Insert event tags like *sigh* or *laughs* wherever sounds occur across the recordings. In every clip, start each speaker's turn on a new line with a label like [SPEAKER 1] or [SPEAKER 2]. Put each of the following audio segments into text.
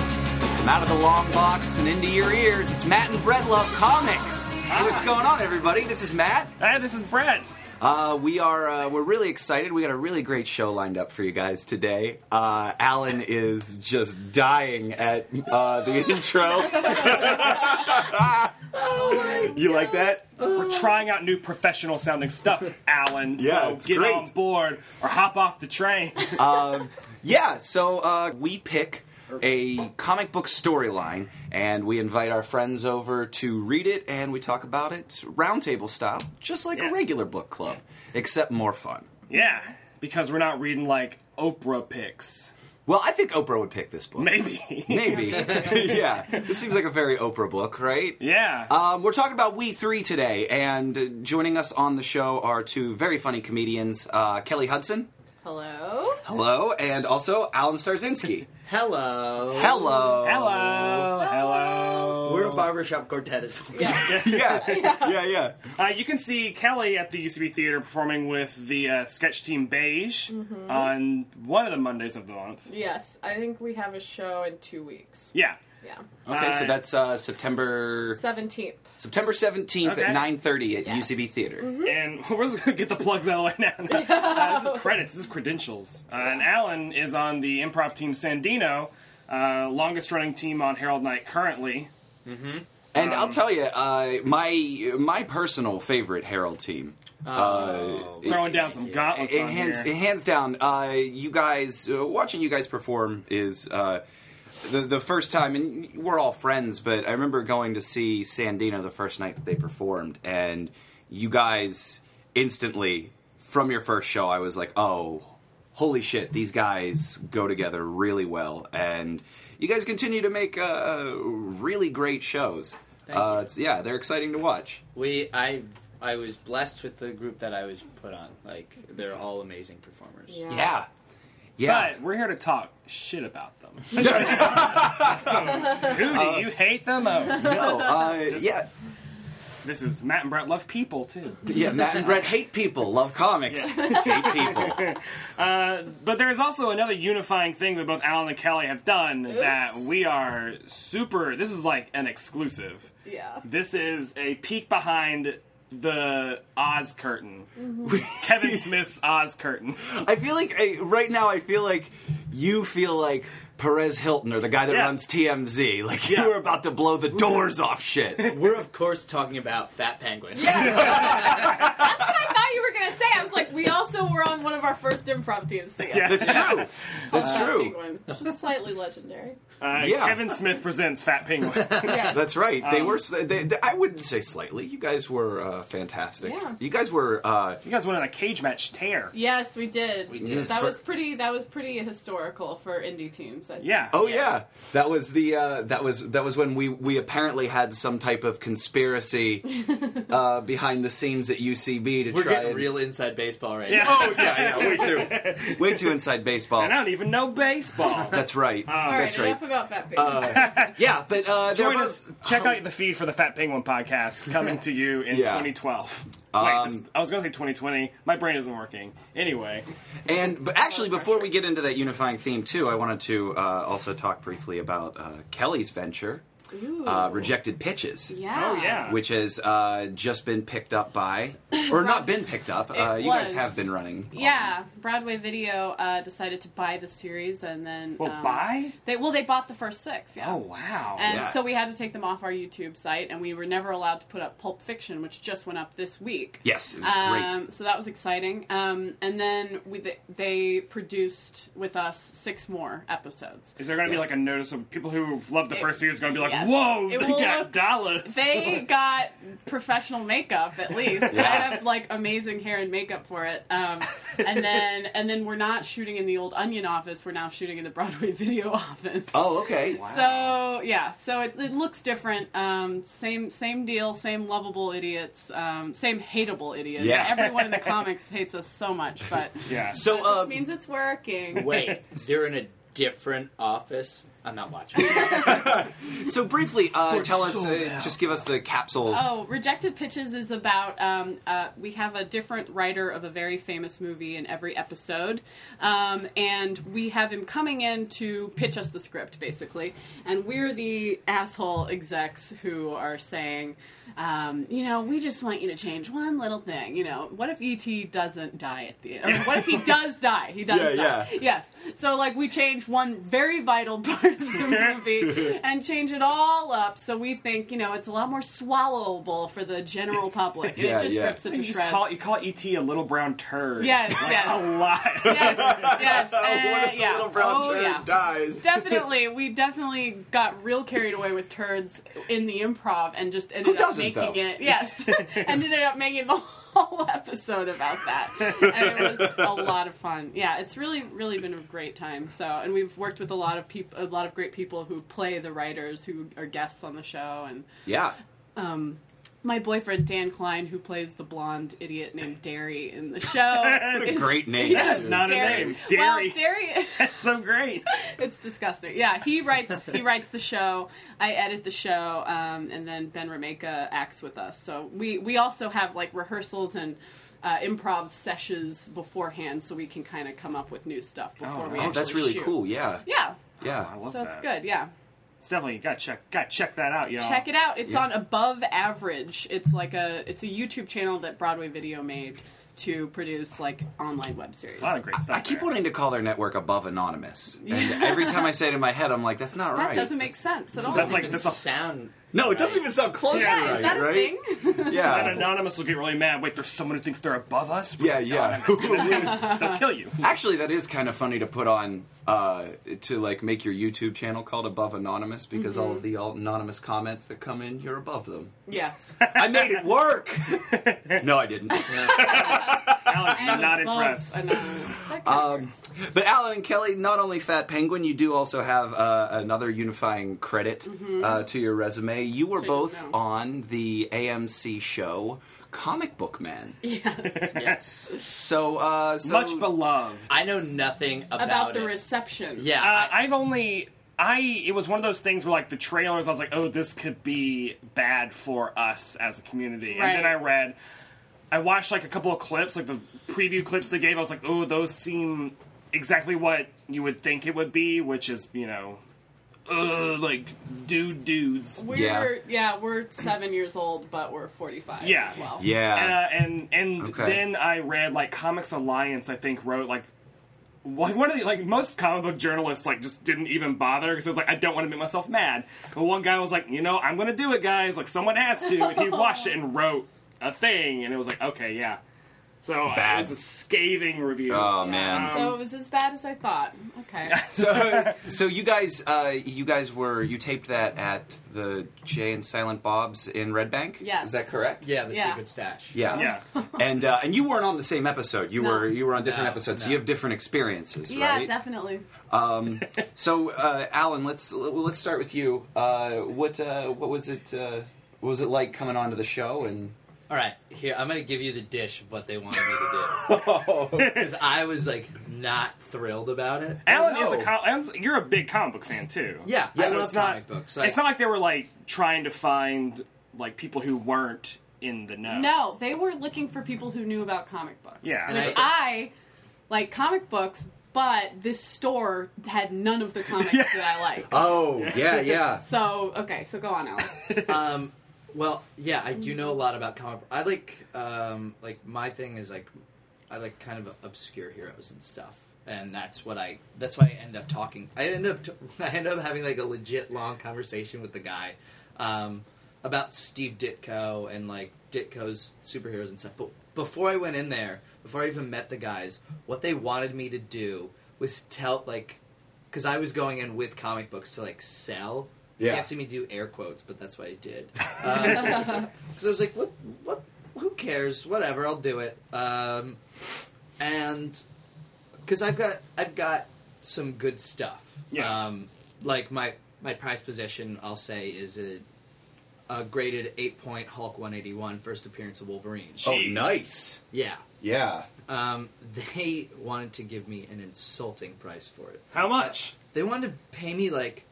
[SPEAKER 1] From out of the long box and into your ears, it's Matt and Brett Love Comics. Hey, what's going on, everybody? This is Matt.
[SPEAKER 2] Hey, this is Brett.
[SPEAKER 1] Uh, we are uh, we're really excited. We got a really great show lined up for you guys today. Uh, Alan is just dying at uh, the *laughs* intro. you like that?
[SPEAKER 2] We're trying out new professional sounding stuff, Alan.
[SPEAKER 1] Yeah,
[SPEAKER 2] so
[SPEAKER 1] it's
[SPEAKER 2] get
[SPEAKER 1] great.
[SPEAKER 2] on board or hop off the train. *laughs*
[SPEAKER 1] Yeah, so uh, we pick a comic book storyline and we invite our friends over to read it and we talk about it roundtable style, just like a
[SPEAKER 2] Yes.
[SPEAKER 1] regular book club, except more fun.
[SPEAKER 2] yeah, because we're not reading like Oprah picks.
[SPEAKER 1] Well, I think Oprah would pick this book.
[SPEAKER 2] Maybe. *laughs*
[SPEAKER 1] Maybe. yeah. This seems like a very Oprah book, right?
[SPEAKER 2] yeah.
[SPEAKER 1] Um, we're talking about We Three today, and uh, joining us on the show are two very funny comedians, uh, Kelly Hudson.
[SPEAKER 3] Hello?
[SPEAKER 1] Hello. And also Alan Starzinski.
[SPEAKER 4] Hello.
[SPEAKER 1] Hello.
[SPEAKER 2] *laughs* hello. Hello.
[SPEAKER 4] We're a barbershop quartet. Is
[SPEAKER 3] Yeah.
[SPEAKER 1] Yeah. Yeah, yeah.
[SPEAKER 2] Uh, you can see Kelly at the UCB Theater performing with the uh, sketch team Beige on one of the Mondays of the month.
[SPEAKER 3] yes, I think we have a show in two weeks.
[SPEAKER 2] Yeah.
[SPEAKER 3] Yeah.
[SPEAKER 1] Okay, so
[SPEAKER 2] Uh,
[SPEAKER 1] that's uh, September
[SPEAKER 3] 17th.
[SPEAKER 1] September 17th
[SPEAKER 2] Okay. Mm-hmm.
[SPEAKER 1] at 9:30 at
[SPEAKER 3] Yes.
[SPEAKER 1] UCB Theater.
[SPEAKER 2] And *laughs* we're just gonna get the plugs out of the way now. *laughs* Uh, this is credits. This is credentials. Uh, and Alan is on the improv team Sandino, uh, longest running team on Herald Night currently.
[SPEAKER 1] And
[SPEAKER 2] Um,
[SPEAKER 1] I'll tell you, uh, my my personal favorite Herald team.
[SPEAKER 4] Oh.
[SPEAKER 1] uh,
[SPEAKER 2] Throwing down some gauntlets
[SPEAKER 1] it
[SPEAKER 2] on
[SPEAKER 1] hands
[SPEAKER 2] here.
[SPEAKER 1] it hands down. Uh, you guys uh, watching you guys perform is uh, the the first time, and we're all friends. But I remember going to see Sandino the first night that they performed, and you guys instantly from your first show, I was like, oh, holy shit, these guys go together really well, and you guys continue to make uh, really great shows.
[SPEAKER 4] Thank
[SPEAKER 1] uh,
[SPEAKER 4] you.
[SPEAKER 1] It's, yeah, they're exciting to watch.
[SPEAKER 4] we I I was blessed with the group that I was put on. Like they're all amazing performers.
[SPEAKER 1] Yeah, yeah.
[SPEAKER 2] But we're here to talk shit about *laughs* them. So, who do you hate the most?
[SPEAKER 1] no, uh, yeah.
[SPEAKER 2] *laughs* This is Matt and Brett love people too.
[SPEAKER 1] Yeah, Matt and Brett hate people, love comics, hate people.
[SPEAKER 2] But there is also another unifying thing that both Alan and Kelly have done that
[SPEAKER 3] Oops.
[SPEAKER 2] we are super. This is like an exclusive.
[SPEAKER 3] Yeah. *laughs*
[SPEAKER 2] This is a peek behind the Oz curtain. *laughs* Kevin Smith's Oz curtain.
[SPEAKER 1] I feel like I, right now, I feel like you feel like Perez Hilton or the guy that
[SPEAKER 2] Yeah.
[SPEAKER 1] runs TMZ. Like
[SPEAKER 2] Yeah.
[SPEAKER 1] you were about to blow the doors off shit.
[SPEAKER 4] We're of course talking about Fat Penguin.
[SPEAKER 3] Yeah. That's what I thought you were going to say. I was like, we also were on one of our first improv teams together.
[SPEAKER 2] Yeah.
[SPEAKER 1] That's true. That's
[SPEAKER 3] Fat
[SPEAKER 1] true.
[SPEAKER 3] Penguin. Just slightly legendary. *laughs*
[SPEAKER 2] Uh,
[SPEAKER 1] Yeah.
[SPEAKER 2] Kevin Smith presents Fat Penguin.
[SPEAKER 3] Yeah.
[SPEAKER 1] That's right. They were. s- They, they, I wouldn't say slightly. You guys were uh, fantastic.
[SPEAKER 3] Yeah.
[SPEAKER 1] You guys were. Uh,
[SPEAKER 2] you guys went on a cage match tear.
[SPEAKER 3] yes, we did. We
[SPEAKER 4] did.
[SPEAKER 3] That
[SPEAKER 1] For-
[SPEAKER 3] was pretty. That was pretty historical for indie teams. I think.
[SPEAKER 2] Yeah.
[SPEAKER 1] oh yeah. that was the. Uh, that was that was when we we apparently had some type of conspiracy uh, behind the scenes at UCB to
[SPEAKER 4] We're
[SPEAKER 1] try
[SPEAKER 4] getting
[SPEAKER 1] and
[SPEAKER 4] real inside baseball right *laughs* now.
[SPEAKER 2] Yeah.
[SPEAKER 1] yeah, yeah, way too, *laughs* way too inside baseball.
[SPEAKER 2] And I don't even know baseball.
[SPEAKER 1] That's right.
[SPEAKER 3] All right.
[SPEAKER 1] That's right.
[SPEAKER 3] Enough about that. Page.
[SPEAKER 1] Yeah, but uh, there
[SPEAKER 2] Join
[SPEAKER 1] was
[SPEAKER 2] us. Check out the feed for the Fat Penguin podcast coming to you in
[SPEAKER 1] Yeah.
[SPEAKER 2] 2012. Wait, this- I was going to say 2020. My brain isn't working. Anyway,
[SPEAKER 1] and but actually before we get into that unifying theme too, I wanted to uh, also talk briefly about uh, Kelly's venture, uh, rejected pitches.
[SPEAKER 3] yeah.
[SPEAKER 2] Oh, yeah.
[SPEAKER 1] Which has uh, just been picked up by,
[SPEAKER 3] *coughs*
[SPEAKER 1] or not been picked up. Uh, you guys
[SPEAKER 3] was.
[SPEAKER 1] have been running.
[SPEAKER 3] Yeah, Broadway Video uh, decided to buy the series, and then
[SPEAKER 2] well,
[SPEAKER 3] um,
[SPEAKER 2] bye.
[SPEAKER 3] They well, they bought the first six. Yeah.
[SPEAKER 2] Oh wow.
[SPEAKER 3] And
[SPEAKER 1] Yeah.
[SPEAKER 3] so we had to take them off our YouTube site, and we were never allowed to put up Pulp Fiction, which just went up this week.
[SPEAKER 1] Yes, it was
[SPEAKER 3] Um, so that was exciting. Um, and then we they produced with us six more episodes.
[SPEAKER 2] Is there going to
[SPEAKER 1] Yeah.
[SPEAKER 2] be like a notice of people who love the
[SPEAKER 3] It-
[SPEAKER 2] first series going to be like,
[SPEAKER 3] yes.
[SPEAKER 2] whoa,
[SPEAKER 3] It
[SPEAKER 2] they
[SPEAKER 3] will
[SPEAKER 2] got
[SPEAKER 3] look-
[SPEAKER 2] dollars?
[SPEAKER 3] They got professional makeup at least.
[SPEAKER 1] Yeah.
[SPEAKER 3] I have like amazing hair and makeup for it. Um, and then and then we're not shooting in the old Onion office. We're now shooting in the Broadway *laughs* Video office.
[SPEAKER 1] Oh, okay.
[SPEAKER 3] So yeah, so it, it looks different. Um, same same deal, same lovable idiots, um, same hateable idiots.
[SPEAKER 1] Yeah.
[SPEAKER 3] Everyone in the comics hates us so much, but
[SPEAKER 2] *laughs*
[SPEAKER 1] *laughs*
[SPEAKER 2] yeah.
[SPEAKER 3] that
[SPEAKER 1] So
[SPEAKER 3] just
[SPEAKER 1] um,
[SPEAKER 3] means it's working.
[SPEAKER 4] Wait, they're in a different office. I'm not watching. *laughs*
[SPEAKER 1] So briefly, uh,
[SPEAKER 3] *laughs*
[SPEAKER 2] For
[SPEAKER 1] tell us,
[SPEAKER 2] sold
[SPEAKER 1] uh,
[SPEAKER 2] out.
[SPEAKER 1] just give us the capsule.
[SPEAKER 3] Oh, Rejected Pitches is about um, uh, we have a different writer of a very famous movie in every episode, um, and we have him coming in to pitch us the script basically, and we're the asshole execs who are saying, um, you know, we just want you to change one little thing. You know, what if ET doesn't die at the end? Or what
[SPEAKER 1] *laughs*
[SPEAKER 3] if he does die? He does
[SPEAKER 1] Yeah,
[SPEAKER 3] die.
[SPEAKER 1] yeah.
[SPEAKER 3] Yes. So like we change one very vital *laughs* part of the
[SPEAKER 1] *laughs*
[SPEAKER 3] movie and change it all up so we think, you know, it's a lot more swallowable for the general public.
[SPEAKER 1] Yeah,
[SPEAKER 3] it just
[SPEAKER 1] yeah.
[SPEAKER 3] rips it
[SPEAKER 2] You
[SPEAKER 3] to
[SPEAKER 2] just
[SPEAKER 3] shreds.
[SPEAKER 2] call it, you call ET a little brown turd. *laughs*
[SPEAKER 3] Yes,
[SPEAKER 2] like,
[SPEAKER 3] yes.
[SPEAKER 2] a lot.
[SPEAKER 1] *laughs*
[SPEAKER 3] yes, yes. and, yeah. oh, yeah.
[SPEAKER 1] dies?
[SPEAKER 3] Definitely, we definitely got real carried away with turds in the improv and just ended
[SPEAKER 1] Who
[SPEAKER 3] up
[SPEAKER 1] doesn't,
[SPEAKER 3] making
[SPEAKER 1] though? *laughs*
[SPEAKER 3] it. Yes, *laughs* ended up making the whole episode about that, and it was a lot of fun. Yeah, it's really, really been a great time. So, and we've worked with a lot of people, a lot of great people who play the writers who are guests on the show, and
[SPEAKER 1] Yeah.
[SPEAKER 3] my boyfriend Dan Klein, who plays the blonde idiot named Derry
[SPEAKER 2] *laughs*
[SPEAKER 3] in the show. is-
[SPEAKER 1] Great name.
[SPEAKER 3] Yes,
[SPEAKER 2] Not a
[SPEAKER 3] Derry.
[SPEAKER 2] name. Derry.
[SPEAKER 3] Well, Derry.
[SPEAKER 2] *laughs* That's so great.
[SPEAKER 3] it's disgusting. Yeah, he writes he writes the show. I edit the show, um, and then Ben Remeka acts with us. So we we also have like rehearsals and uh, improv sessions beforehand, so we can kind of come up with new stuff before we.
[SPEAKER 1] Oh, that's
[SPEAKER 3] actually
[SPEAKER 1] really
[SPEAKER 3] shoot.
[SPEAKER 1] cool. Yeah.
[SPEAKER 3] Yeah.
[SPEAKER 1] Yeah.
[SPEAKER 2] I love
[SPEAKER 3] so it's
[SPEAKER 2] that.
[SPEAKER 3] good, yeah.
[SPEAKER 2] It's definitely got check got check that out, y'all.
[SPEAKER 3] Check it out. It's
[SPEAKER 1] Yeah.
[SPEAKER 3] on Above Average. It's like a it's a YouTube channel that Broadway Video made to produce like online web series.
[SPEAKER 2] A lot of great stuff.
[SPEAKER 1] I keep
[SPEAKER 2] there.
[SPEAKER 1] wanting to call their network above anonymous, and every time I say it in my head, I'm like, "That's not
[SPEAKER 3] that
[SPEAKER 1] right."
[SPEAKER 3] doesn't make sense at all.
[SPEAKER 2] That's like
[SPEAKER 4] Even
[SPEAKER 2] that's a
[SPEAKER 4] sound.
[SPEAKER 1] no, it doesn't even sound close
[SPEAKER 2] Yeah,
[SPEAKER 1] to
[SPEAKER 3] yeah,
[SPEAKER 1] right.
[SPEAKER 3] is that a
[SPEAKER 1] right?
[SPEAKER 3] thing? *laughs*
[SPEAKER 2] That
[SPEAKER 1] Yeah,
[SPEAKER 2] anonymous will get really mad. Wait, there's someone who thinks they're above us.
[SPEAKER 1] yeah, yeah.
[SPEAKER 2] They'll kill
[SPEAKER 3] *laughs*
[SPEAKER 2] you.
[SPEAKER 1] *laughs* Actually, that is kind of funny to put on uh, to like make your YouTube channel called Above Anonymous because all
[SPEAKER 3] Mm-hmm.
[SPEAKER 1] of the all anonymous comments that come in, you're above
[SPEAKER 3] *laughs*
[SPEAKER 1] them.
[SPEAKER 3] yes.
[SPEAKER 1] I made it
[SPEAKER 3] *laughs*
[SPEAKER 1] work. no, I didn't.
[SPEAKER 2] Alex,
[SPEAKER 3] And
[SPEAKER 2] not
[SPEAKER 3] above
[SPEAKER 2] impressed.
[SPEAKER 3] anonymous. That kinda
[SPEAKER 1] Um,
[SPEAKER 3] works.
[SPEAKER 1] but Alan and Kelly, not only Fat Penguin, you do also have uh, another unifying credit uh, to your resume. You were
[SPEAKER 3] Which I didn't
[SPEAKER 1] both
[SPEAKER 3] know.
[SPEAKER 1] on the AMC show Comic Book Man.
[SPEAKER 4] Yes.
[SPEAKER 1] So, uh, so
[SPEAKER 2] Much beloved.
[SPEAKER 4] I know nothing about,
[SPEAKER 3] about the
[SPEAKER 4] it.
[SPEAKER 3] reception.
[SPEAKER 4] Yeah.
[SPEAKER 2] Uh,
[SPEAKER 4] I,
[SPEAKER 2] I've only I it was one of those things where like the trailers I was like, oh, this could be bad for us as a community. And then
[SPEAKER 3] Right.
[SPEAKER 2] I read I watched like a couple of clips, like the preview clips they gave, I was like, oh, those seem exactly what you would think it would be, which is, you know, uh, like dude dudes.
[SPEAKER 3] We're
[SPEAKER 1] Yeah.
[SPEAKER 3] yeah. we're seven years old, but we're forty five
[SPEAKER 2] Yeah.
[SPEAKER 3] as well.
[SPEAKER 2] Uh,
[SPEAKER 1] yeah,
[SPEAKER 2] and and
[SPEAKER 1] Okay.
[SPEAKER 2] then I read like Comics Alliance. I think wrote like one one of the like most comic book journalists like just didn't even bother because I was like I don't want to make myself mad. But one guy was like, you know, I'm gonna do it, guys. Like someone has to. And he watched it and wrote a thing, and it was like, okay, yeah. So uh,
[SPEAKER 1] Bad.
[SPEAKER 2] it was a scathing review.
[SPEAKER 1] Oh,
[SPEAKER 3] Yeah.
[SPEAKER 1] man.
[SPEAKER 3] So it was as bad as I thought. Okay.
[SPEAKER 1] *laughs* so so you guys uh, you guys were you taped that at the Jay and Silent Bob's in Red Bank.
[SPEAKER 3] Yes.
[SPEAKER 1] is that correct?
[SPEAKER 4] yeah, the
[SPEAKER 3] Yeah.
[SPEAKER 4] secret stash.
[SPEAKER 1] Yeah,
[SPEAKER 2] yeah.
[SPEAKER 1] and uh, and you weren't on the same episode. You
[SPEAKER 3] No.
[SPEAKER 1] were you were on different
[SPEAKER 4] No,
[SPEAKER 1] episodes. So
[SPEAKER 4] no.
[SPEAKER 1] you have different experiences,
[SPEAKER 3] Yeah,
[SPEAKER 1] right?
[SPEAKER 3] definitely.
[SPEAKER 1] So, uh, Alan, let's well, let's start with you. Uh, what uh, what was it? Uh, what was it like coming onto the show? And
[SPEAKER 4] All right, here I'm gonna give you the dish of what they wanted me to do *laughs* because I was like not thrilled about it.
[SPEAKER 2] Alan
[SPEAKER 1] Oh, no.
[SPEAKER 2] is a com- Alan's, you're a big comic book fan too.
[SPEAKER 4] Yeah,
[SPEAKER 1] Yeah,
[SPEAKER 4] I
[SPEAKER 1] so
[SPEAKER 4] love
[SPEAKER 2] it's not-
[SPEAKER 4] comic books. Like,
[SPEAKER 2] it's not like they were like trying to find like people who weren't in the know.
[SPEAKER 3] No, they were looking for people who knew about comic books.
[SPEAKER 2] Yeah.
[SPEAKER 4] And
[SPEAKER 3] Which I,
[SPEAKER 4] I-
[SPEAKER 3] like comic books, but this store had none of
[SPEAKER 2] *laughs*
[SPEAKER 3] the comics that I like.
[SPEAKER 1] oh yeah, yeah,
[SPEAKER 3] So okay, so go on, Alex.
[SPEAKER 4] um, well, yeah, I do know a lot about comic. I like, um, like my thing is like, I like kind of obscure heroes and stuff, and that's what I. That's why I end up talking. I end up. T- *laughs* I end up having like a legit long conversation with the guy, um, about Steve Ditko and like Ditko's superheroes and stuff. But before I went in there, before I even met the guys, what they wanted me to do was tell like. Because I was going in with comic books to like sell. You
[SPEAKER 1] Yeah.
[SPEAKER 4] can't see me do air quotes, but that's what I did. Because I was like, what, what, who cares? Whatever, I'll do it. Um, and because I've got, I've got some good stuff.
[SPEAKER 2] Yeah.
[SPEAKER 4] Um, like my my prize position, I'll say, is a, a graded eight point Hulk 181 first appearance of Wolverine.
[SPEAKER 1] oh
[SPEAKER 2] *laughs* Jeez.
[SPEAKER 1] nice,
[SPEAKER 4] Yeah.
[SPEAKER 1] yeah.
[SPEAKER 4] Um, *laughs* they wanted to give me an insulting price for it.
[SPEAKER 2] How much?
[SPEAKER 4] They wanted to pay me like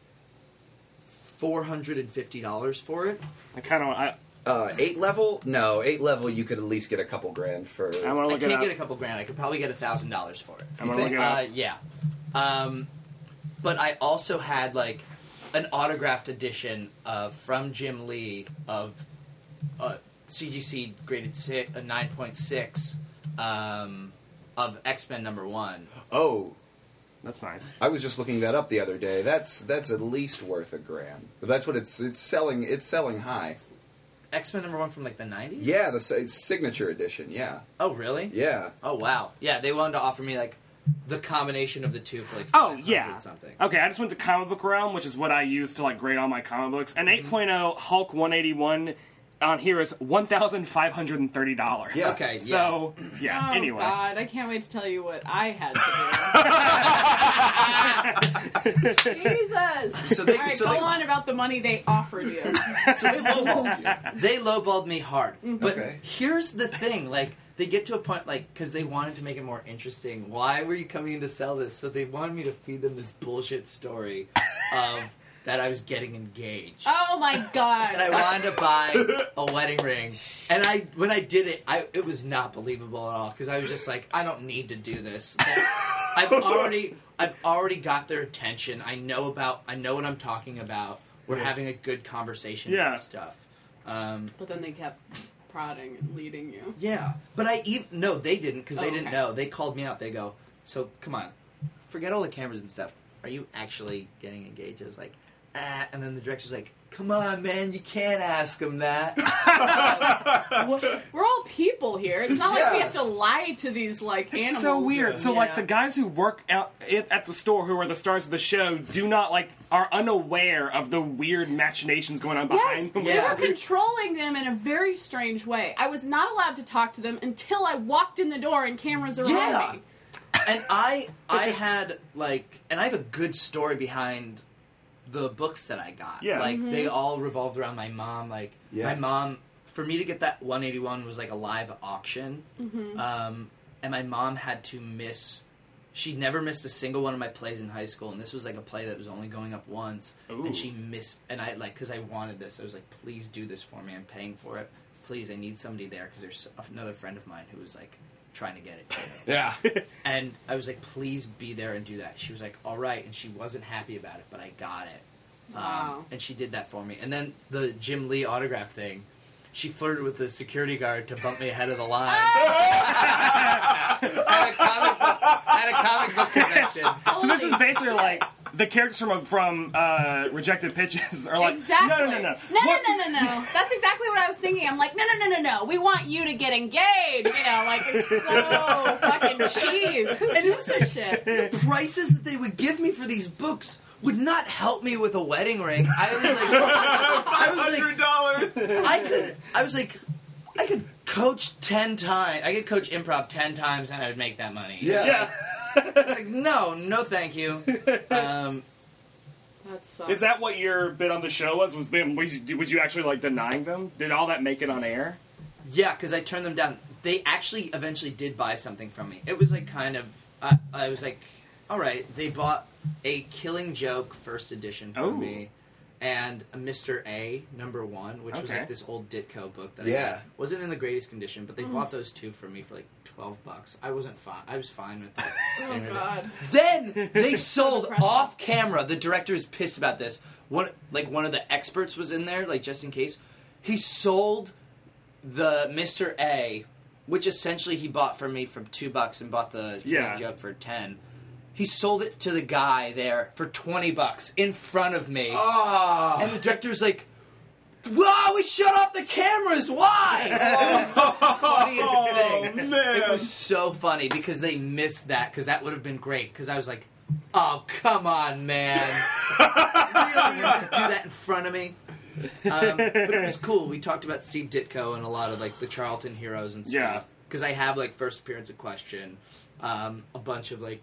[SPEAKER 4] four hundred and fifty dollars for it.
[SPEAKER 2] I kind of I
[SPEAKER 1] Uh, eight level? No, eight level. You could at least get a couple grand for.
[SPEAKER 2] I want to
[SPEAKER 4] I
[SPEAKER 2] look it
[SPEAKER 4] can't
[SPEAKER 2] up.
[SPEAKER 4] get a couple grand. I could probably get a thousand dollars for it.
[SPEAKER 2] I'm gonna
[SPEAKER 1] You
[SPEAKER 2] look
[SPEAKER 1] think?
[SPEAKER 2] it up.
[SPEAKER 4] Uh, yeah. Um, but I also had like an autographed edition of from Jim Lee of uh, CGC graded si a nine point six um, of X Men number one.
[SPEAKER 1] Oh,
[SPEAKER 2] That's nice.
[SPEAKER 1] I was just looking that up the other day. That's that's at least worth a grand. That's what it's it's selling. It's selling high.
[SPEAKER 4] X Men number one from like the nineties.
[SPEAKER 1] Yeah, the s- it's signature edition. Yeah,
[SPEAKER 4] Oh really?
[SPEAKER 2] *laughs*
[SPEAKER 1] yeah.
[SPEAKER 4] Oh wow. Yeah, they wanted to offer me like the combination of the two for like
[SPEAKER 2] Oh
[SPEAKER 4] 500
[SPEAKER 2] yeah.
[SPEAKER 4] something.
[SPEAKER 2] Okay, I just went to comic book realm, which is what I use to like grade all my comic books. And
[SPEAKER 3] Mm-hmm.
[SPEAKER 2] 8.0 Hulk 181 on here is one thousand five hundred and thirty dollars.
[SPEAKER 1] Yeah.
[SPEAKER 4] Okay,
[SPEAKER 2] So yeah.
[SPEAKER 3] Oh
[SPEAKER 2] anyway.
[SPEAKER 3] God, I can't wait to tell you what I had to do. *laughs* Jesus.
[SPEAKER 1] So they-
[SPEAKER 3] All right,
[SPEAKER 1] so
[SPEAKER 3] go
[SPEAKER 1] they-
[SPEAKER 3] on about the money they offered you.
[SPEAKER 1] *laughs* So they lowballed you.
[SPEAKER 4] they lowballed me hard. But
[SPEAKER 1] Okay.
[SPEAKER 4] here's the thing, like they get to a point, like because they wanted to make it more interesting. Why were you coming in to sell this? So they wanted me to feed them this bullshit story of that I was getting engaged.
[SPEAKER 3] Oh my
[SPEAKER 4] And I
[SPEAKER 3] God.
[SPEAKER 4] wanted to buy a wedding ring, and I when I did it, I it was not believable at all because I was just like, I don't need to do this. That- I've already I've already got their attention. I know about I know what I'm talking about. We're having a good conversation
[SPEAKER 2] Yeah.
[SPEAKER 4] about stuff. Um,
[SPEAKER 3] But then they kept prodding and leading you.
[SPEAKER 4] yeah, but I even no, they didn't because they
[SPEAKER 3] Oh,
[SPEAKER 4] didn't
[SPEAKER 3] okay.
[SPEAKER 4] know. They called me out. They go, so come on, forget all the cameras and stuff. Are you actually getting engaged? I was like, ah, and then the director's like, come on, man, you can't ask him that. *laughs*
[SPEAKER 3] We're all people here. It's not like we
[SPEAKER 1] Yeah.
[SPEAKER 3] have to lie to these like animals.
[SPEAKER 2] It's so weird. So like
[SPEAKER 4] Yeah.
[SPEAKER 2] the guys who work out it, at the store, who are the stars of the show, do not like are unaware of the weird machinations going on
[SPEAKER 3] Yes,
[SPEAKER 2] behind
[SPEAKER 3] they
[SPEAKER 2] them.
[SPEAKER 4] Yeah.
[SPEAKER 3] were controlling them in a very strange way. I was not allowed to talk to them until I walked in the door and cameras are
[SPEAKER 4] Yeah.
[SPEAKER 3] on me.
[SPEAKER 4] and I I had like and I have a good story behind the books that I got.
[SPEAKER 2] Yeah.
[SPEAKER 4] Like they all revolved around my mom. Like
[SPEAKER 1] Yeah.
[SPEAKER 4] my mom for me to get that 181 was like a live auction. Um and my mom had to miss she never missed a single one of my plays in high school and this was like a play that was only going up once
[SPEAKER 2] Ooh.
[SPEAKER 4] and she missed and I like cuz I wanted this. I was like please do this for me. I'm paying for it. Please, I need somebody there cuz there's another friend of mine who was like trying to get it. too.
[SPEAKER 1] Yeah.
[SPEAKER 4] And I was like, please be there and do that. She was like, all right. And she wasn't happy about it, but I got it. Um,
[SPEAKER 3] Wow.
[SPEAKER 4] *laughs* And she did that for me. And then the Jim Lee autograph thing, she flirted with the security guard to bump me ahead of the *laughs* line. at, a comic book, at a comic book convention.
[SPEAKER 2] So this
[SPEAKER 3] Holy
[SPEAKER 2] is basically like the characters from from uh, rejected pitches are like
[SPEAKER 3] exactly.
[SPEAKER 2] no no no no
[SPEAKER 3] no,
[SPEAKER 2] What-
[SPEAKER 3] no, no, no, no. That's exactly what I was thinking. I'm like, no, no, no, no, no. We want you to get engaged. You know, like
[SPEAKER 2] *laughs*
[SPEAKER 3] it's so fucking cheese. Who gives a shit?
[SPEAKER 4] *laughs* The prices that they would give me for these books would not help me with a wedding ring. I was like, *laughs* I was like,
[SPEAKER 1] dollars.
[SPEAKER 4] I could. I was like, I could coach ten times. I could coach improv ten times, and I would make that money.
[SPEAKER 1] *laughs* Yeah.
[SPEAKER 2] yeah
[SPEAKER 4] It's like, no, no, thank you. Um,
[SPEAKER 3] That sucks.
[SPEAKER 2] is that what your bit on the show was was them was you, was you actually like denying them did all that make it on air
[SPEAKER 4] yeah, because I turned them down. They actually eventually did buy something from me. It was like kind of. I, I was like, all right. They bought a Killing Joke first edition from
[SPEAKER 2] Oh.
[SPEAKER 4] me. And a Mr. A number one, which was
[SPEAKER 2] Okay.
[SPEAKER 4] like this old Ditko book that I
[SPEAKER 1] Yeah.
[SPEAKER 4] got. wasn't in the greatest condition, but they bought those two for me for like twelve bucks. I wasn't fine. I was fine with that.
[SPEAKER 3] Oh God.
[SPEAKER 4] Then they sold
[SPEAKER 3] depressing.
[SPEAKER 4] off camera. The director is pissed about this. One like one of the experts was in there, like just in case. He sold the Mr. A, which essentially he bought from me for two bucks and bought the
[SPEAKER 2] Yeah.
[SPEAKER 4] jug for ten. He sold it to the guy there for twenty bucks in front of me.
[SPEAKER 1] Ah.
[SPEAKER 4] And the director's like, Whoa, we shut off the cameras, why? *laughs* Oh, It was the funniest thing.
[SPEAKER 1] man.
[SPEAKER 4] It was so funny because they missed that because that would have been great because I was like, oh, come on, man. *laughs* really? You're going to do that in front of me? Um, but it was cool. We talked about Steve Ditko and a lot of like the Charlton heroes and
[SPEAKER 2] Yeah.
[SPEAKER 4] stuff because I have like first appearance of question, um, a bunch of like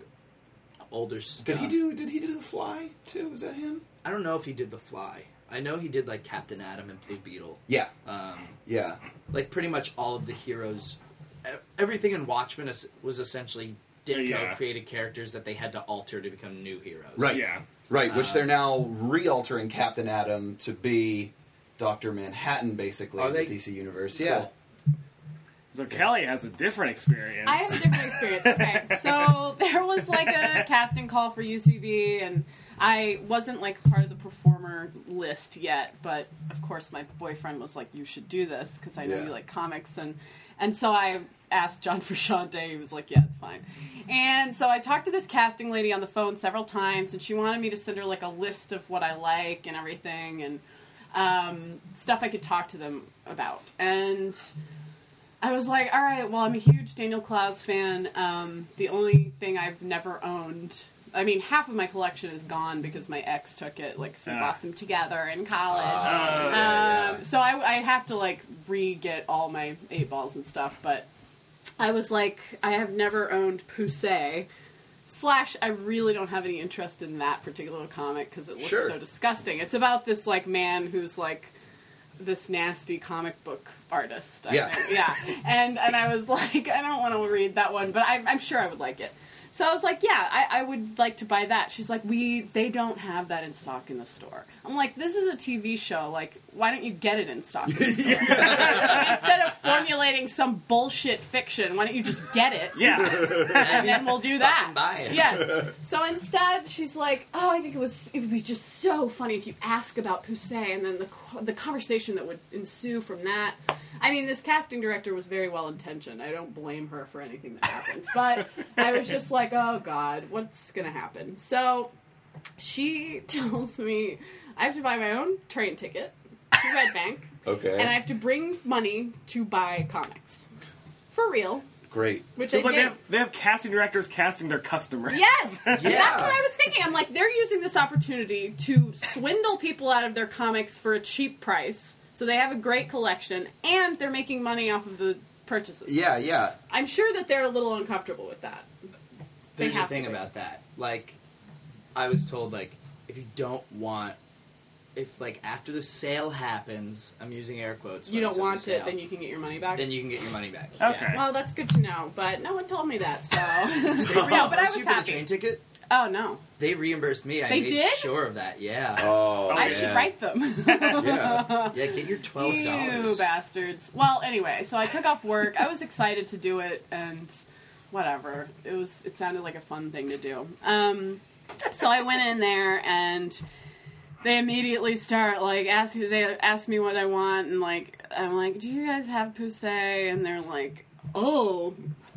[SPEAKER 4] older stuff.
[SPEAKER 1] Did he do? Did he do the fly too? Was that him?
[SPEAKER 4] I don't know if he did The Fly. I know he did like Captain Adam and Blue Beetle.
[SPEAKER 1] Yeah.
[SPEAKER 4] Um,
[SPEAKER 1] Yeah.
[SPEAKER 4] like pretty much all of the heroes, e- everything in Watchmen is, was essentially Ditko
[SPEAKER 2] Yeah.
[SPEAKER 4] created characters that they had to alter to become new heroes.
[SPEAKER 1] Right.
[SPEAKER 2] yeah
[SPEAKER 1] Right, which
[SPEAKER 3] uh,
[SPEAKER 1] they're now re-altering Captain Atom to be Doctor Manhattan, basically,
[SPEAKER 4] Are
[SPEAKER 1] in
[SPEAKER 4] they?
[SPEAKER 1] the DC universe. Yeah,
[SPEAKER 4] Cool.
[SPEAKER 2] So Kelly has a different experience.
[SPEAKER 3] I have a different experience. Okay, so *laughs* there was like a casting call for UCB, and I wasn't like part of the performer list yet. But of course, my boyfriend was like, "You should do this because I know
[SPEAKER 1] Yeah.
[SPEAKER 3] you like comics," and and so I asked John *laughs* Frusciante. He was like, "Yeah, it's fine." And so I talked to this casting lady on the phone several times, and she wanted me to send her like a list of what I like and everything, and um, stuff I could talk to them about. And I was like, all right, well, I'm a huge Daniel Klaus fan. Um, the only thing I've never owned. I mean, half of my collection is gone because my ex took it. Like, 'cause we
[SPEAKER 2] Ah.
[SPEAKER 3] bought them together in college.
[SPEAKER 2] Uh,
[SPEAKER 3] Um, so I, I have to like re get all my eight balls and stuff, but I was like, I have never owned Poussey. Slash, I really don't have any interest in that particular comic because it looks
[SPEAKER 4] Sure.
[SPEAKER 3] so disgusting. It's about this like man who's like this nasty comic book artist. I
[SPEAKER 1] Yeah.
[SPEAKER 3] think. yeah. And and I was *laughs* like, I don't want to read that one, but I, I'm sure I would like it. So I was like, yeah, I, I would like to buy that. She's like, we they don't have that in stock in the store. I'm like, this is a TV show. Like, why don't you get it in stock? in the store? Instead of formulating some bullshit fiction, why don't you just get it? *laughs*
[SPEAKER 2] yeah. *laughs*
[SPEAKER 3] and then we'll do that.
[SPEAKER 4] Fucking buy it. *laughs*
[SPEAKER 3] Yes. So instead, she's like, "Oh, I think it was. It would be just so funny if you ask about Poussey, and then the co- the conversation that would ensue from that." I mean, this casting director was very well intentioned. I don't blame her for anything that
[SPEAKER 4] *laughs*
[SPEAKER 3] happened, but I was just like, "Oh God, what's gonna happen?" So she *laughs* tells me I have to buy my own train ticket to Red Bank,
[SPEAKER 1] okay,
[SPEAKER 3] and I have to bring money to buy comics for real,
[SPEAKER 1] great.
[SPEAKER 3] which
[SPEAKER 2] It's
[SPEAKER 3] I
[SPEAKER 2] like
[SPEAKER 3] did.
[SPEAKER 2] they have, they have casting directors casting their customers.
[SPEAKER 3] Yes, that's
[SPEAKER 1] Yeah.
[SPEAKER 3] what I was thinking. I'm like, they're using this opportunity to swindle people out of their comics for a cheap price, so they have a great collection, and they're making money off of the purchases.
[SPEAKER 1] Yeah, yeah.
[SPEAKER 3] I'm sure that they're a little uncomfortable with that. They
[SPEAKER 4] There's a
[SPEAKER 3] have to
[SPEAKER 4] thing
[SPEAKER 3] be.
[SPEAKER 4] about that. Like, I was told like if you don't want, if like after the sale happens, I'm using air quotes.
[SPEAKER 3] You
[SPEAKER 4] when I
[SPEAKER 3] don't
[SPEAKER 4] said the
[SPEAKER 3] want it,
[SPEAKER 4] sale,
[SPEAKER 3] then you can get your money back.
[SPEAKER 4] then you can get your money back.
[SPEAKER 2] *laughs*
[SPEAKER 3] *laughs*
[SPEAKER 2] Okay.
[SPEAKER 3] well, that's good to know, but no one told me that,
[SPEAKER 4] *laughs*
[SPEAKER 3] so *laughs* no. But I
[SPEAKER 4] Unless
[SPEAKER 3] was
[SPEAKER 4] you put a
[SPEAKER 3] happy.
[SPEAKER 4] train ticket.
[SPEAKER 3] Oh no,
[SPEAKER 4] They reimbursed me. I
[SPEAKER 3] They
[SPEAKER 4] made
[SPEAKER 3] did?
[SPEAKER 4] sure of that. Yeah.
[SPEAKER 1] Oh,
[SPEAKER 2] I
[SPEAKER 3] I
[SPEAKER 1] man.
[SPEAKER 3] should write them.
[SPEAKER 4] *laughs*
[SPEAKER 1] Yeah.
[SPEAKER 4] yeah. Get your twelve
[SPEAKER 3] You *laughs*
[SPEAKER 4] dollars.
[SPEAKER 3] bastards. Well, anyway, so I took off work. I was excited to do it, and whatever. It was. It sounded like a fun thing to do. Um, so I went in there, and they immediately start like asking. They ask me what I want, and like I'm like, "Do you guys have poussé?" And they're like, "Oh."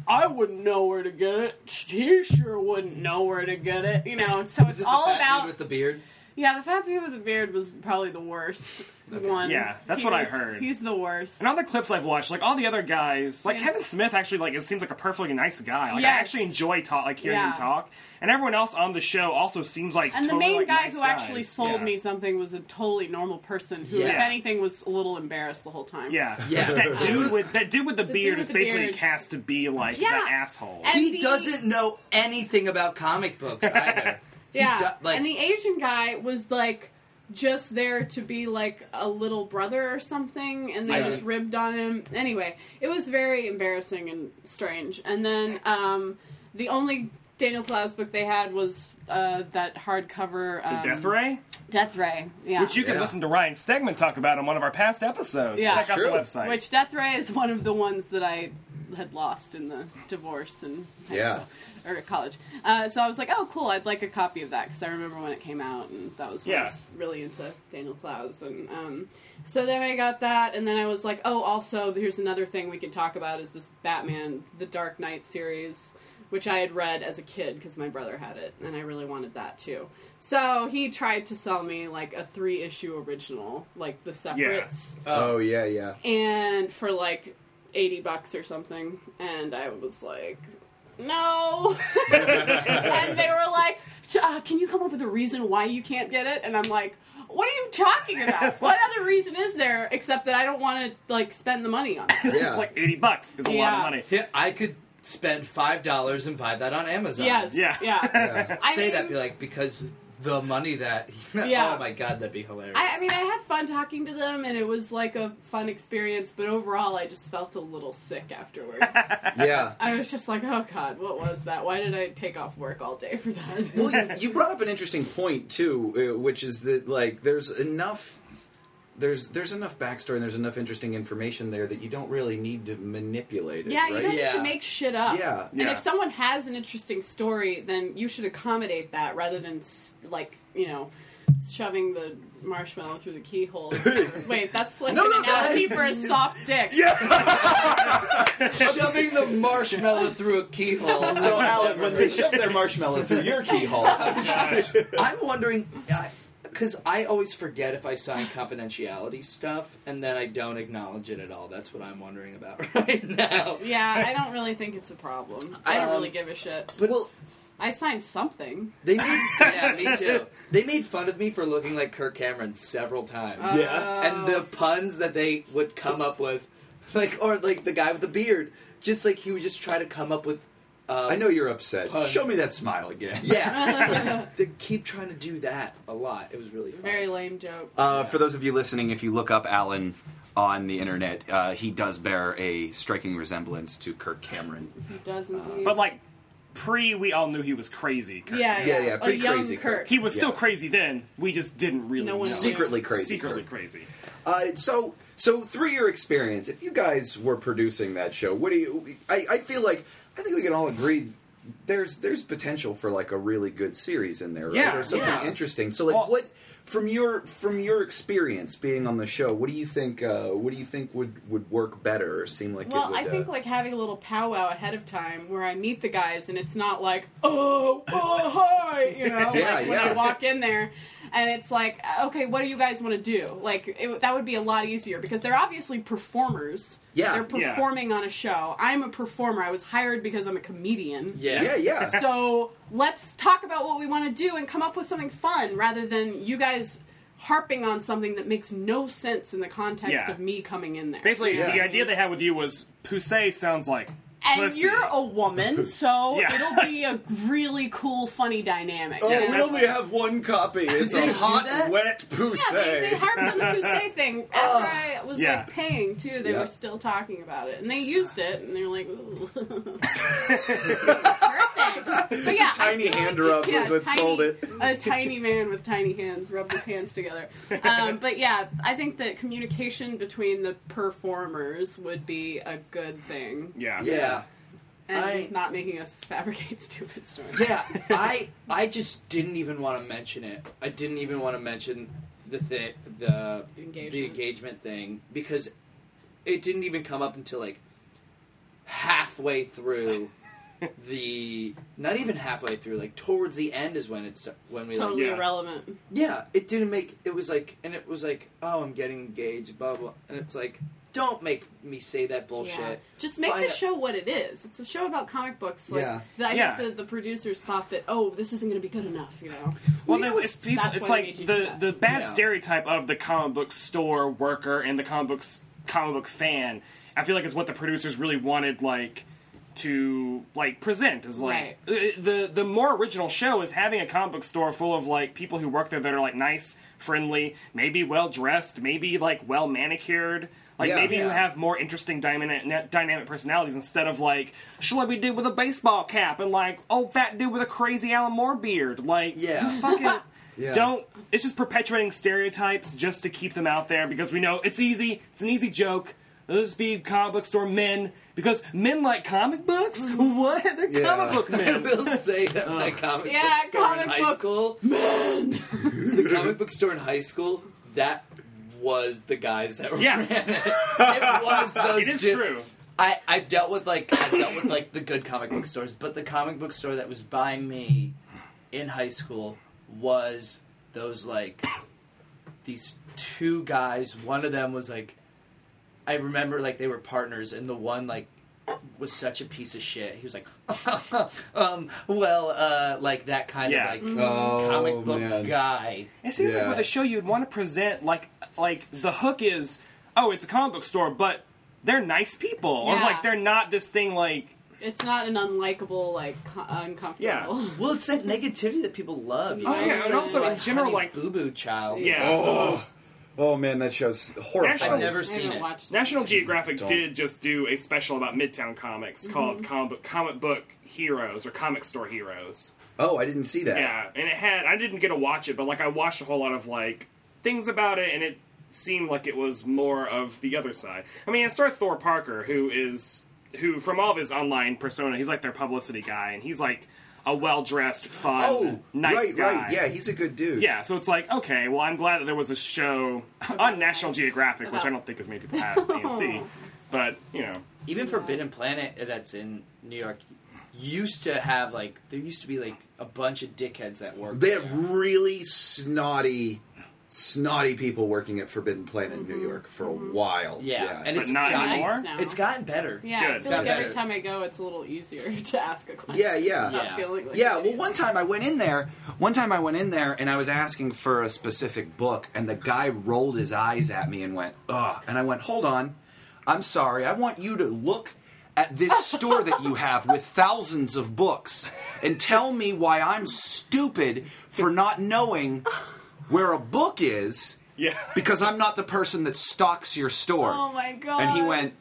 [SPEAKER 3] I wouldn't know where to get it. He sure wouldn't know where to get it. You know, so it's all about
[SPEAKER 4] with the beard.
[SPEAKER 3] yeah, the fat dude with the beard was probably the worst one.
[SPEAKER 2] Yeah, that's
[SPEAKER 3] He
[SPEAKER 2] what I
[SPEAKER 3] was-
[SPEAKER 2] heard.
[SPEAKER 3] He's the worst.
[SPEAKER 2] And all the clips I've watched, like all the other guys, like
[SPEAKER 3] Yes.
[SPEAKER 2] Kevin Smith actually like it seems like a perfectly nice guy. Like I
[SPEAKER 3] Yes.
[SPEAKER 2] actually enjoy talk like hearing
[SPEAKER 3] Yeah.
[SPEAKER 2] him talk. And everyone else on the show also seems like
[SPEAKER 3] And the
[SPEAKER 2] totally,
[SPEAKER 3] main
[SPEAKER 2] like,
[SPEAKER 3] guy
[SPEAKER 2] nice
[SPEAKER 3] who
[SPEAKER 2] guys.
[SPEAKER 3] actually sold
[SPEAKER 2] Yeah.
[SPEAKER 3] me something was a totally normal person who, if
[SPEAKER 4] Yeah.
[SPEAKER 3] anything, was a little embarrassed the whole time.
[SPEAKER 2] Yeah.
[SPEAKER 4] Yeah.
[SPEAKER 2] It's that
[SPEAKER 3] *laughs*
[SPEAKER 2] dude with that dude with the,
[SPEAKER 3] dude
[SPEAKER 2] beard is
[SPEAKER 3] with the
[SPEAKER 2] basically
[SPEAKER 3] beard.
[SPEAKER 2] cast to be like
[SPEAKER 3] Yeah.
[SPEAKER 2] that asshole.
[SPEAKER 3] And-
[SPEAKER 4] He
[SPEAKER 3] the-
[SPEAKER 4] doesn't know anything about
[SPEAKER 3] *laughs*
[SPEAKER 4] comic books either.
[SPEAKER 3] Yeah.
[SPEAKER 4] do- like-
[SPEAKER 3] and the Asian guy was like just there to be like a little brother or something, and they
[SPEAKER 4] Yeah.
[SPEAKER 3] just ribbed on him. Anyway, it was very embarrassing and strange. And then um, the only Daniel Klaus book they had was uh, that hardcover um,
[SPEAKER 2] the Death Ray?
[SPEAKER 3] Death Ray. Yeah.
[SPEAKER 2] Which you can
[SPEAKER 1] Yeah.
[SPEAKER 2] listen to Ryan Stegman talk about on one of our past episodes.
[SPEAKER 3] Yeah.
[SPEAKER 2] Check out
[SPEAKER 4] True.
[SPEAKER 2] the website.
[SPEAKER 3] Which Death Ray is one of the ones that I had lost in the divorce and high *laughs*
[SPEAKER 1] Yeah.
[SPEAKER 3] school, or college. Uh, so I was like, oh, cool, I'd like a copy of that because I remember when it came out and that was when I
[SPEAKER 2] Yeah.
[SPEAKER 3] was really into Daniel Klaus. And um, so then I got that, and then I was like, oh, also, here's another thing we can talk about is this Batman, the Dark Knight series. Which I had read as a kid because my brother had it, and I really wanted that too. So he tried to sell me like a three issue original, like the separates
[SPEAKER 1] Oh, yeah,
[SPEAKER 3] *laughs*
[SPEAKER 1] yeah.
[SPEAKER 3] and for like 80 bucks or something and i was like no and they were like "T- uh, can you come up with a reason why you can't get it and i'm like what are you talking about what other reason is there except that i don't want to like spend the money on it
[SPEAKER 1] Yeah.
[SPEAKER 2] It's like eighty bucks is a lot
[SPEAKER 3] Yeah.
[SPEAKER 2] of money.
[SPEAKER 4] Yeah, I could spend five dollars and buy that on Amazon.
[SPEAKER 3] yes
[SPEAKER 2] Yeah.
[SPEAKER 3] yeah,
[SPEAKER 1] yeah.
[SPEAKER 3] I
[SPEAKER 4] say that
[SPEAKER 3] mean-
[SPEAKER 4] be like because the money that. *laughs*
[SPEAKER 3] Yeah.
[SPEAKER 4] oh my god, that'd be hilarious.
[SPEAKER 3] I, I mean, I had fun talking to them, and it was like a fun experience. But overall, I just felt a little sick afterwards.
[SPEAKER 1] yeah.
[SPEAKER 3] I was just like, "Oh God, what was that? Why did I take off work all day for that?"
[SPEAKER 1] well, you- you brought up an interesting point too, uh, which is that like there's enough. There's there's enough backstory and there's enough interesting information there that you don't really need to manipulate it.
[SPEAKER 3] Yeah, you
[SPEAKER 1] right?
[SPEAKER 3] don't
[SPEAKER 4] Yeah.
[SPEAKER 3] need to make shit up.
[SPEAKER 1] Yeah.
[SPEAKER 3] And
[SPEAKER 2] Yeah.
[SPEAKER 3] if someone has an interesting story, then you should accommodate that rather than s- like you know shoving the marshmallow through the keyhole.
[SPEAKER 1] *laughs*
[SPEAKER 3] Wait, that's like
[SPEAKER 4] No,
[SPEAKER 3] an
[SPEAKER 4] no, no.
[SPEAKER 3] analogy for a soft dick.
[SPEAKER 4] *laughs* shoving
[SPEAKER 3] *laughs*
[SPEAKER 4] the marshmallow through a keyhole.
[SPEAKER 1] So, Alec, when they shove their marshmallow through your keyhole,
[SPEAKER 4] I'm wondering, because I always forget if I sign confidentiality stuff, and then I don't acknowledge it at all. That's what I'm wondering about *laughs* right now.
[SPEAKER 3] Yeah, I don't really think it's a problem. I don't
[SPEAKER 4] Um,
[SPEAKER 3] really give a shit.
[SPEAKER 4] But well,
[SPEAKER 3] I signed something.
[SPEAKER 4] they made *laughs* yeah, me too. They made fun of me for looking like Kirk Cameron several times,
[SPEAKER 1] Yeah.
[SPEAKER 4] and the puns that they would come up with, like or like the guy with the beard, just like he would just try to come up with. Um,
[SPEAKER 1] I know you're upset.
[SPEAKER 4] Puns.
[SPEAKER 1] Show me that smile again.
[SPEAKER 4] Yeah, they keep trying to do that a lot. It was really fun.
[SPEAKER 3] Very lame joke.
[SPEAKER 1] Uh, for those of you listening, if you look up Alan on the internet, uh, he does bear a striking resemblance to Kirk Cameron.
[SPEAKER 3] he does
[SPEAKER 1] uh,
[SPEAKER 3] indeed.
[SPEAKER 2] But like pre, we all knew he was crazy. Kirk.
[SPEAKER 3] yeah, yeah,
[SPEAKER 1] yeah, yeah,
[SPEAKER 3] a
[SPEAKER 1] pretty
[SPEAKER 3] young
[SPEAKER 1] crazy
[SPEAKER 3] Kirk.
[SPEAKER 2] he was still
[SPEAKER 1] Yeah.
[SPEAKER 2] crazy then. We just didn't really
[SPEAKER 3] No one
[SPEAKER 2] know.
[SPEAKER 3] knew.
[SPEAKER 1] Secretly crazy.
[SPEAKER 2] secretly
[SPEAKER 1] Kirk.
[SPEAKER 2] crazy.
[SPEAKER 1] Uh, so, so through your experience, if you guys were producing that show, what do you? I, I feel like I think we can all agree there's there's potential for like a really good series in there, right?
[SPEAKER 2] Yeah,
[SPEAKER 1] or something
[SPEAKER 3] yeah.
[SPEAKER 1] interesting. So, like,
[SPEAKER 2] Well-
[SPEAKER 1] what from your from your experience being on the show, what do you think? Uh, what do you think would would work better or seem like? it
[SPEAKER 3] Well,
[SPEAKER 1] would,
[SPEAKER 3] I think
[SPEAKER 1] uh,
[SPEAKER 3] like having a little powwow ahead of time where I meet the guys and it's not like, oh, oh, hi, you
[SPEAKER 1] *laughs*
[SPEAKER 3] know,
[SPEAKER 1] Yeah,
[SPEAKER 3] like when
[SPEAKER 1] yeah.
[SPEAKER 3] I walk in there and it's like, okay, what do you guys want to do? Like, it, that would be a lot easier because they're obviously performers.
[SPEAKER 1] Yeah.
[SPEAKER 3] They're
[SPEAKER 2] Yeah.
[SPEAKER 3] performing on a show. I'm a performer. I was hired because I'm a comedian.
[SPEAKER 4] Yeah.
[SPEAKER 1] yeah, yeah.
[SPEAKER 3] So let's talk about what we want to do and come up with something fun rather than you guys harping on something that makes no sense in the context
[SPEAKER 2] Yeah.
[SPEAKER 3] of me coming in there.
[SPEAKER 2] Basically,
[SPEAKER 1] Yeah.
[SPEAKER 2] the idea they had with you was Poussey sounds like
[SPEAKER 3] And
[SPEAKER 2] pussy.
[SPEAKER 3] you're
[SPEAKER 1] *laughs*
[SPEAKER 3] a woman, so
[SPEAKER 2] Yeah.
[SPEAKER 3] it'll be a really cool, funny dynamic.
[SPEAKER 1] Oh,
[SPEAKER 3] you know?
[SPEAKER 1] we
[SPEAKER 2] that's-
[SPEAKER 1] only have one copy. It's
[SPEAKER 4] they
[SPEAKER 1] a
[SPEAKER 4] do
[SPEAKER 1] hot,
[SPEAKER 4] that?
[SPEAKER 1] wet
[SPEAKER 3] yeah,
[SPEAKER 1] poussé.
[SPEAKER 3] they, they harped on the Crusade
[SPEAKER 1] *laughs*
[SPEAKER 3] thing after I was
[SPEAKER 2] Yeah.
[SPEAKER 3] like paying too. They
[SPEAKER 1] Yeah.
[SPEAKER 3] were still talking about it, and they used it, and they're
[SPEAKER 1] *laughs*
[SPEAKER 3] like, Ooh. "Perfect." But yeah,
[SPEAKER 1] Tiny
[SPEAKER 3] I feel
[SPEAKER 1] hand
[SPEAKER 3] like,
[SPEAKER 1] rub
[SPEAKER 3] yeah,
[SPEAKER 1] was what
[SPEAKER 3] tiny-
[SPEAKER 1] sold it.
[SPEAKER 3] A tiny man with tiny hands rubbed his
[SPEAKER 2] *laughs*
[SPEAKER 3] hands together. Um, but yeah, I think that communication between the performers would be a good thing,
[SPEAKER 2] yeah.
[SPEAKER 4] yeah.
[SPEAKER 3] and
[SPEAKER 4] I-
[SPEAKER 3] not making us fabricate *laughs* stupid stories.
[SPEAKER 4] Yeah,
[SPEAKER 3] *laughs*
[SPEAKER 4] I I just didn't even want to mention it. I didn't even want to mention the thi- the the
[SPEAKER 3] Engagement.
[SPEAKER 4] engagement thing because it didn't even come up until like
[SPEAKER 3] *laughs*
[SPEAKER 4] halfway through the not even halfway through like towards the end is when it's when we like
[SPEAKER 3] Totally
[SPEAKER 2] Yeah.
[SPEAKER 3] irrelevant.
[SPEAKER 4] yeah it didn't make it was like and it was like oh I'm getting engaged blah blah and it's like don't make me say that bullshit
[SPEAKER 3] Yeah. Just make
[SPEAKER 4] Find
[SPEAKER 3] the
[SPEAKER 4] out-
[SPEAKER 3] show what it is. It's a show about comic books. Like,
[SPEAKER 1] Yeah.
[SPEAKER 3] that I
[SPEAKER 2] Yeah.
[SPEAKER 3] think the, the producers thought that, oh, this isn't going to be good enough, you know?
[SPEAKER 2] Well,
[SPEAKER 1] You know,
[SPEAKER 2] there's, it's,
[SPEAKER 3] it's-
[SPEAKER 2] people,
[SPEAKER 3] that's
[SPEAKER 2] it's
[SPEAKER 3] why
[SPEAKER 2] like
[SPEAKER 3] they do
[SPEAKER 2] the
[SPEAKER 3] that.
[SPEAKER 2] the bad
[SPEAKER 4] Yeah.
[SPEAKER 2] stereotype of the comic book store worker and the comic book s- comic book fan. I feel like is what the producers really wanted, like to like present is like uh, the the more original show is having a comic book store full of like people who work there that are like nice, friendly, maybe well dressed, maybe like well manicured. Like
[SPEAKER 1] Yeah.
[SPEAKER 2] maybe you
[SPEAKER 1] Yeah.
[SPEAKER 2] have more interesting dynamic dynamic personalities instead of like schlubby dude with a baseball cap and like oh fat dude with a crazy Alan Moore beard. Like
[SPEAKER 4] Yeah.
[SPEAKER 2] just fucking
[SPEAKER 1] *laughs* Yeah.
[SPEAKER 2] don't. It's just perpetuating stereotypes just to keep them out there because we know it's easy. It's an easy joke. Those be comic book store men because men like comic books. *laughs* What? They're
[SPEAKER 1] Yeah.
[SPEAKER 2] comic
[SPEAKER 1] *laughs*
[SPEAKER 2] book
[SPEAKER 4] *laughs*
[SPEAKER 2] men.
[SPEAKER 4] will say that my comic
[SPEAKER 3] Yeah,
[SPEAKER 4] book store
[SPEAKER 3] comic
[SPEAKER 4] in high
[SPEAKER 3] book-
[SPEAKER 4] school.
[SPEAKER 2] *laughs*
[SPEAKER 4] Man! *laughs* the comic book store in high school, that was the guys that were
[SPEAKER 2] Yeah.
[SPEAKER 4] ran it. It was
[SPEAKER 2] *laughs*
[SPEAKER 4] those
[SPEAKER 2] it is
[SPEAKER 4] dudes.
[SPEAKER 2] true.
[SPEAKER 4] I, I've dealt with like I've dealt with like the good comic book stores, but the comic book store that was by me in high school was those like these two guys. One of them was like I remember like they were partners, and the one like was such a piece of shit. He was like, *laughs* um, well, uh, like that kind
[SPEAKER 2] Yeah.
[SPEAKER 4] of like
[SPEAKER 1] Mhm. Oh,
[SPEAKER 4] comic book
[SPEAKER 1] man.
[SPEAKER 4] guy.
[SPEAKER 2] It seems
[SPEAKER 1] Yeah.
[SPEAKER 2] like with a show you'd want to present like like the hook is oh it's a comic book store but they're nice people or
[SPEAKER 3] Yeah.
[SPEAKER 2] like they're not this thing like
[SPEAKER 3] It's not an unlikable, like co- *laughs* uncomfortable.
[SPEAKER 4] Well, it's that negativity that people love. You
[SPEAKER 2] Oh,
[SPEAKER 4] know?
[SPEAKER 2] yeah,
[SPEAKER 4] It's
[SPEAKER 2] and also in general, like-
[SPEAKER 4] boo boo child.
[SPEAKER 2] Yeah.
[SPEAKER 1] Oh, oh man, that show's horrifying.
[SPEAKER 4] I've
[SPEAKER 2] National-
[SPEAKER 4] never
[SPEAKER 3] I
[SPEAKER 4] seen
[SPEAKER 3] haven't
[SPEAKER 4] it.
[SPEAKER 3] watched. it.
[SPEAKER 2] National Geographic
[SPEAKER 1] Don't.
[SPEAKER 2] did just do a special about Midtown Comics called comic book, comic book Heroes or Comic Store Heroes.
[SPEAKER 1] Oh, I didn't see that.
[SPEAKER 2] Yeah, and it had I didn't get to watch it, but like I watched a whole lot of like things about it, and it seemed like it was more of the other side. I mean, it starts Thor Parker, who is who from all of his online persona, he's like their publicity guy, and he's like a well dressed, fun,
[SPEAKER 1] Oh,
[SPEAKER 2] nice
[SPEAKER 1] right,
[SPEAKER 2] guy.
[SPEAKER 1] right. Yeah, he's a good dude.
[SPEAKER 2] Yeah, so it's like, okay, well, I'm glad that there was a show
[SPEAKER 3] *laughs*
[SPEAKER 2] on National
[SPEAKER 3] Nice.
[SPEAKER 2] Geographic, which I
[SPEAKER 3] About-
[SPEAKER 2] don't think as many people have as
[SPEAKER 3] *laughs*
[SPEAKER 2] AMC, but, you know.
[SPEAKER 4] Even Forbidden Planet uh, that's in New York used to have like there used to be like a bunch of dickheads that worked.
[SPEAKER 1] They
[SPEAKER 4] there.
[SPEAKER 1] had really snotty, snotty people working at Forbidden Planet in New
[SPEAKER 3] Mm-hmm.
[SPEAKER 1] York for a while.
[SPEAKER 4] yeah. and
[SPEAKER 1] it's
[SPEAKER 4] it's
[SPEAKER 2] not
[SPEAKER 4] gotten,
[SPEAKER 2] anymore?
[SPEAKER 3] Nice now.
[SPEAKER 4] It's gotten better.
[SPEAKER 3] Yeah,
[SPEAKER 2] Good.
[SPEAKER 3] I feel like
[SPEAKER 4] Yeah.
[SPEAKER 3] every time I go, it's a little easier *laughs* to ask a question.
[SPEAKER 1] Yeah, yeah.
[SPEAKER 3] Not
[SPEAKER 4] Yeah.
[SPEAKER 3] feeling like
[SPEAKER 1] yeah,
[SPEAKER 3] an
[SPEAKER 1] well,
[SPEAKER 3] idiot.
[SPEAKER 1] one time I went in there. One time I went in there and I was asking for a specific book, and the guy rolled his eyes at me and went, "Ugh!" And I went, "Hold on, I'm sorry. I want you to look at
[SPEAKER 3] *laughs*
[SPEAKER 1] this store that you have with thousands of books and tell me why I'm stupid for not knowing where a book is."
[SPEAKER 2] Yeah.
[SPEAKER 1] because I'm not the person that stocks your store.
[SPEAKER 3] Oh my God.
[SPEAKER 1] And he went.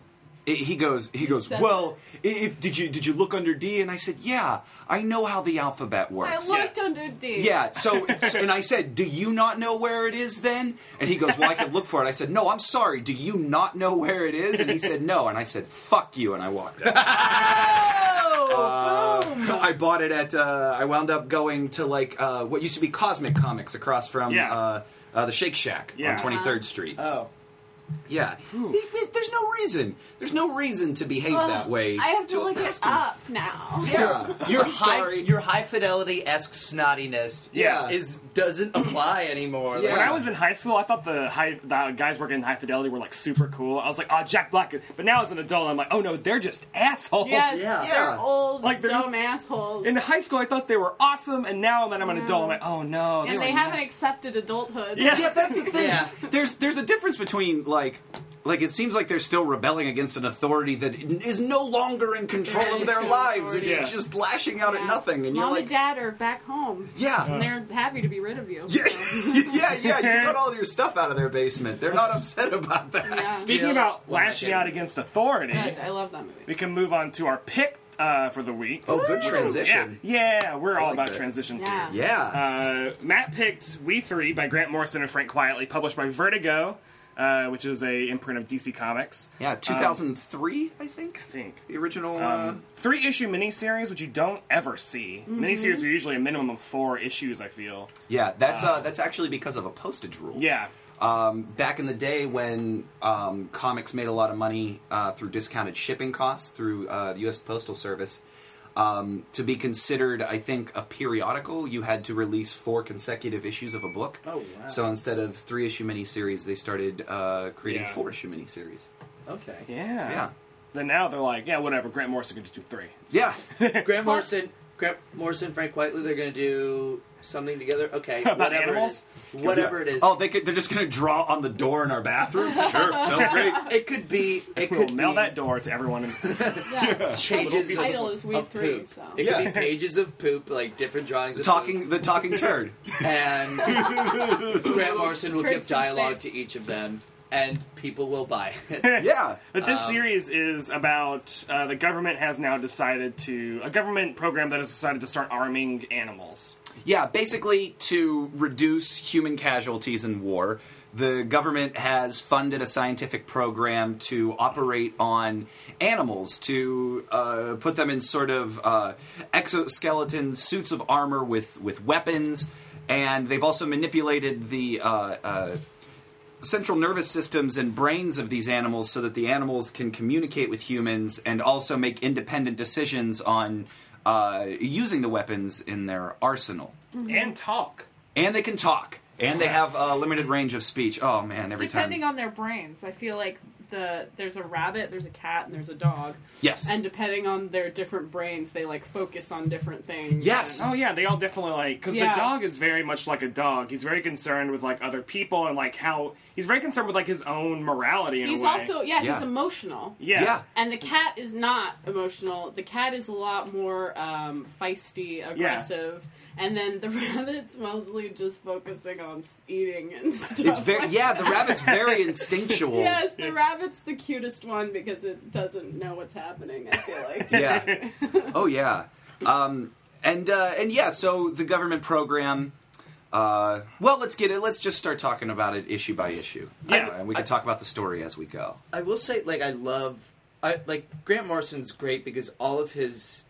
[SPEAKER 1] i- He goes. He goes.
[SPEAKER 3] said
[SPEAKER 1] Well, i- if did you did you look under D? And I said, Yeah, I know how the alphabet
[SPEAKER 3] I
[SPEAKER 1] works.
[SPEAKER 3] looked under D.
[SPEAKER 1] yeah. So, so and I said, Do you not know where it is then? And he goes, Well, I could look for it. I said, No, I'm sorry. Do you not know where it is? And he said, No. And I said, Fuck you. And I walked out. Uh,
[SPEAKER 3] Oh, boom.
[SPEAKER 1] I bought it at. Uh, I wound up going to like uh, what used to be Cosmic Comics across from
[SPEAKER 2] Yeah.
[SPEAKER 1] uh, uh, the Shake Shack
[SPEAKER 2] Yeah.
[SPEAKER 1] on Twenty Third Street. *laughs*
[SPEAKER 3] Uh-huh.
[SPEAKER 4] Oh.
[SPEAKER 1] Yeah. Th- th- There's no reason. There's no reason to behave that way.
[SPEAKER 3] I have to look
[SPEAKER 1] a
[SPEAKER 3] it
[SPEAKER 1] customer.
[SPEAKER 3] up now.
[SPEAKER 1] Yeah. You're
[SPEAKER 4] Your
[SPEAKER 1] sorry.
[SPEAKER 4] High, your high fidelity esque snottiness,
[SPEAKER 1] Yeah.
[SPEAKER 4] is doesn't apply anymore.
[SPEAKER 1] Yeah.
[SPEAKER 4] Like,
[SPEAKER 2] When I was in high school, I thought the, high, the guys working in High Fidelity were, like, super cool. I was like, oh, Jack Black. is-" But now as an adult, I'm like, oh, no, they're just assholes.
[SPEAKER 3] *laughs* Yes,
[SPEAKER 4] Yeah.
[SPEAKER 1] Yeah.
[SPEAKER 3] they're old
[SPEAKER 2] Like, they're
[SPEAKER 3] dumb
[SPEAKER 2] just-
[SPEAKER 3] assholes.
[SPEAKER 2] In high school, I thought they were awesome, and now that I'm an adult, I'm like, oh, no.
[SPEAKER 3] and
[SPEAKER 2] were
[SPEAKER 3] they
[SPEAKER 2] not-
[SPEAKER 3] haven't accepted adulthood.
[SPEAKER 2] Yeah.
[SPEAKER 1] yeah, that's the thing.
[SPEAKER 4] Yeah.
[SPEAKER 1] There's there's a difference between like like it seems like they're still rebelling against an authority that is no longer in control
[SPEAKER 3] There
[SPEAKER 1] of
[SPEAKER 3] is
[SPEAKER 1] their
[SPEAKER 3] no
[SPEAKER 1] lives. It's
[SPEAKER 3] authority.
[SPEAKER 2] Yeah.
[SPEAKER 1] just lashing out at nothing, and you're
[SPEAKER 3] Mom
[SPEAKER 1] like,
[SPEAKER 3] and dad are back home.
[SPEAKER 1] yeah.
[SPEAKER 3] And they're happy to be rid of you.
[SPEAKER 1] *laughs* yeah,
[SPEAKER 3] so.
[SPEAKER 1] yeah, yeah. You got all your stuff out of their basement. They're
[SPEAKER 3] *laughs*
[SPEAKER 1] not upset about that. *laughs*
[SPEAKER 3] Yeah.
[SPEAKER 2] Speaking
[SPEAKER 4] Yeah.
[SPEAKER 2] about
[SPEAKER 4] Well, I
[SPEAKER 2] lashing
[SPEAKER 4] get it.
[SPEAKER 2] out against authority,
[SPEAKER 3] Good. I love that
[SPEAKER 2] *laughs*
[SPEAKER 3] movie.
[SPEAKER 2] we can move on to our pick uh, for the week.
[SPEAKER 1] Oh, good
[SPEAKER 2] Which was-
[SPEAKER 1] transition.
[SPEAKER 2] Yeah, yeah we're all
[SPEAKER 1] like
[SPEAKER 2] about
[SPEAKER 1] that.
[SPEAKER 2] transitions
[SPEAKER 3] Yeah.
[SPEAKER 2] here.
[SPEAKER 1] Yeah.
[SPEAKER 2] Uh, Matt picked We Three by Grant Morrison and Frank Quietly, published by Vertigo, uh, which is a imprint of DC Comics.
[SPEAKER 1] yeah. 2003, I think.
[SPEAKER 2] I think.
[SPEAKER 1] The original. uh,
[SPEAKER 2] Three issue miniseries, which you don't ever see.
[SPEAKER 3] Mm-hmm.
[SPEAKER 2] Miniseries are usually a minimum of four issues, I feel.
[SPEAKER 1] yeah. That's uh, that's actually because of a postage rule.
[SPEAKER 2] Yeah.
[SPEAKER 1] um, back in the day when um, comics made a lot of money uh, through discounted shipping costs through uh, the U.S. Postal Service, um, to be considered, I think, a periodical, you had to release four consecutive issues of a book.
[SPEAKER 4] Oh, wow.
[SPEAKER 1] So instead of three issue miniseries, they started uh, creating
[SPEAKER 2] Yeah.
[SPEAKER 1] four issue miniseries.
[SPEAKER 4] okay.
[SPEAKER 2] Yeah.
[SPEAKER 1] Yeah.
[SPEAKER 2] Then now they're like, yeah, whatever, Grant Morrison can just do three.
[SPEAKER 1] Yeah.
[SPEAKER 4] Grant Morrison, Grant Morrison, Frank Whiteley, they're gonna do something together. Okay,
[SPEAKER 2] About
[SPEAKER 4] whatever
[SPEAKER 2] animals?
[SPEAKER 4] it is, *laughs* whatever it is.
[SPEAKER 1] Oh, they could, they're just going to draw on the door in our bathroom?
[SPEAKER 4] *laughs*
[SPEAKER 1] sure. Sounds great.
[SPEAKER 4] it could be. It
[SPEAKER 2] We'll
[SPEAKER 4] could
[SPEAKER 2] mail
[SPEAKER 4] be
[SPEAKER 2] that door to everyone. In-
[SPEAKER 3] Yeah.
[SPEAKER 4] Changes
[SPEAKER 3] The title is We
[SPEAKER 4] of
[SPEAKER 3] Three,
[SPEAKER 4] poop.
[SPEAKER 3] so.
[SPEAKER 4] It
[SPEAKER 1] Yeah.
[SPEAKER 4] could be pages of poop, like different drawings. Of
[SPEAKER 1] Talking,
[SPEAKER 4] poop,
[SPEAKER 1] the talking
[SPEAKER 4] *laughs*
[SPEAKER 1] turd.
[SPEAKER 4] and Grant Morrison will
[SPEAKER 3] Turds
[SPEAKER 4] give
[SPEAKER 3] from
[SPEAKER 4] dialogue
[SPEAKER 3] space.
[SPEAKER 4] to each of them, and people will buy it.
[SPEAKER 1] Yeah.
[SPEAKER 2] But this series is about uh, the government has now decided to a government program that has decided to start arming animals.
[SPEAKER 1] Yeah, basically to reduce human casualties in war, the government has funded a scientific program to operate on animals to uh, put them in sort of uh, exoskeleton suits of armor with with weapons, and they've also manipulated the. Uh, uh, Central nervous systems and brains of these animals so that the animals can communicate with humans and also make independent decisions on uh, using the weapons in their arsenal
[SPEAKER 3] Mm-hmm.
[SPEAKER 2] And talk.
[SPEAKER 1] and they can talk and they have a limited range of speech oh man every
[SPEAKER 5] Depending
[SPEAKER 1] time
[SPEAKER 5] on their brains, I feel like
[SPEAKER 3] the there's a rabbit, there's a cat, and there's a dog.
[SPEAKER 1] Yes.
[SPEAKER 3] And depending on their different brains, they like focus on different things.
[SPEAKER 1] Yes.
[SPEAKER 3] and-
[SPEAKER 2] Oh yeah, they all definitely like because
[SPEAKER 3] Yeah.
[SPEAKER 2] the dog is very much like a dog. He's very concerned with like other people and like how he's very concerned with like his own morality. In
[SPEAKER 3] he's
[SPEAKER 2] a way.
[SPEAKER 3] also yeah,
[SPEAKER 1] Yeah.
[SPEAKER 3] he's emotional.
[SPEAKER 2] yeah.
[SPEAKER 1] Yeah.
[SPEAKER 3] And the cat is not emotional. The cat is a lot more um, feisty, aggressive, and then the *laughs* rabbit's mostly just focusing on s- eating and stuff.
[SPEAKER 1] It's very yeah. The rabbit's very instinctual.
[SPEAKER 3] *laughs* Yes, the rabbit's the cutest one because it doesn't know what's happening. I feel
[SPEAKER 1] *laughs*
[SPEAKER 3] like.
[SPEAKER 1] Yeah. Oh yeah. Um, and uh, and yeah. So the government program. Uh, well, let's get it. Let's just start talking about it issue by issue.
[SPEAKER 2] Yeah.
[SPEAKER 1] and we can talk about the story as we go.
[SPEAKER 4] *laughs* I will say, like, I love, I like Grant Morrison's great because all of his,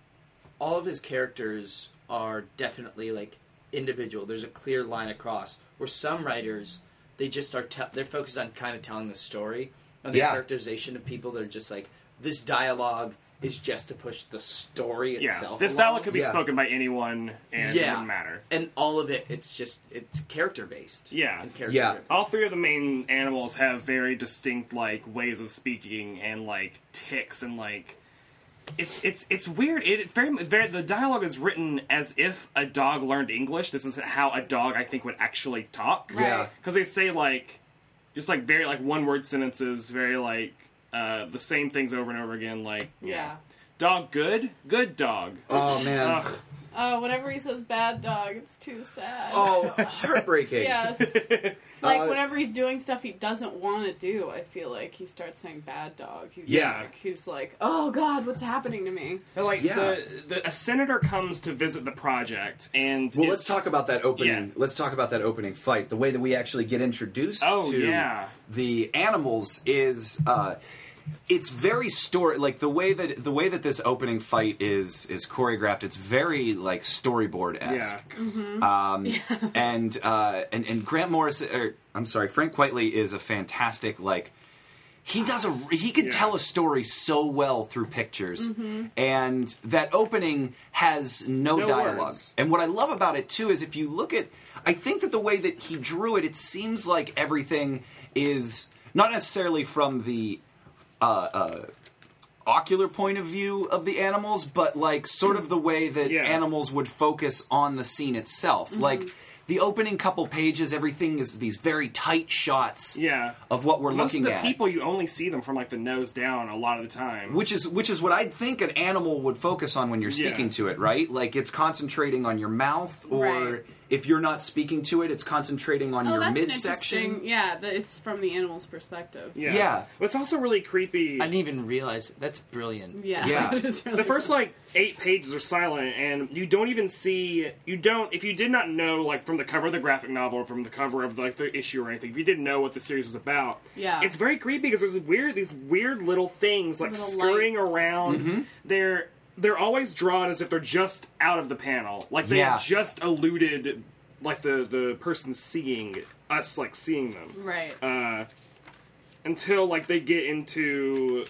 [SPEAKER 4] all of his characters are definitely like individual. There's a clear line across. Where some writers, they just are, te- they're focused on kind of telling the story and the
[SPEAKER 1] Yeah.
[SPEAKER 4] characterization of people. They're just like this dialogue is just to push the story
[SPEAKER 2] Yeah.
[SPEAKER 4] itself.
[SPEAKER 2] This
[SPEAKER 4] along.
[SPEAKER 2] dialogue could be
[SPEAKER 1] Yeah.
[SPEAKER 2] spoken by anyone and it
[SPEAKER 4] Yeah.
[SPEAKER 2] wouldn't matter.
[SPEAKER 4] and all of it, it's just it's character based.
[SPEAKER 2] Yeah.
[SPEAKER 4] and character.
[SPEAKER 1] Yeah.
[SPEAKER 4] driven.
[SPEAKER 2] All three of the main animals have very distinct like ways of speaking and like ticks and like it's it's it's weird. It very, very the dialogue is written as if a dog learned English. This is how a dog I think would actually talk.
[SPEAKER 1] Yeah.
[SPEAKER 2] because they say like just like very like one word sentences very like uh the same things over and over again like
[SPEAKER 3] Yeah.
[SPEAKER 2] dog good good dog
[SPEAKER 1] Oh man.
[SPEAKER 2] Ugh.
[SPEAKER 3] Oh, whenever he says bad dog, it's too sad.
[SPEAKER 1] Oh, heartbreaking.
[SPEAKER 3] Yes. like
[SPEAKER 1] *laughs* Uh,
[SPEAKER 3] whenever he's doing stuff he doesn't want to do, I feel like he starts saying bad dog. He's
[SPEAKER 1] Yeah.
[SPEAKER 3] Like, he's like, oh god, what's happening to me?
[SPEAKER 2] But, like
[SPEAKER 1] Yeah.
[SPEAKER 2] the, the a senator comes to visit the project and
[SPEAKER 1] Well,
[SPEAKER 2] is-
[SPEAKER 1] let's talk about that opening.
[SPEAKER 2] Yeah.
[SPEAKER 1] Let's talk about that opening fight. The way that we actually get introduced
[SPEAKER 2] Oh,
[SPEAKER 1] to
[SPEAKER 2] yeah.
[SPEAKER 1] the animals is uh, it's very story like the way that the way that this opening fight is is choreographed. It's very like storyboard esque.
[SPEAKER 2] yeah
[SPEAKER 1] Um,
[SPEAKER 2] *laughs*
[SPEAKER 1] and, uh, and and Grant Morris, or I'm sorry, Frank Quitely is a fantastic like. He does a he could
[SPEAKER 2] Yeah. Mm-hmm.
[SPEAKER 1] tell a story so well through pictures, and that opening has no,
[SPEAKER 2] No
[SPEAKER 1] dialogue.
[SPEAKER 2] words.
[SPEAKER 1] And what I love about it too is if you look at, I think that the way that he drew it, it seems like everything is not necessarily from the uh, uh, ocular point of view of the animals, but like sort of the way that
[SPEAKER 2] Mm. Yeah.
[SPEAKER 1] animals would focus on the scene itself.
[SPEAKER 2] Mm-hmm.
[SPEAKER 1] Like the opening couple pages, everything is these very tight shots
[SPEAKER 2] yeah
[SPEAKER 1] of what we're
[SPEAKER 2] most of
[SPEAKER 1] looking
[SPEAKER 2] the
[SPEAKER 1] at.
[SPEAKER 2] people you only see them from like the nose down a lot of the time
[SPEAKER 1] which is which is what I'd think an animal would focus on when you're
[SPEAKER 2] Yeah.
[SPEAKER 1] speaking to it, right? Like it's concentrating on your mouth, or
[SPEAKER 3] Right.
[SPEAKER 1] if you're not speaking to it, it's concentrating on
[SPEAKER 3] Oh,
[SPEAKER 1] your
[SPEAKER 3] that's an
[SPEAKER 1] midsection.
[SPEAKER 3] interesting. Yeah, that it's from the animal's perspective.
[SPEAKER 2] yeah.
[SPEAKER 1] yeah.
[SPEAKER 2] But it's also really creepy
[SPEAKER 4] I didn't even realize that's brilliant.
[SPEAKER 3] Yeah.
[SPEAKER 1] Yeah.
[SPEAKER 2] *laughs*
[SPEAKER 3] It is really
[SPEAKER 2] the first like eight pages are silent and you don't even see you don't if you did not know like from the cover of the graphic novel or from the cover of like the issue or anything if you didn't know what the series was about
[SPEAKER 3] Yeah.
[SPEAKER 2] it's very creepy because there's weird these weird little things like
[SPEAKER 3] Little
[SPEAKER 2] scurrying
[SPEAKER 3] lights.
[SPEAKER 2] around they're they're always drawn as if they're just out of the panel like they
[SPEAKER 1] Yeah.
[SPEAKER 2] just eluded like the the person seeing us like seeing them
[SPEAKER 3] *laughs* Right.
[SPEAKER 2] Uh, until like they get into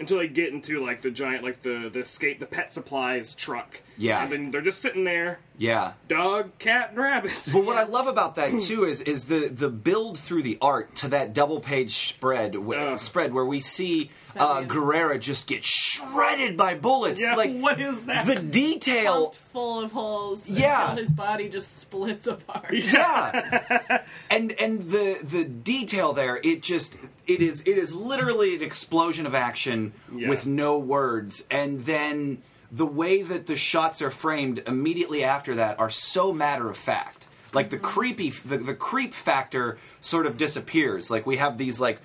[SPEAKER 2] until they get into like the giant like the the escape the pet supplies truck
[SPEAKER 1] Yeah.
[SPEAKER 2] and then they're just sitting there
[SPEAKER 1] yeah.
[SPEAKER 2] dog cat and rabbits
[SPEAKER 1] But what I love about
[SPEAKER 2] *clears throat*
[SPEAKER 1] that too is is the the build through the art to that double page spread wh-
[SPEAKER 2] Ugh.
[SPEAKER 1] spread where we see uh,
[SPEAKER 3] Brilliant.
[SPEAKER 1] Guerrera just get shredded by bullets.
[SPEAKER 2] yeah
[SPEAKER 1] like
[SPEAKER 2] what is that
[SPEAKER 1] the detail.
[SPEAKER 3] Pumped full of holes.
[SPEAKER 1] Yeah.
[SPEAKER 3] Until his body just splits
[SPEAKER 1] *laughs*
[SPEAKER 3] apart.
[SPEAKER 1] Yeah, and and the the detail there, it just it is it is literally an explosion of action
[SPEAKER 2] Yeah.
[SPEAKER 1] with no words, and then the way that the shots are framed immediately after that are so matter of fact. Like the creepy, the, the creep factor sort of disappears. Like we have these like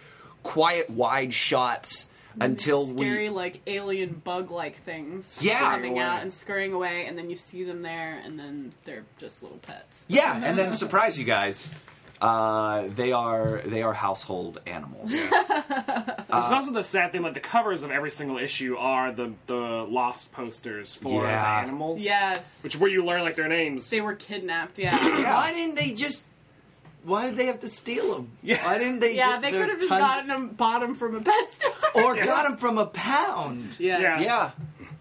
[SPEAKER 1] quiet wide shots until *laughs* we
[SPEAKER 3] Scary, like alien bug-like things
[SPEAKER 1] Yeah.
[SPEAKER 3] coming
[SPEAKER 2] Scurrying away.
[SPEAKER 3] out and scurrying away, and then you see them there, and then they're just little pets.
[SPEAKER 1] yeah, and then surprise you guys, uh, they are they are household animals. uh,
[SPEAKER 2] there's also the sad thing like the covers of every single issue are the the lost posters for the
[SPEAKER 1] Yeah.
[SPEAKER 2] animals
[SPEAKER 3] Yes.
[SPEAKER 2] which where you learn like their names
[SPEAKER 3] they were kidnapped. Yeah.
[SPEAKER 4] Why didn't they just? Why did they have to steal them? Why didn't they?
[SPEAKER 3] Yeah,
[SPEAKER 4] get
[SPEAKER 3] they
[SPEAKER 4] their
[SPEAKER 3] could have just
[SPEAKER 4] *laughs* tons-
[SPEAKER 3] *laughs*
[SPEAKER 4] Oh,
[SPEAKER 3] gotten them, bought them from a pet store.
[SPEAKER 4] or got them from a pound.
[SPEAKER 3] yeah.
[SPEAKER 2] Yeah.
[SPEAKER 1] Yeah.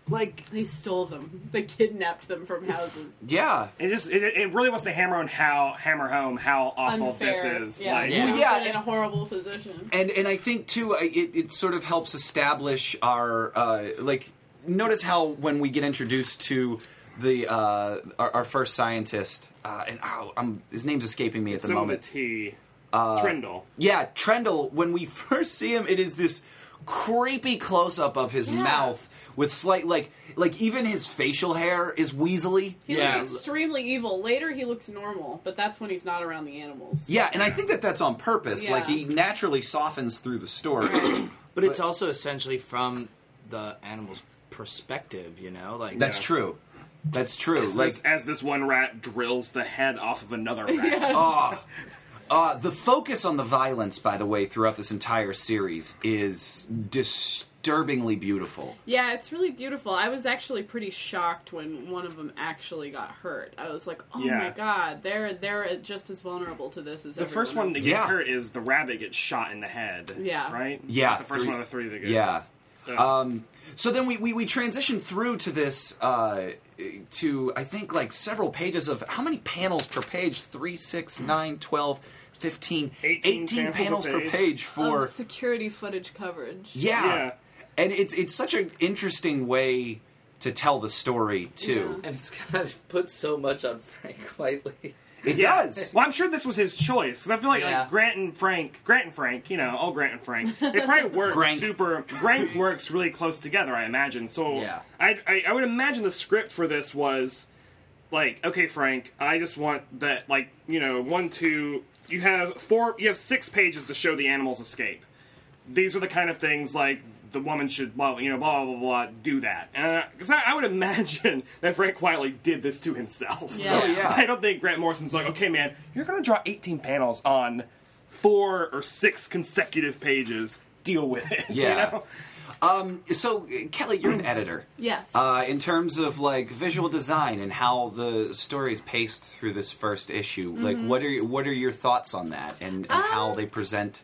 [SPEAKER 4] like
[SPEAKER 3] They stole them. They kidnapped them from houses.
[SPEAKER 1] Yeah.
[SPEAKER 2] It just it, it really wants to hammer on how hammer home how awful
[SPEAKER 3] Unfair.
[SPEAKER 2] this is.
[SPEAKER 3] Yeah.
[SPEAKER 2] Like,
[SPEAKER 1] Yeah.
[SPEAKER 3] Put
[SPEAKER 1] Yeah,
[SPEAKER 3] in
[SPEAKER 1] and-
[SPEAKER 3] a horrible position.
[SPEAKER 1] and and I think too, I- it it sort of helps establish our uh, like. Notice how when we get introduced to the uh, our, our first scientist, uh, and oh, I'm, his name's escaping me at the
[SPEAKER 2] some of the
[SPEAKER 1] moment. Uh,
[SPEAKER 2] tea. Trindle.
[SPEAKER 1] Yeah, Trendle, when we *laughs* first see him, it is this creepy close up of his
[SPEAKER 3] Yeah.
[SPEAKER 1] mouth with slight like like even his facial hair is weaselly.
[SPEAKER 3] He
[SPEAKER 4] Yeah.
[SPEAKER 3] looks extremely evil. Later, he looks normal, but that's when he's not around the animals.
[SPEAKER 1] Yeah, and I think that that's on purpose.
[SPEAKER 3] Yeah.
[SPEAKER 1] Like he naturally softens through the story.
[SPEAKER 3] *clears throat*
[SPEAKER 4] But it's also essentially from the animal's perspective, you know? Like
[SPEAKER 1] that's
[SPEAKER 2] Yeah.
[SPEAKER 1] true. That's true.
[SPEAKER 2] Like,
[SPEAKER 1] Like
[SPEAKER 2] as this one rat drills the head off of another
[SPEAKER 3] *laughs*
[SPEAKER 2] rat.
[SPEAKER 1] ah, ah, the focus on the violence, by the way, throughout this entire series is disturbingly beautiful.
[SPEAKER 3] Yeah, it's really beautiful. I was actually pretty shocked when one of them actually got hurt. I was like, "Oh
[SPEAKER 2] Yeah.
[SPEAKER 3] my god, they're they're just as vulnerable to this as
[SPEAKER 2] The first one that
[SPEAKER 3] Else.
[SPEAKER 2] gets
[SPEAKER 1] Yeah.
[SPEAKER 2] hurt is the rabbit gets shot in the head.
[SPEAKER 3] Yeah.
[SPEAKER 2] Right?
[SPEAKER 1] Yeah,
[SPEAKER 2] The first
[SPEAKER 1] three-
[SPEAKER 2] one of the three that gets
[SPEAKER 1] Yeah.
[SPEAKER 2] Ugh.
[SPEAKER 1] Um, so then we, we, we transition through to this, uh, to I think like several pages of how many panels per page? 3, six, nine, 12, 15,
[SPEAKER 2] 18
[SPEAKER 1] panels,
[SPEAKER 2] panels a
[SPEAKER 1] per
[SPEAKER 2] page.
[SPEAKER 1] page for.
[SPEAKER 3] Of security footage coverage.
[SPEAKER 1] yeah.
[SPEAKER 2] Yeah.
[SPEAKER 1] And it's, it's such an interesting way to tell the story, too.
[SPEAKER 4] and it's kind of put so much on Frank Whiteley.
[SPEAKER 1] It
[SPEAKER 2] Yeah.
[SPEAKER 1] does.
[SPEAKER 2] Well, I'm sure this was his choice because I feel like, like,
[SPEAKER 4] Yeah.
[SPEAKER 2] Grant and Frank, Grant and Frank, you know, all Grant and Frank, they probably work
[SPEAKER 1] Grank.
[SPEAKER 2] super. Grant works really close together, I imagine. So
[SPEAKER 1] Yeah.
[SPEAKER 2] I, I I would imagine the script for this was like, okay, Frank, I just want that, like, you know, one, two, you have four, you have six pages to show the animals escape. These are the kind of things like. The woman should, blah, you know, blah blah blah, blah do that. Because I, I would *laughs* imagine that Frank Quietly did this to himself.
[SPEAKER 3] Yeah. Oh,
[SPEAKER 1] yeah.
[SPEAKER 2] *laughs* I don't think Grant Morrison's like, okay, man, you're gonna draw 18 panels on four or six consecutive pages. Deal with it. *laughs* you
[SPEAKER 1] Yeah.
[SPEAKER 2] know?
[SPEAKER 1] So, uh, Kelly, you're an editor.
[SPEAKER 3] Yes.
[SPEAKER 1] Uh, in terms of like visual design and how the story is paced through this first issue, like
[SPEAKER 2] Mm-hmm.
[SPEAKER 1] what are what are your thoughts on that and, and how
[SPEAKER 3] Um,
[SPEAKER 1] they present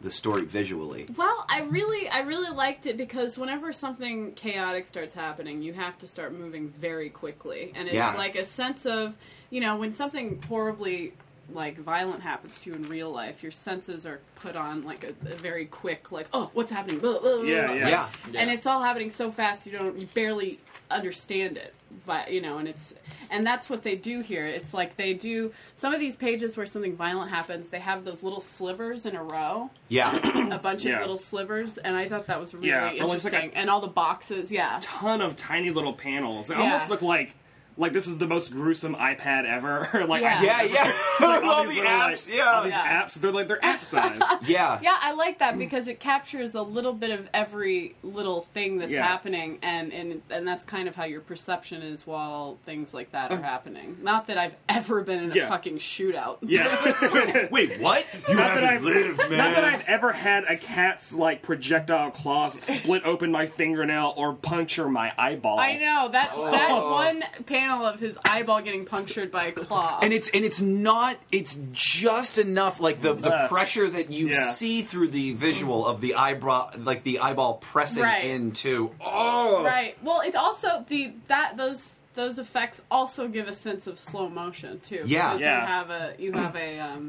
[SPEAKER 1] the story visually?
[SPEAKER 3] Well, I really, I really liked it because whenever something chaotic starts happening, you have to start moving very quickly, and it's
[SPEAKER 1] Yeah.
[SPEAKER 3] like a sense of, you know, when something horribly like violent happens to you in real life, your senses are put on like a, a very quick, like, oh, what's happening? Blah, blah, blah,
[SPEAKER 2] Yeah,
[SPEAKER 3] blah.
[SPEAKER 2] yeah.
[SPEAKER 1] Yeah.
[SPEAKER 3] And
[SPEAKER 4] Yeah.
[SPEAKER 3] it's all happening so fast you don't you barely understand it. But you know, and it's and that's what they do here. It's like they do some of these pages where something violent happens, they have those little slivers in a row
[SPEAKER 1] Yeah, *coughs*
[SPEAKER 3] a bunch
[SPEAKER 2] Yeah.
[SPEAKER 3] of little slivers, and I thought that was really
[SPEAKER 2] Yeah, or just
[SPEAKER 3] interesting.
[SPEAKER 2] like a-
[SPEAKER 3] and all the boxes, yeah.
[SPEAKER 2] Ton of tiny little panels. It
[SPEAKER 3] Yeah.
[SPEAKER 2] almost look like like this is the most gruesome iPad ever. *laughs* or, like
[SPEAKER 3] Yeah.
[SPEAKER 2] iPad
[SPEAKER 1] yeah,
[SPEAKER 2] ever.
[SPEAKER 1] yeah.
[SPEAKER 2] Like,
[SPEAKER 1] *laughs* all
[SPEAKER 2] these
[SPEAKER 1] the
[SPEAKER 2] little, like,
[SPEAKER 1] apps,
[SPEAKER 2] all these
[SPEAKER 1] yeah.
[SPEAKER 3] Yeah.
[SPEAKER 2] apps. They're like they're
[SPEAKER 3] *laughs*
[SPEAKER 2] app size.
[SPEAKER 1] yeah,
[SPEAKER 3] Yeah, I like that because it captures a little bit of every little thing that's
[SPEAKER 2] Yeah.
[SPEAKER 3] happening, and, and and that's kind of how your perception is while things like that are happening. Not that I've *laughs* ever been in a
[SPEAKER 2] Uh. Yeah.
[SPEAKER 3] fucking shootout.
[SPEAKER 2] yeah.
[SPEAKER 3] *laughs*
[SPEAKER 2] *laughs*
[SPEAKER 1] Wait, what? You
[SPEAKER 2] Not that I've-
[SPEAKER 1] haven't lived, man.
[SPEAKER 2] Not that I've ever had a cat's like projectile claws split open my fingernail or puncture my eyeball.
[SPEAKER 3] I know that that
[SPEAKER 2] Oh.
[SPEAKER 3] one panel of his eyeball getting punctured by a claw.
[SPEAKER 1] and it's and it's not it's just enough like the, the
[SPEAKER 2] Yeah.
[SPEAKER 1] pressure that you
[SPEAKER 2] Yeah.
[SPEAKER 1] see through the visual
[SPEAKER 2] Mm.
[SPEAKER 1] of the eyebrow like the eyeball pressing
[SPEAKER 3] Right.
[SPEAKER 1] into oh
[SPEAKER 3] right. Well, it also the that those those effects also give a sense of slow motion too.
[SPEAKER 1] Yeah.
[SPEAKER 3] because
[SPEAKER 2] Yeah.
[SPEAKER 3] You have a you have a um,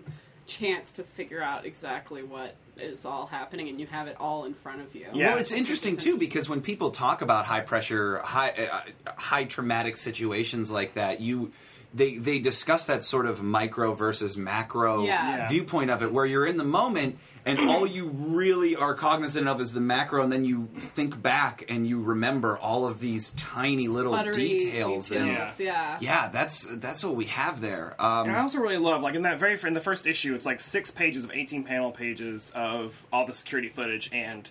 [SPEAKER 3] chance to figure out exactly what is all happening, and you have it all in front of you.
[SPEAKER 2] Yeah.
[SPEAKER 1] Well, it's interesting too because when people talk about high pressure, high uh, high traumatic situations like that, you they they discuss that sort of micro versus macro
[SPEAKER 3] Yeah.
[SPEAKER 2] Yeah.
[SPEAKER 1] viewpoint of it, where you're in the moment and all you really are cognizant of is the macro, and then you think back and you remember all of these tiny little
[SPEAKER 3] Sputtery
[SPEAKER 1] details. And,
[SPEAKER 3] details, yeah.
[SPEAKER 1] yeah, that's that's what we have there. Um,
[SPEAKER 2] And I also really love like in that very in the first issue, it's like six pages of eighteen panel pages of all the security footage and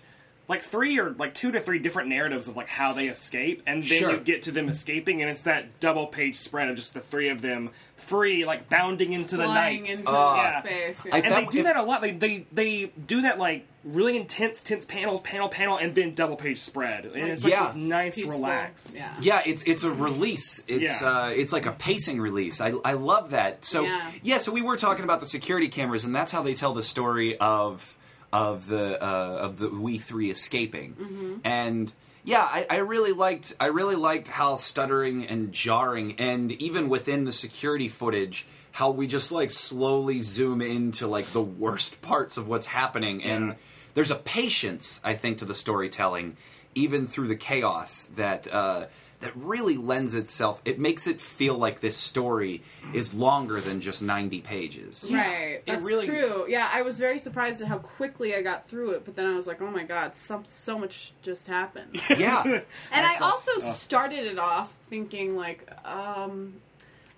[SPEAKER 2] like three or like two to three different narratives of like how they escape, and then
[SPEAKER 1] Sure.
[SPEAKER 2] you get to them escaping, and it's that double page spread of just the three of them free, like bounding into the
[SPEAKER 3] Flying
[SPEAKER 2] night.
[SPEAKER 3] into
[SPEAKER 1] Ah.
[SPEAKER 2] Yeah.
[SPEAKER 3] space.
[SPEAKER 1] I
[SPEAKER 3] yeah.
[SPEAKER 2] and
[SPEAKER 1] That-
[SPEAKER 2] they do
[SPEAKER 1] if-
[SPEAKER 2] that a lot. They, they they do that like really intense, tense panels, panel, panel, and then double page spread. And it's like
[SPEAKER 1] Yeah.
[SPEAKER 2] this nice,
[SPEAKER 3] Peaceful.
[SPEAKER 2] relax.
[SPEAKER 3] Yeah.
[SPEAKER 1] Yeah, it's it's a release. It's
[SPEAKER 2] Yeah.
[SPEAKER 1] uh, it's like a pacing release. I, I love that. So yeah.
[SPEAKER 3] Yeah.
[SPEAKER 1] so we were talking about the security cameras, and that's how they tell the story of of the uh, of the we three escaping, and yeah, I, I really liked I really liked how stuttering and jarring, and even within the security footage, how we just like slowly zoom into like the worst parts of what's happening,
[SPEAKER 2] Yeah.
[SPEAKER 1] and there's a patience I think to the storytelling, even through the chaos that uh, that really lends itself. It makes it feel like this story is longer than just ninety pages.
[SPEAKER 3] Right.
[SPEAKER 1] It
[SPEAKER 3] That's
[SPEAKER 1] really-
[SPEAKER 3] true. Yeah, I was very surprised at how quickly I got through it, but then I was like, oh my god, so, so much just happened.
[SPEAKER 1] Yeah.
[SPEAKER 3] and I
[SPEAKER 2] That's
[SPEAKER 3] also
[SPEAKER 2] also-
[SPEAKER 3] started it off thinking, like, um,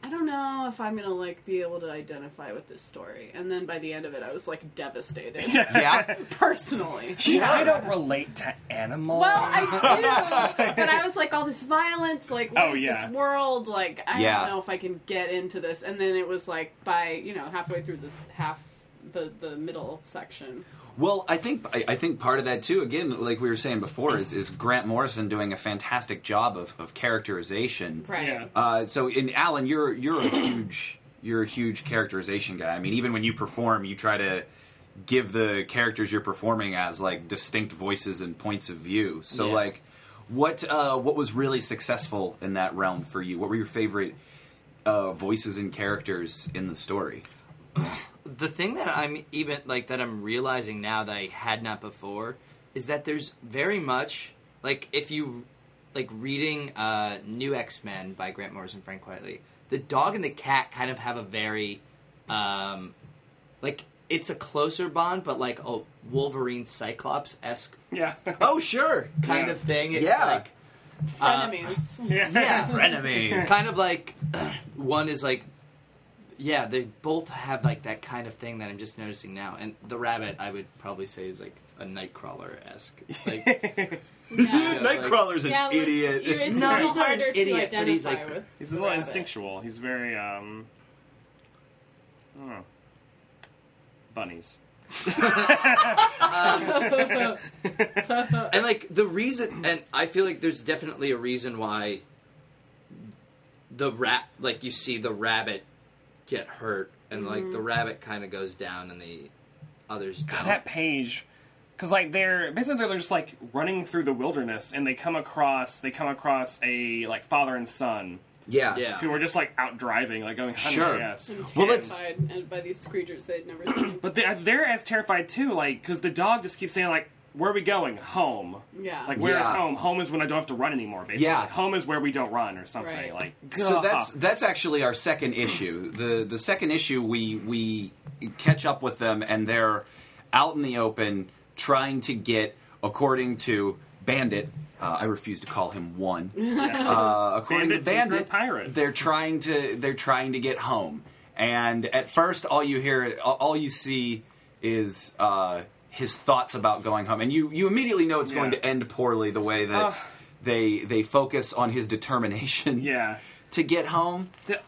[SPEAKER 3] I don't know if I'm gonna like be able to identify with this story. And then by the end of it, I was like devastated
[SPEAKER 1] yeah.
[SPEAKER 3] *laughs*
[SPEAKER 2] *laughs*
[SPEAKER 3] personally.
[SPEAKER 2] I don't relate to animals.
[SPEAKER 3] *laughs* Well,
[SPEAKER 2] *laughs*
[SPEAKER 3] I do, but I was like, all this violence, like, what is
[SPEAKER 2] Oh, yeah.
[SPEAKER 3] this world? Like, I
[SPEAKER 1] Yeah.
[SPEAKER 3] don't know if I can get into this. And then it was like by you know halfway through the half the the middle section.
[SPEAKER 1] Well, I think I, I think part of that too. Again, like we were saying before, is is Grant Morrison doing a fantastic job of, of characterization.
[SPEAKER 3] Right.
[SPEAKER 2] Yeah.
[SPEAKER 1] Uh, so, in Alan, you're you're a huge you're a huge characterization guy. I mean, even when you perform, you try to give the characters you're performing as like distinct voices and points of view. So,
[SPEAKER 2] Yeah.
[SPEAKER 1] like, what uh, what was really successful in that realm for you? What were your favorite uh, voices and characters in the story?
[SPEAKER 4] the thing that I'm even like that I'm realizing now that I had not before is that there's very much like if you like reading uh, New X Men by Grant Morrison and Frank Quietly, the dog and the cat kind of have a very um, like it's a closer bond, but like a Wolverine Cyclops esque
[SPEAKER 2] yeah.
[SPEAKER 1] Oh, sure.
[SPEAKER 4] kind
[SPEAKER 2] Yeah.
[SPEAKER 4] of thing. It's
[SPEAKER 1] Yeah.
[SPEAKER 4] like
[SPEAKER 3] Frenemies.
[SPEAKER 4] Uh, *laughs*
[SPEAKER 1] *laughs*
[SPEAKER 4] yeah,
[SPEAKER 1] Frenemies.
[SPEAKER 4] kind of like *clears throat* one is like yeah they both have like that kind of thing that i'm just noticing now and the rabbit i would probably say is like a nightcrawler-esque like
[SPEAKER 3] yeah.
[SPEAKER 4] Yeah, like-
[SPEAKER 1] Nightcrawler's an
[SPEAKER 3] Yeah, like,
[SPEAKER 1] idiot. *laughs*
[SPEAKER 3] you- It's a
[SPEAKER 4] No,
[SPEAKER 3] little
[SPEAKER 4] he's not an
[SPEAKER 3] harder to
[SPEAKER 4] idiot,
[SPEAKER 3] identify
[SPEAKER 4] but he's like-
[SPEAKER 3] with.
[SPEAKER 2] He's a little
[SPEAKER 3] Rabbit.
[SPEAKER 2] instinctual. He's very um. I don't know. Bunnies.
[SPEAKER 4] and like the reason and i feel like there's definitely a reason why the rat like you see the rabbit get hurt and like the rabbit kind of goes down and the others don't.
[SPEAKER 2] that page because like they're basically they're just like running through the wilderness and they come across they come across a like father and son
[SPEAKER 1] yeah.
[SPEAKER 4] yeah
[SPEAKER 2] who are just like out driving like going hunting
[SPEAKER 1] Sure.
[SPEAKER 2] I guess.
[SPEAKER 3] And
[SPEAKER 1] Well, let's-
[SPEAKER 3] terrified and by these creatures they'd never seen. *coughs*
[SPEAKER 2] but they're, they're as terrified too like because the dog just keeps saying like where are we going home
[SPEAKER 3] Yeah.
[SPEAKER 2] like where is
[SPEAKER 1] Yeah.
[SPEAKER 2] home home is when i don't have to run anymore basically
[SPEAKER 1] Yeah.
[SPEAKER 2] Like, home is where we don't run or something
[SPEAKER 3] Right.
[SPEAKER 2] like
[SPEAKER 1] So
[SPEAKER 2] gah.
[SPEAKER 1] that's that's actually our second issue. The the second issue we we catch up with them and they're out in the open trying to get according to Bandit uh, I refuse to call him one.
[SPEAKER 2] *laughs*
[SPEAKER 1] Uh, according
[SPEAKER 2] Bandit's
[SPEAKER 1] to
[SPEAKER 2] a
[SPEAKER 1] Bandit,
[SPEAKER 2] great pirate.
[SPEAKER 1] they're trying to they're trying to get home. And at first, all you hear, all- all you see, is uh, his thoughts about going home. And you you immediately know it's going
[SPEAKER 2] Yeah. Uh.
[SPEAKER 1] to end poorly the way that
[SPEAKER 2] Ugh.
[SPEAKER 1] they they focus on his determination
[SPEAKER 2] yeah
[SPEAKER 1] to get home.
[SPEAKER 2] The-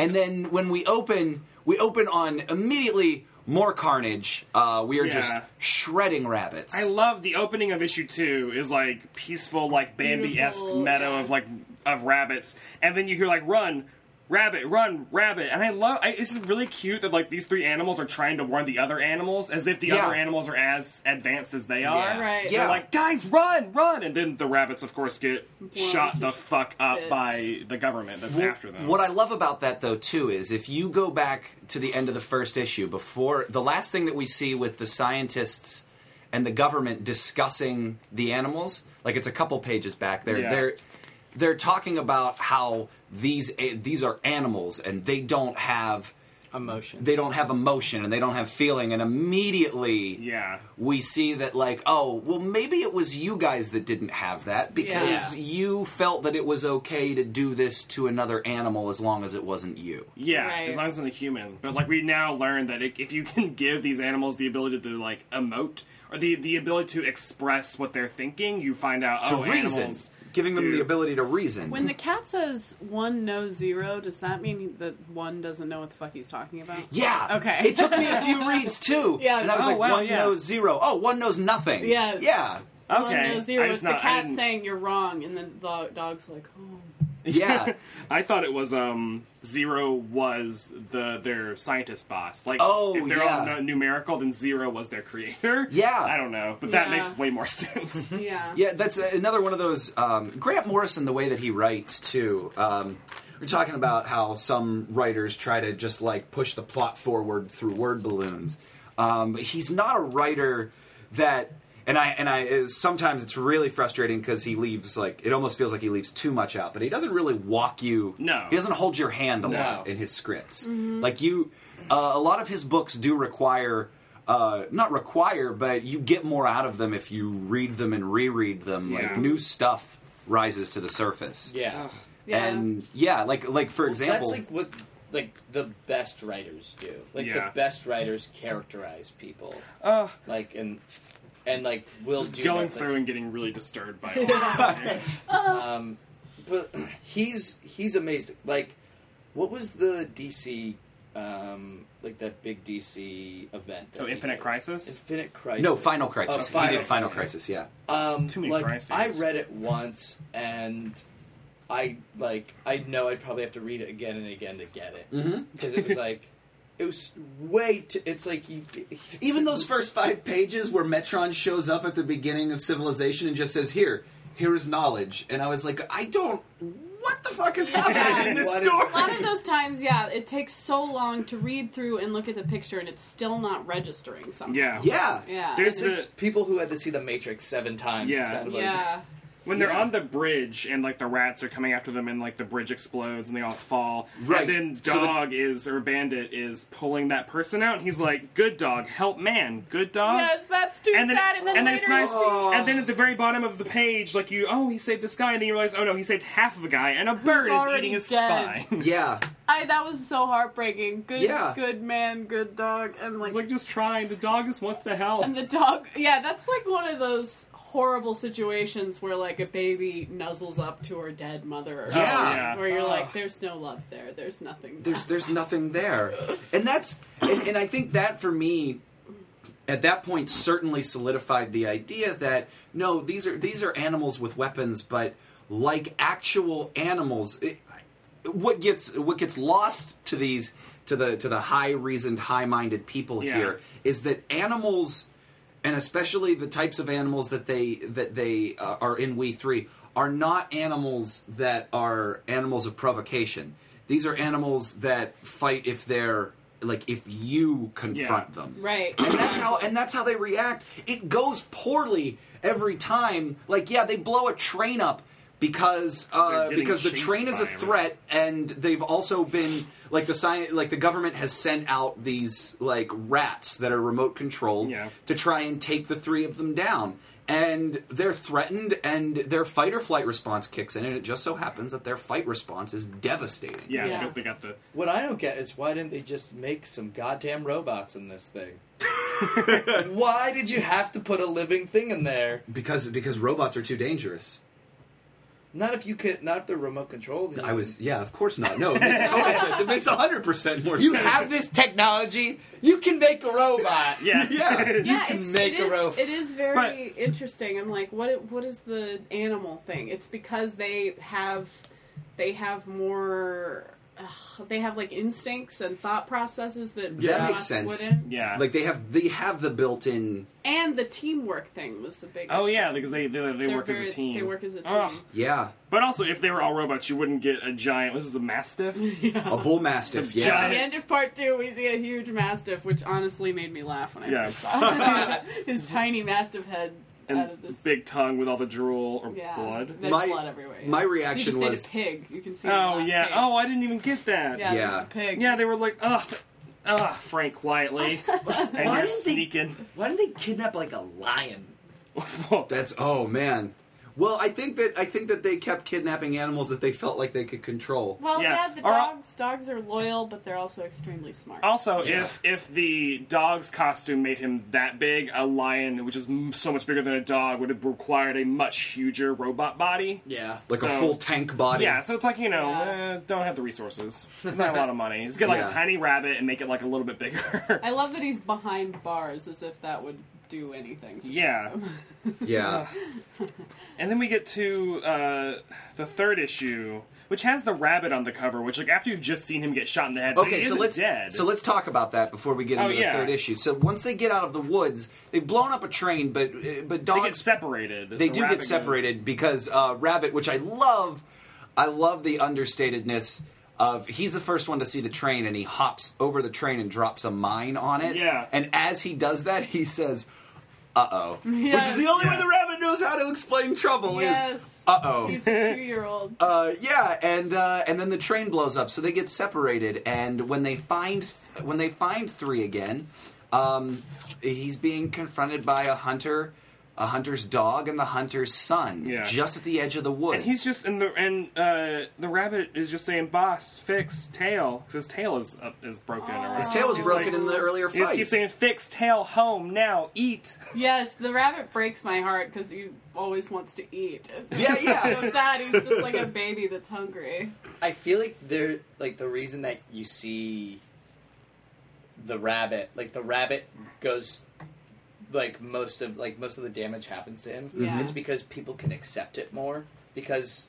[SPEAKER 1] And then when we open, we open on immediately more carnage. Uh, we are just
[SPEAKER 2] Yeah.
[SPEAKER 1] shredding rabbits.
[SPEAKER 2] I love the opening of issue two is like peaceful, like Bambi esque
[SPEAKER 3] Beautiful,
[SPEAKER 2] meadow
[SPEAKER 3] yeah.
[SPEAKER 2] of like of rabbits, and then you hear like run, rabbit, run, rabbit, and I love. I, it's just really cute that like these three animals are trying to warn the other animals as if the
[SPEAKER 1] Yeah.
[SPEAKER 2] other animals are as advanced as they are.
[SPEAKER 4] Yeah.
[SPEAKER 3] Right.
[SPEAKER 1] Yeah.
[SPEAKER 2] They're like, guys, run, run, and then the rabbits, of course, get shot
[SPEAKER 3] to
[SPEAKER 2] the fuck up
[SPEAKER 3] bits.
[SPEAKER 2] by the government that's after them.
[SPEAKER 1] What I love about that though too is if you go back to the end of the first issue before the last thing that we see with the scientists and the government discussing the animals, like it's a couple pages back there.
[SPEAKER 2] Yeah.
[SPEAKER 1] They're they're talking about how these eh, these are animals and they don't have
[SPEAKER 4] emotion
[SPEAKER 1] they don't have emotion and they don't have feeling and immediately
[SPEAKER 2] yeah.
[SPEAKER 1] we see that like oh well maybe it was you guys that didn't have that because
[SPEAKER 4] Yeah.
[SPEAKER 1] you felt that it was okay to do this to another animal as long as it wasn't you
[SPEAKER 2] Yeah,
[SPEAKER 3] Right.
[SPEAKER 2] as long as it's a human. But like we now learn that it, if you can give these animals the ability to like emote or the the ability to express what they're thinking, you find out
[SPEAKER 1] to
[SPEAKER 2] oh
[SPEAKER 1] reason
[SPEAKER 2] animals
[SPEAKER 1] giving them
[SPEAKER 2] do-
[SPEAKER 1] the ability to reason
[SPEAKER 3] When the cat says one knows zero, does that mean that one doesn't know what the fuck he's talking about?
[SPEAKER 1] yeah
[SPEAKER 3] Okay.
[SPEAKER 1] it took me a few reads too
[SPEAKER 3] Yeah,
[SPEAKER 1] and i was
[SPEAKER 2] oh,
[SPEAKER 1] like
[SPEAKER 2] wow,
[SPEAKER 1] one
[SPEAKER 2] yeah.
[SPEAKER 1] knows zero oh one knows nothing
[SPEAKER 3] Yes.
[SPEAKER 1] yeah
[SPEAKER 2] Okay,
[SPEAKER 3] One knows zero
[SPEAKER 2] I
[SPEAKER 3] is
[SPEAKER 2] just
[SPEAKER 3] the
[SPEAKER 2] not- I
[SPEAKER 3] cat
[SPEAKER 2] didn't-
[SPEAKER 3] saying you're wrong, and then the dog's like, oh,
[SPEAKER 1] Yeah.
[SPEAKER 2] I thought it was um zero was the their scientist boss. Like
[SPEAKER 1] Oh,
[SPEAKER 2] if they're all
[SPEAKER 1] yeah.
[SPEAKER 2] nu- numerical, then zero was their creator.
[SPEAKER 1] *laughs* Yeah.
[SPEAKER 2] I don't know, but that
[SPEAKER 3] Yeah.
[SPEAKER 2] makes way
[SPEAKER 1] *laughs*
[SPEAKER 2] more *laughs* sense.
[SPEAKER 3] Yeah.
[SPEAKER 1] Yeah, that's another one of those um, Grant Morrison. The way that he writes too. Um, we're talking about how some writers try to just like push the plot forward through word balloons. Um, but he's not a writer that, and I and I is, sometimes it's really frustrating because he leaves like it almost feels like he leaves too much out. But he doesn't really walk you.
[SPEAKER 2] No.
[SPEAKER 1] he doesn't hold your hand a
[SPEAKER 2] No.
[SPEAKER 1] lot in his scripts. Like you, uh, a lot of his books do require. Uh, not require, but you get more out of them if you read them and reread them. Like
[SPEAKER 2] Yeah.
[SPEAKER 1] new stuff rises to the surface.
[SPEAKER 5] Yeah.
[SPEAKER 3] Yeah.
[SPEAKER 1] and yeah, like like for example,
[SPEAKER 5] That's like what like the best writers do. Like
[SPEAKER 2] Yeah.
[SPEAKER 5] the best writers characterize people.
[SPEAKER 2] Uh,
[SPEAKER 5] Like and and like will
[SPEAKER 2] just
[SPEAKER 5] do
[SPEAKER 2] going
[SPEAKER 5] nothing.
[SPEAKER 2] through and getting really disturbed
[SPEAKER 1] *laughs*
[SPEAKER 2] by all that.
[SPEAKER 5] Um, but he's he's amazing. Like, what was the DC, um, like that big DC event? that
[SPEAKER 2] Oh,
[SPEAKER 5] he
[SPEAKER 2] Infinite
[SPEAKER 5] did?
[SPEAKER 2] Crisis?
[SPEAKER 5] Infinite Crisis.
[SPEAKER 1] no Final Crisis.
[SPEAKER 5] Oh, Final
[SPEAKER 1] he did Uh, Final
[SPEAKER 5] Crisis.
[SPEAKER 1] Crisis. Yeah,
[SPEAKER 5] Um,
[SPEAKER 2] Too many
[SPEAKER 5] like,
[SPEAKER 2] crises.
[SPEAKER 5] I read it once, and I like I know I'd probably have to read it again and again to get it
[SPEAKER 1] mm-hmm.
[SPEAKER 5] because it was like it was way. Too, it's like you,
[SPEAKER 1] even those first five pages where Metron shows up at the beginning of Civilization and just says, "Here, here is knowledge," and I was like, I don't. What the fuck is happening in this
[SPEAKER 5] What is-
[SPEAKER 1] story?
[SPEAKER 3] A lot of those times, yeah, it takes so long to read through and look at the picture, and it's still not registering something.
[SPEAKER 2] yeah.
[SPEAKER 1] yeah.
[SPEAKER 3] yeah,
[SPEAKER 2] There's
[SPEAKER 3] and
[SPEAKER 2] a-
[SPEAKER 3] it's-
[SPEAKER 5] people who had to see the Matrix seven times. it's
[SPEAKER 2] Yeah.
[SPEAKER 5] kind of like,
[SPEAKER 3] yeah,
[SPEAKER 2] When they're
[SPEAKER 1] Yeah.
[SPEAKER 2] on the bridge and like the rats are coming after them and like the bridge explodes and they all fall.
[SPEAKER 1] Right.
[SPEAKER 2] And then
[SPEAKER 1] So the-
[SPEAKER 2] dog is or bandit is pulling that person out. And he's like, "Good dog, help man. Good dog."
[SPEAKER 3] yes, that's too
[SPEAKER 2] And then,
[SPEAKER 3] sad. And then
[SPEAKER 2] and then
[SPEAKER 3] later,
[SPEAKER 2] it's nice.
[SPEAKER 1] Oh.
[SPEAKER 2] And then at the very bottom of the page, like you, oh, he saved this guy, and then you realize, oh no, he saved half of a guy, and a bird is
[SPEAKER 3] already
[SPEAKER 2] eating his
[SPEAKER 3] dead.
[SPEAKER 2] spine. *laughs*
[SPEAKER 1] Yeah.
[SPEAKER 3] I, that was so heartbreaking. Good,
[SPEAKER 1] Yeah.
[SPEAKER 3] good man, good dog, and like,
[SPEAKER 2] It's like just trying. The dog just wants to help.
[SPEAKER 3] and the dog. Yeah, that's like one of those horrible situations where like a baby nuzzles up to her dead mother. Or
[SPEAKER 1] Oh, Yeah.
[SPEAKER 3] something,
[SPEAKER 2] Yeah.
[SPEAKER 3] where you're
[SPEAKER 5] Ugh.
[SPEAKER 3] like, there's no love there. There's nothing.
[SPEAKER 1] there's
[SPEAKER 3] left.
[SPEAKER 1] there's nothing there and that's and, and i think that for me at that point certainly solidified the idea that no these are these are animals with weapons but like actual animals it, what gets what gets lost to these to the to the high reasoned high minded people
[SPEAKER 2] Yeah.
[SPEAKER 1] here is that animals and especially the types of animals that they that they uh, are in we 3 are not animals that are animals of provocation these are animals that fight if they're like if you confront
[SPEAKER 2] Yeah.
[SPEAKER 1] them
[SPEAKER 3] right.
[SPEAKER 1] and that's how and that's how they react it goes poorly every time like yeah they blow a train up because
[SPEAKER 2] They're
[SPEAKER 1] uh,
[SPEAKER 2] getting
[SPEAKER 1] because the
[SPEAKER 2] chased
[SPEAKER 1] train is a
[SPEAKER 2] by 'em.
[SPEAKER 1] threat and they've also been like the sci- like the government has sent out these like rats that are remote controlled
[SPEAKER 2] Yeah.
[SPEAKER 1] to try and take the three of them down and they're threatened and their fight or flight response kicks in and it just so happens that their fight response is devastating
[SPEAKER 2] yeah,
[SPEAKER 3] Yeah.
[SPEAKER 2] because they got the.
[SPEAKER 5] What I don't get is why didn't they just make some goddamn robots in this
[SPEAKER 2] *laughs*
[SPEAKER 5] thing? why did you have to put a living thing in there?
[SPEAKER 1] because because robots are too dangerous
[SPEAKER 5] Not if you could. Not if they're remote controlled.
[SPEAKER 1] I was, yeah, of course not. No, it makes total sense. It makes 100% more
[SPEAKER 5] You
[SPEAKER 1] sense.
[SPEAKER 5] have this technology. You can make a robot.
[SPEAKER 2] Yeah.
[SPEAKER 1] *laughs* Yeah.
[SPEAKER 3] yeah,
[SPEAKER 5] can
[SPEAKER 3] it's-
[SPEAKER 5] make
[SPEAKER 3] it
[SPEAKER 5] a
[SPEAKER 3] is-
[SPEAKER 5] rope.
[SPEAKER 3] It is very interesting. I'm like, what? What is the animal thing? It's because they have, they have more. Ugh, they have like instincts and thought processes that
[SPEAKER 1] Yeah, that
[SPEAKER 3] robots
[SPEAKER 1] makes sense.
[SPEAKER 3] Wouldn't.
[SPEAKER 2] Yeah.
[SPEAKER 1] Like they have they have the built-in
[SPEAKER 3] And the teamwork thing was the big.
[SPEAKER 2] oh
[SPEAKER 3] issue.
[SPEAKER 2] yeah, because they they, they
[SPEAKER 3] They're
[SPEAKER 2] work as a
[SPEAKER 3] very-
[SPEAKER 2] team.
[SPEAKER 3] They work as a team.
[SPEAKER 2] Ugh.
[SPEAKER 1] yeah,
[SPEAKER 2] But also, if they were all robots, you wouldn't get a giant. This is a
[SPEAKER 3] *laughs*
[SPEAKER 2] mastiff.
[SPEAKER 1] a bull mastiff.
[SPEAKER 2] The
[SPEAKER 1] Yeah.
[SPEAKER 3] At
[SPEAKER 2] *laughs*
[SPEAKER 3] the
[SPEAKER 2] giant-
[SPEAKER 3] end of part two, we see a huge mastiff, which honestly made me laugh when I
[SPEAKER 2] Yeah.
[SPEAKER 3] first saw it. *laughs* his tiny mastiff head out
[SPEAKER 2] and
[SPEAKER 3] of this.
[SPEAKER 2] big tongue with all the drool or
[SPEAKER 3] yeah,
[SPEAKER 2] blood.
[SPEAKER 3] There's
[SPEAKER 1] My-
[SPEAKER 3] blood everywhere. yeah.
[SPEAKER 1] my
[SPEAKER 3] So you
[SPEAKER 1] reaction
[SPEAKER 3] just need
[SPEAKER 1] was-
[SPEAKER 3] a pig. You can see. it on
[SPEAKER 2] Oh
[SPEAKER 3] the last
[SPEAKER 2] yeah.
[SPEAKER 3] page.
[SPEAKER 2] Oh, I didn't even get that.
[SPEAKER 3] Yeah,
[SPEAKER 1] Yeah.
[SPEAKER 3] there's the pig.
[SPEAKER 2] Yeah, they were like, ugh, th- ugh, Frank
[SPEAKER 3] *laughs*
[SPEAKER 2] quietly, and
[SPEAKER 5] Why
[SPEAKER 2] you're
[SPEAKER 5] didn't they-
[SPEAKER 2] sneaking. *laughs*
[SPEAKER 5] Why did they kidnap like a lion?
[SPEAKER 1] That's oh man. Well, I think that I think that they kept kidnapping animals that they felt like they could control.
[SPEAKER 3] Well,
[SPEAKER 2] Yeah.
[SPEAKER 3] yeah, the
[SPEAKER 2] Or-
[SPEAKER 3] dogs. Dogs are loyal, but they're also extremely smart.
[SPEAKER 2] also,
[SPEAKER 5] Yeah.
[SPEAKER 2] if if the dog's costume made him that big, a lion, which is m- so much bigger than a dog, would have required a much huger robot body.
[SPEAKER 5] Yeah.
[SPEAKER 1] Like a
[SPEAKER 2] So-
[SPEAKER 1] full tank body.
[SPEAKER 2] Yeah, so it's like you know,
[SPEAKER 3] Yeah.
[SPEAKER 2] eh, don't have the resources, not a lot of money. Just get like
[SPEAKER 1] Yeah.
[SPEAKER 2] a tiny rabbit and make it like a little bit bigger. *laughs*
[SPEAKER 3] I love that he's behind bars, as if that would do anything. *laughs* to
[SPEAKER 2] Yeah.
[SPEAKER 3] stop him.
[SPEAKER 1] Yeah.
[SPEAKER 2] And then we get to uh, the third issue, which has the rabbit on the cover. Which, like, after you've just seen him get shot in the head, but
[SPEAKER 1] Okay,
[SPEAKER 2] he
[SPEAKER 1] so
[SPEAKER 2] isn't
[SPEAKER 1] let's
[SPEAKER 2] dead.
[SPEAKER 1] so let's talk about that before we get
[SPEAKER 2] Oh,
[SPEAKER 1] into the
[SPEAKER 2] yeah.
[SPEAKER 1] third issue. So once they get out of the woods, they've blown up a train, but eh, but
[SPEAKER 2] they get
[SPEAKER 1] dogs
[SPEAKER 2] separated.
[SPEAKER 1] they
[SPEAKER 2] The
[SPEAKER 1] do
[SPEAKER 2] rabbit
[SPEAKER 1] get
[SPEAKER 2] goes-
[SPEAKER 1] separated because uh, Rabbit, which I love, I love the understatedness of he's the first one to see the train and he hops over the train and drops a mine on it.
[SPEAKER 2] Yeah.
[SPEAKER 1] And as he does that, he says, "Uh oh," which
[SPEAKER 3] Yes.
[SPEAKER 1] is the only way
[SPEAKER 2] Yeah.
[SPEAKER 1] the rabbit knows how to explain trouble is,
[SPEAKER 3] Yes.
[SPEAKER 1] "Uh oh."
[SPEAKER 3] He's a two-year-old.
[SPEAKER 1] Uh, yeah, and uh, and then the train blows up, so they get separated. And when they find when they find three again, um, he's being confronted by a hunter, a hunter's dog, and the hunter's son,
[SPEAKER 2] Yeah.
[SPEAKER 1] just at the edge of the woods.
[SPEAKER 2] And he's just in the and uh, the rabbit is just saying, "Boss, fix tail," because his tail is up is broken. Or
[SPEAKER 3] Aw.
[SPEAKER 2] whatever.
[SPEAKER 1] his tail was
[SPEAKER 2] He's
[SPEAKER 1] broken
[SPEAKER 2] like-
[SPEAKER 1] in the earlier
[SPEAKER 2] He just
[SPEAKER 1] fight.
[SPEAKER 2] keeps saying, "Fix tail, home now,
[SPEAKER 1] *laughs*
[SPEAKER 2] eat."
[SPEAKER 3] Yes, the rabbit breaks my heart because he always wants to eat.
[SPEAKER 1] yeah,
[SPEAKER 3] so
[SPEAKER 1] yeah.
[SPEAKER 3] sad. *laughs* He's just like a baby that's hungry.
[SPEAKER 5] I feel like they're like the reason that you see the rabbit, like the rabbit goes like most of like most of the damage happens to him.
[SPEAKER 3] Yeah.
[SPEAKER 5] It's because people can accept it more because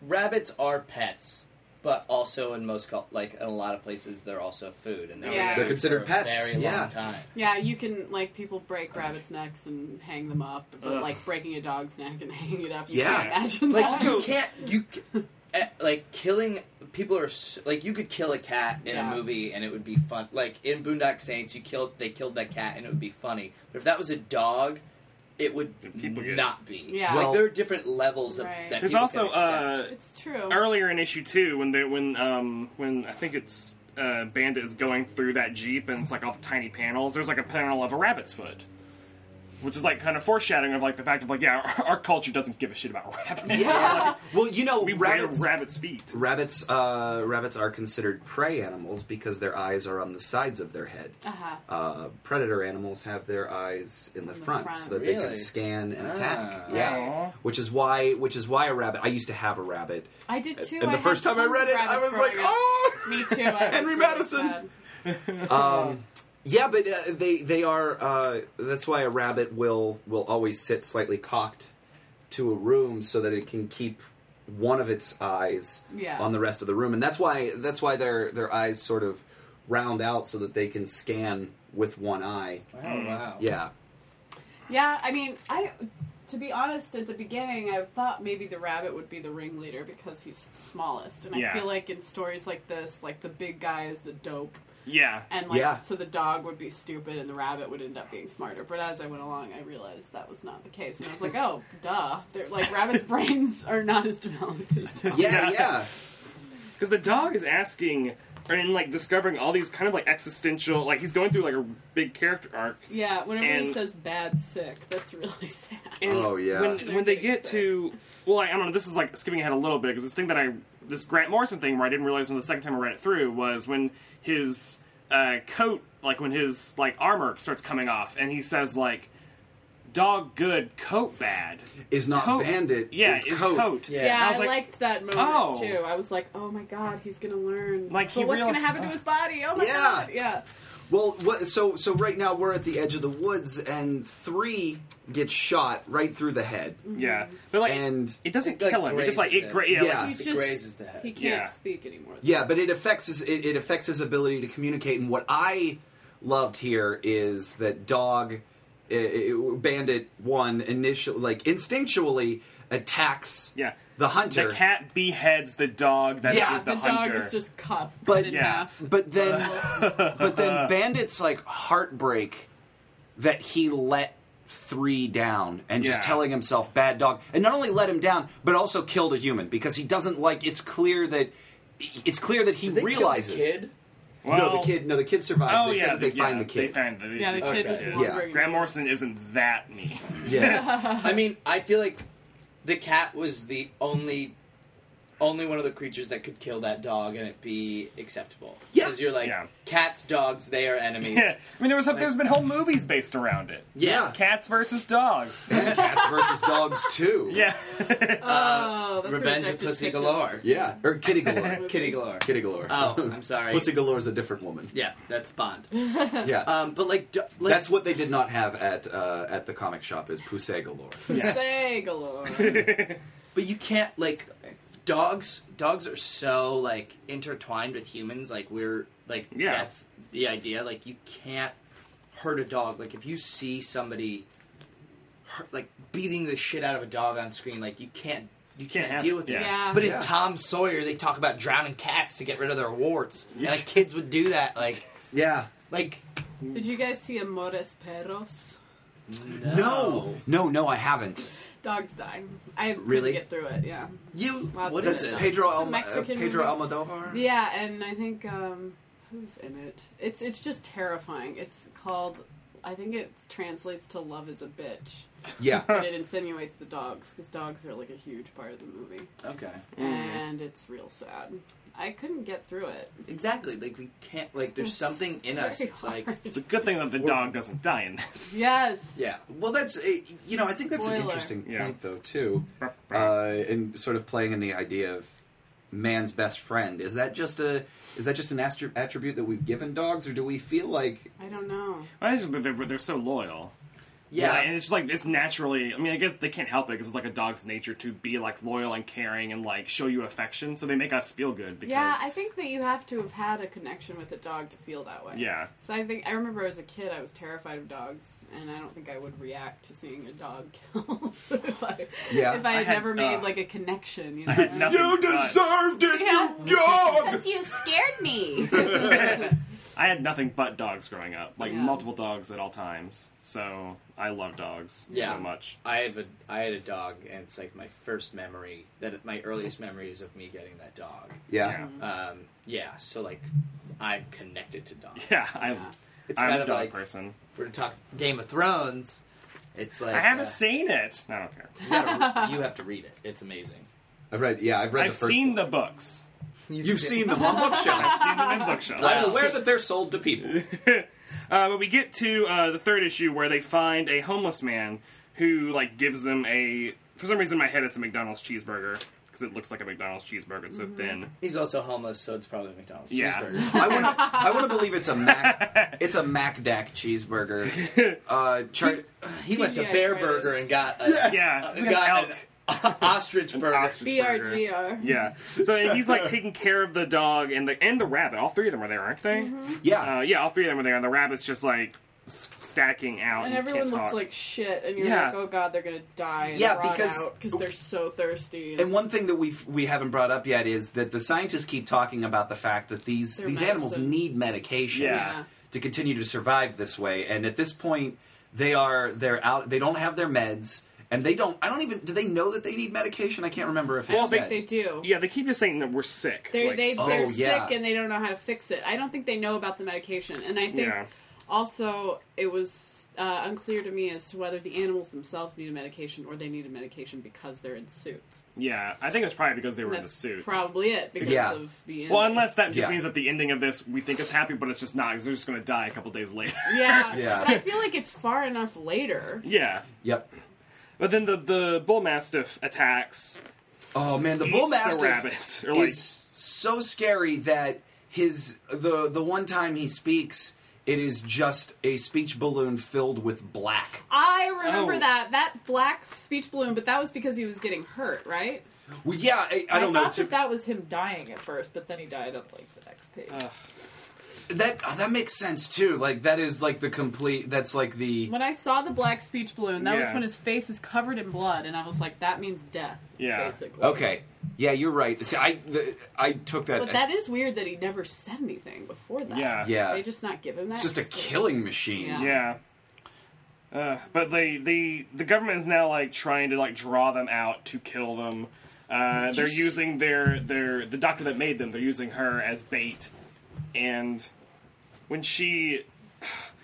[SPEAKER 5] rabbits are pets, but also in most cul- like in a lot of places they're also food and they're,
[SPEAKER 3] Yeah.
[SPEAKER 1] They're considered
[SPEAKER 5] for a
[SPEAKER 1] pests,
[SPEAKER 5] Very
[SPEAKER 1] yeah.
[SPEAKER 5] long time.
[SPEAKER 3] Yeah, you can like people break rabbits' necks and hang them up, but
[SPEAKER 2] Ugh.
[SPEAKER 3] like breaking a dog's neck and *laughs* hanging it up, you
[SPEAKER 1] Yeah.
[SPEAKER 3] can't imagine
[SPEAKER 5] Like
[SPEAKER 3] that.
[SPEAKER 5] you can't you c- eh, like killing people are s- like you could kill a cat in
[SPEAKER 3] Yeah.
[SPEAKER 5] a movie and it would be fun. Like in Boondock Saints, you killed they killed that cat and it would be funny. But if that was a dog, it would
[SPEAKER 2] Then people get-
[SPEAKER 5] not be.
[SPEAKER 3] Yeah.
[SPEAKER 1] Well-
[SPEAKER 5] like there are different levels of
[SPEAKER 3] Right.
[SPEAKER 5] that.
[SPEAKER 2] There's
[SPEAKER 5] people
[SPEAKER 2] also
[SPEAKER 5] can accept.
[SPEAKER 2] uh,
[SPEAKER 3] it's true.
[SPEAKER 2] earlier in issue two when they when um when I think it's uh, Bandit is going through that jeep and it's like all the tiny panels. There's like a panel of a rabbit's foot, which is like kind of foreshadowing of like the fact of like yeah our, our culture doesn't give a shit about rabbits.
[SPEAKER 1] yeah. Well, you know,
[SPEAKER 2] we
[SPEAKER 1] rabbits.
[SPEAKER 2] wear rabbits' feet.
[SPEAKER 1] Rabbits, uh, rabbits are considered prey animals because their eyes are on the sides of their head.
[SPEAKER 3] uh-huh.
[SPEAKER 1] Uh, predator animals have their eyes in the,
[SPEAKER 3] In the
[SPEAKER 1] front,
[SPEAKER 3] front.
[SPEAKER 1] so that they can
[SPEAKER 5] Really?
[SPEAKER 1] scan and
[SPEAKER 5] Ah.
[SPEAKER 1] attack.
[SPEAKER 5] Right.
[SPEAKER 1] Yeah,
[SPEAKER 2] Aw.
[SPEAKER 1] which is why which is why a rabbit. I used to have a rabbit,
[SPEAKER 3] I did too.
[SPEAKER 1] Uh, and
[SPEAKER 3] I
[SPEAKER 1] the
[SPEAKER 3] had
[SPEAKER 1] first time I
[SPEAKER 3] tons
[SPEAKER 1] read
[SPEAKER 3] of
[SPEAKER 1] it, I
[SPEAKER 3] rabbits
[SPEAKER 1] was like,
[SPEAKER 3] growing up.
[SPEAKER 1] oh.
[SPEAKER 3] *laughs* Me too. I
[SPEAKER 1] *laughs*
[SPEAKER 3] was
[SPEAKER 1] Henry
[SPEAKER 3] really
[SPEAKER 1] Madison.
[SPEAKER 3] sad.
[SPEAKER 1] Um, yeah, but uh, they they are. Uh, that's why a rabbit will will always sit slightly cocked to a room so that it can keep one of its eyes
[SPEAKER 3] Yeah.
[SPEAKER 1] on the rest of the room, and that's why that's why their their eyes sort of round out so that they can scan with one eye.
[SPEAKER 5] oh wow,
[SPEAKER 1] Hmm. Yeah.
[SPEAKER 3] Yeah, I mean, I to be honest, at the beginning, I thought maybe the rabbit would be the ringleader because he's the smallest, and
[SPEAKER 2] Yeah.
[SPEAKER 3] I feel like in stories like this, like the big guy is the dope,
[SPEAKER 2] Yeah,
[SPEAKER 3] and like
[SPEAKER 1] Yeah.
[SPEAKER 3] so the dog would be stupid and the rabbit would end up being smarter. But as I went along, I realized that was not the case, and I
[SPEAKER 2] *laughs*
[SPEAKER 3] was like, oh, duh, they're like rabbits' brains are not as developed
[SPEAKER 2] *laughs*
[SPEAKER 3] as dogs.
[SPEAKER 1] Yeah,
[SPEAKER 2] Yeah.
[SPEAKER 1] yeah.
[SPEAKER 2] because the dog is asking and like discovering all these kind of like existential like he's going through like a big character arc
[SPEAKER 3] Yeah, whenever he
[SPEAKER 2] And-
[SPEAKER 3] says bad sick, that's really *laughs* sad.
[SPEAKER 2] And
[SPEAKER 1] Oh, yeah.
[SPEAKER 2] When, when they
[SPEAKER 3] They're
[SPEAKER 2] get
[SPEAKER 3] getting
[SPEAKER 2] to well, I, I don't know. This is like skipping ahead a little bit because this thing that I this Grant Morrison thing where I didn't realize when the second time I read it through was when his uh, coat, like when his like armor starts coming off, and he says like, "Dog good, coat bad."
[SPEAKER 1] Is not
[SPEAKER 2] Coat.
[SPEAKER 1] bandit.
[SPEAKER 2] Yeah,
[SPEAKER 1] is
[SPEAKER 2] is
[SPEAKER 1] coat.
[SPEAKER 5] Yeah.
[SPEAKER 3] Yeah,
[SPEAKER 2] I
[SPEAKER 3] I,
[SPEAKER 2] was like-
[SPEAKER 3] liked that moment
[SPEAKER 2] Oh.
[SPEAKER 3] too. I was like, oh my god, he's gonna learn.
[SPEAKER 2] Like,
[SPEAKER 3] but
[SPEAKER 2] he
[SPEAKER 3] what's
[SPEAKER 2] real- *laughs*
[SPEAKER 3] gonna happen to his body? Oh my
[SPEAKER 1] Yeah.
[SPEAKER 3] god, yeah.
[SPEAKER 1] Well, what, so so right now we're at the edge of the woods, and three gets shot right through the head,
[SPEAKER 2] Yeah, but like
[SPEAKER 1] and
[SPEAKER 2] it doesn't
[SPEAKER 5] It, like,
[SPEAKER 2] kill him. It just like
[SPEAKER 5] grazes
[SPEAKER 2] it,
[SPEAKER 5] it.
[SPEAKER 2] gra- yeah, like,
[SPEAKER 1] Yeah.
[SPEAKER 3] He
[SPEAKER 1] He's
[SPEAKER 5] It
[SPEAKER 3] just
[SPEAKER 5] grazes the head.
[SPEAKER 3] he can't
[SPEAKER 2] Yeah.
[SPEAKER 3] speak anymore.
[SPEAKER 1] Yeah, but it affects his it, it affects his ability to communicate. And what I loved here is that dog i i bandit one initial like instinctually attacks
[SPEAKER 2] yeah.
[SPEAKER 1] the hunter,
[SPEAKER 2] The cat beheads the dog. That's
[SPEAKER 1] Yeah.
[SPEAKER 2] with
[SPEAKER 3] the,
[SPEAKER 2] the,
[SPEAKER 3] dog
[SPEAKER 2] hunter.
[SPEAKER 3] is just cut
[SPEAKER 1] But- Uh,
[SPEAKER 3] in
[SPEAKER 2] Yeah.
[SPEAKER 3] half.
[SPEAKER 1] but
[SPEAKER 2] *laughs*
[SPEAKER 1] then but then bandit's like heartbreak that he let three down and just
[SPEAKER 2] Yeah.
[SPEAKER 1] telling himself bad dog and not only let him down but also killed a human because he doesn't like it's clear that it's clear that he
[SPEAKER 5] Did they kill the
[SPEAKER 1] realizes
[SPEAKER 5] kid?
[SPEAKER 1] no
[SPEAKER 2] Well-
[SPEAKER 1] the kid no the kid survives
[SPEAKER 2] Oh
[SPEAKER 1] they
[SPEAKER 2] yeah,
[SPEAKER 1] said that they
[SPEAKER 2] the- yeah,
[SPEAKER 1] find the kid
[SPEAKER 2] They find the
[SPEAKER 3] Yeah, the
[SPEAKER 5] Okay.
[SPEAKER 3] kid was
[SPEAKER 5] Yeah.
[SPEAKER 3] wandering.
[SPEAKER 2] Grant Morrison isn't that
[SPEAKER 3] *laughs*
[SPEAKER 2] mean. *laughs*
[SPEAKER 1] yeah
[SPEAKER 5] I mean, I feel like the cat was the only
[SPEAKER 4] only one of the creatures that could kill that dog and it be acceptable.
[SPEAKER 1] Yeah.
[SPEAKER 4] Because you're like,
[SPEAKER 2] Yeah.
[SPEAKER 4] cats, dogs, they are enemies.
[SPEAKER 2] *laughs* Yeah. I mean, there was there's been whole movies based around it.
[SPEAKER 6] Yeah.
[SPEAKER 2] Cats
[SPEAKER 1] *laughs*
[SPEAKER 2] versus dogs.
[SPEAKER 1] Cats versus dogs too.
[SPEAKER 2] yeah. *laughs*
[SPEAKER 3] Oh, that's
[SPEAKER 4] Revenge of
[SPEAKER 3] rejected
[SPEAKER 4] Pussy
[SPEAKER 3] pictures.
[SPEAKER 4] Galore.
[SPEAKER 1] Yeah. Or Kitty
[SPEAKER 2] *laughs*
[SPEAKER 1] Galore.
[SPEAKER 4] Kitty Galore.
[SPEAKER 1] Kitty Galore.
[SPEAKER 4] Oh, I'm sorry.
[SPEAKER 1] Pussy Galore's a different woman.
[SPEAKER 4] Yeah, that's Bond.
[SPEAKER 1] Yeah.
[SPEAKER 4] Um, but like, do, like
[SPEAKER 1] That's what they did not have at uh, at the comic shop is Pussy Galore.
[SPEAKER 3] Say
[SPEAKER 2] *laughs*
[SPEAKER 3] Galore.
[SPEAKER 4] But you can't like dogs. Dogs are so like intertwined with humans. Like we're like
[SPEAKER 2] Yeah.
[SPEAKER 4] that's the idea. Like you can't hurt a dog. Like if you see somebody hurt, like beating the shit out of a dog on screen, like you can't you can't,
[SPEAKER 2] have
[SPEAKER 4] deal
[SPEAKER 2] it,
[SPEAKER 4] with
[SPEAKER 2] yeah.
[SPEAKER 4] it.
[SPEAKER 3] Yeah.
[SPEAKER 4] But
[SPEAKER 1] Yeah.
[SPEAKER 4] in Tom Sawyer, they talk about drowning cats to get rid of their warts, and like kids would do that. Like
[SPEAKER 1] Yeah.
[SPEAKER 4] like
[SPEAKER 3] Did you guys see Amores Perros?
[SPEAKER 1] No. No, no, I haven't.
[SPEAKER 3] Dogs die. I couldn't
[SPEAKER 1] Really?
[SPEAKER 3] get through it. Yeah.
[SPEAKER 4] you.
[SPEAKER 3] Wow,
[SPEAKER 4] what
[SPEAKER 3] that's
[SPEAKER 4] is
[SPEAKER 1] That's
[SPEAKER 4] it?
[SPEAKER 1] Pedro
[SPEAKER 3] It's a
[SPEAKER 1] Alma- uh,
[SPEAKER 3] Mexican
[SPEAKER 1] Pedro
[SPEAKER 3] movie.
[SPEAKER 1] Almodovar.
[SPEAKER 3] Yeah, and I think um, who's in it? It's it's just terrifying. It's called. I think it translates to "Love is a bitch,"
[SPEAKER 1] Yeah.
[SPEAKER 3] but it insinuates the dogs because dogs are like a huge part of the movie,
[SPEAKER 4] *laughs* Okay.
[SPEAKER 3] and it's real sad. I couldn't get through it.
[SPEAKER 4] Exactly. Like we can't. Like there's
[SPEAKER 3] It's
[SPEAKER 4] something in
[SPEAKER 3] very
[SPEAKER 4] us. It's like
[SPEAKER 3] hard.
[SPEAKER 2] It's a good thing that the dog doesn't die in this. *laughs*
[SPEAKER 3] yes.
[SPEAKER 4] yeah.
[SPEAKER 1] Well, that's uh, you know I think that's an
[SPEAKER 3] Spoiler.
[SPEAKER 1] interesting point
[SPEAKER 2] Yeah.
[SPEAKER 1] though
[SPEAKER 2] *laughs*
[SPEAKER 1] too, uh, and sort of playing in the idea of man's best friend. Is that just a is that just an astri- attribute that we've given dogs, or do we feel like
[SPEAKER 3] I don't know.
[SPEAKER 2] Well, it's just- but they're, but they're so loyal.
[SPEAKER 4] Yeah.
[SPEAKER 2] and it's just like it's naturally. I mean, I guess they can't help it because it's like a dog's nature to be like loyal and caring and like show you affection. So they make us feel good because
[SPEAKER 3] Yeah, I think that you have to have had a connection with a dog to feel that way.
[SPEAKER 2] Yeah.
[SPEAKER 3] So I think I remember as a kid I was terrified of dogs, and I don't think I would react to seeing a dog *laughs* killed if I
[SPEAKER 1] Yeah.
[SPEAKER 3] if I had,
[SPEAKER 2] I had,
[SPEAKER 3] never made
[SPEAKER 2] uh,
[SPEAKER 3] like a connection. You know,
[SPEAKER 2] nothing. You deserved
[SPEAKER 1] it,
[SPEAKER 3] Yeah. *laughs*
[SPEAKER 1] dog.
[SPEAKER 3] you
[SPEAKER 2] *laughs*
[SPEAKER 3] scared *laughs* me.
[SPEAKER 2] I had nothing but dogs growing up, like
[SPEAKER 3] Yeah.
[SPEAKER 2] multiple dogs at all times. So I love dogs
[SPEAKER 4] Yeah.
[SPEAKER 2] so much.
[SPEAKER 4] I have a I had a dog, and it's like my first memory that my earliest memory is of me getting that dog.
[SPEAKER 1] Yeah.
[SPEAKER 4] Um, yeah, so like I'm connected to dogs.
[SPEAKER 2] *laughs* Yeah, I'm,
[SPEAKER 4] It's
[SPEAKER 2] I'm
[SPEAKER 4] kind
[SPEAKER 2] a
[SPEAKER 4] of
[SPEAKER 2] dog
[SPEAKER 4] like
[SPEAKER 2] person.
[SPEAKER 4] if we're to talk Game of Thrones. It's like
[SPEAKER 2] I haven't
[SPEAKER 4] uh,
[SPEAKER 2] seen it. I don't care.
[SPEAKER 4] you,
[SPEAKER 3] *laughs*
[SPEAKER 4] gotta, you have to read it. It's amazing.
[SPEAKER 1] I've read. Yeah, I've read
[SPEAKER 2] I've
[SPEAKER 1] the first.
[SPEAKER 2] seen
[SPEAKER 1] one.
[SPEAKER 2] the books.
[SPEAKER 1] You've seen them on bookshelves.
[SPEAKER 2] *laughs* I've seen them in
[SPEAKER 4] *laughs*
[SPEAKER 2] bookshops.
[SPEAKER 1] I'm aware that they're sold to people.
[SPEAKER 2] Uh, but we get to uh, the third issue where they find a homeless man who like gives them a. For some reason, in my head it's a McDonald's cheeseburger because it looks like a McDonald's cheeseburger. It's so thin.
[SPEAKER 4] He's also homeless, so it's probably McDonald's
[SPEAKER 2] Yeah. *laughs*
[SPEAKER 4] cheeseburger.
[SPEAKER 1] I want to. I want to believe it's a Mac. It's a Mac Dac cheeseburger.
[SPEAKER 2] *laughs*
[SPEAKER 1] Uh, char-
[SPEAKER 4] He went to
[SPEAKER 3] TGI
[SPEAKER 4] Bear
[SPEAKER 3] Fridays.
[SPEAKER 4] Burger and got a,
[SPEAKER 2] Yeah,
[SPEAKER 4] uh,
[SPEAKER 2] it's like an
[SPEAKER 4] got
[SPEAKER 2] elk.
[SPEAKER 4] an ostrich burger.
[SPEAKER 2] ostrich burger.
[SPEAKER 3] BRGR.
[SPEAKER 2] Yeah. So he's like taking care of the dog and the and the rabbit. All three of them are there, aren't they?
[SPEAKER 1] yeah.
[SPEAKER 2] Uh, yeah, all three of them are there, and the rabbit's just like s- stacking out.
[SPEAKER 3] And
[SPEAKER 2] you
[SPEAKER 3] everyone
[SPEAKER 2] can't
[SPEAKER 3] looks
[SPEAKER 2] talk.
[SPEAKER 3] like shit, and you're
[SPEAKER 2] Yeah.
[SPEAKER 3] like, oh god, they're gonna die. And
[SPEAKER 1] Yeah,
[SPEAKER 3] rot
[SPEAKER 1] because-
[SPEAKER 3] because they're so thirsty.
[SPEAKER 1] and one thing that we we haven't brought up yet is that the scientists keep talking about the fact that these
[SPEAKER 3] They're
[SPEAKER 1] these animals
[SPEAKER 3] medicine.
[SPEAKER 1] need medication
[SPEAKER 2] Yeah.
[SPEAKER 3] Yeah.
[SPEAKER 1] to continue to survive this way. And at this point, they are they're out. They don't have their meds, and they don't. I don't even. Do they know that they need medication? I can't remember if it's
[SPEAKER 2] don't think
[SPEAKER 1] said.
[SPEAKER 3] they do.
[SPEAKER 2] yeah, they keep just saying that we're sick.
[SPEAKER 3] They're,
[SPEAKER 2] like,
[SPEAKER 3] they,
[SPEAKER 2] sick.
[SPEAKER 3] they're
[SPEAKER 1] Oh, yeah.
[SPEAKER 3] sick and they don't know how to fix it. I don't think they know about the medication. And I think
[SPEAKER 2] Yeah.
[SPEAKER 3] also it was uh, unclear to me as to whether the animals themselves need a medication or they need a medication because they're in suits.
[SPEAKER 2] yeah, I think it's probably because they were in the
[SPEAKER 3] That's
[SPEAKER 2] suits.
[SPEAKER 3] probably it because
[SPEAKER 1] Yeah.
[SPEAKER 3] of the animals.
[SPEAKER 2] Well, unless that just
[SPEAKER 1] Yeah.
[SPEAKER 2] means at the ending of this, we think it's happy, but it's just not because they're just going to die a couple days later. *laughs*
[SPEAKER 3] Yeah.
[SPEAKER 1] Yeah.
[SPEAKER 3] But I feel like it's far enough later.
[SPEAKER 2] yeah.
[SPEAKER 1] Yep.
[SPEAKER 2] But then the the bull mastiff attacks
[SPEAKER 1] Oh man, the
[SPEAKER 2] eats
[SPEAKER 1] bull
[SPEAKER 2] the rabbit. Or like,
[SPEAKER 1] is so scary that his the the one time he speaks, it is just a speech balloon filled with black.
[SPEAKER 3] I remember
[SPEAKER 2] Oh.
[SPEAKER 3] that. That black speech balloon, but that was because he was getting hurt, right?
[SPEAKER 1] Well, yeah, I, I don't know.
[SPEAKER 3] thought
[SPEAKER 1] To,
[SPEAKER 3] that that was him dying at first, but then he died on like the next page.
[SPEAKER 1] that oh, that makes sense too. Like that is like the complete. That's like the
[SPEAKER 3] When I saw the black speech balloon, that was
[SPEAKER 2] Yeah.
[SPEAKER 3] when his face is covered in blood, and I was like, that means death.
[SPEAKER 2] Yeah.
[SPEAKER 3] Basically.
[SPEAKER 1] okay. Yeah, you're right. See, I the, I took that.
[SPEAKER 3] But that is weird that he never said anything before that.
[SPEAKER 2] yeah,
[SPEAKER 1] yeah,
[SPEAKER 3] They just not give him that.
[SPEAKER 1] it's just a
[SPEAKER 3] like-
[SPEAKER 1] killing machine.
[SPEAKER 3] Yeah.
[SPEAKER 2] yeah. Uh, but they the the government is now like trying to like draw them out to kill them. Uh, they're
[SPEAKER 1] s-
[SPEAKER 2] using their their the doctor that made them. They're using her as bait, and when she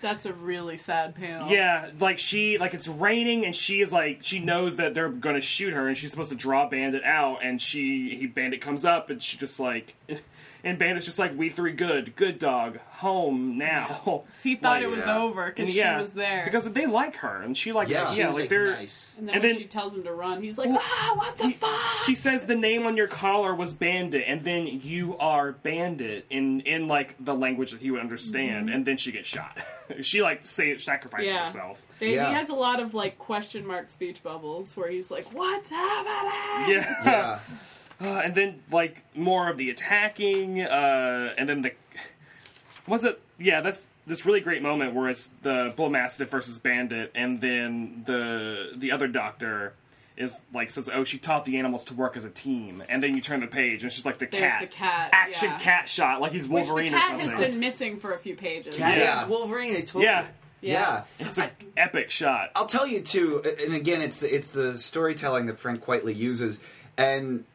[SPEAKER 3] That's a really sad panel.
[SPEAKER 2] Yeah, like she, like it's raining, and she is like, she knows that they're gonna shoot her, and she's supposed to draw Bandit out, and she, he, Bandit comes up, and she just like, *laughs* and Bandit's just like, we three good, good dog, home now. *laughs*
[SPEAKER 3] He thought
[SPEAKER 1] Like,
[SPEAKER 3] it was
[SPEAKER 1] yeah.
[SPEAKER 3] over because
[SPEAKER 2] yeah,
[SPEAKER 3] she was there.
[SPEAKER 2] because they like her, and she likes,
[SPEAKER 1] Yeah.
[SPEAKER 2] yeah,
[SPEAKER 1] She
[SPEAKER 4] She was,
[SPEAKER 2] like, they're.
[SPEAKER 4] nice.
[SPEAKER 3] and then
[SPEAKER 2] and
[SPEAKER 3] when
[SPEAKER 2] then-
[SPEAKER 3] she tells him to run, he's like, ah, what the fuck?
[SPEAKER 2] She says the name on your collar was Bandit, and then you are Bandit in in like the language that he would understand, and then she gets shot. *laughs* she like say sacrifices
[SPEAKER 3] Mm-hmm. Yeah.
[SPEAKER 2] herself.
[SPEAKER 3] They-
[SPEAKER 1] Yeah.
[SPEAKER 3] He has a lot of like question mark speech bubbles where he's like, what's happening?
[SPEAKER 2] Yeah.
[SPEAKER 1] yeah.
[SPEAKER 2] Uh, and then like more of the attacking, uh, and then the was it? Yeah, that's this really great moment where it's the Bullmastiff versus Bandit, and then the the other Doctor is like says, "Oh, she taught the animals to work as a team." And then you turn the page, and she's like the
[SPEAKER 3] There's
[SPEAKER 2] cat,
[SPEAKER 3] the cat,
[SPEAKER 2] action
[SPEAKER 3] yeah.
[SPEAKER 2] cat shot, like he's
[SPEAKER 3] Which
[SPEAKER 2] Wolverine
[SPEAKER 3] the cat
[SPEAKER 2] or
[SPEAKER 3] has
[SPEAKER 2] something.
[SPEAKER 3] been missing for a few pages.
[SPEAKER 4] That
[SPEAKER 1] Yeah.
[SPEAKER 4] is Wolverine. I told
[SPEAKER 2] yeah,
[SPEAKER 3] Yes.
[SPEAKER 2] it's an epic shot.
[SPEAKER 3] Oh,
[SPEAKER 1] I'll tell you too, and again, it's it's the storytelling that Frank Quitely uses, and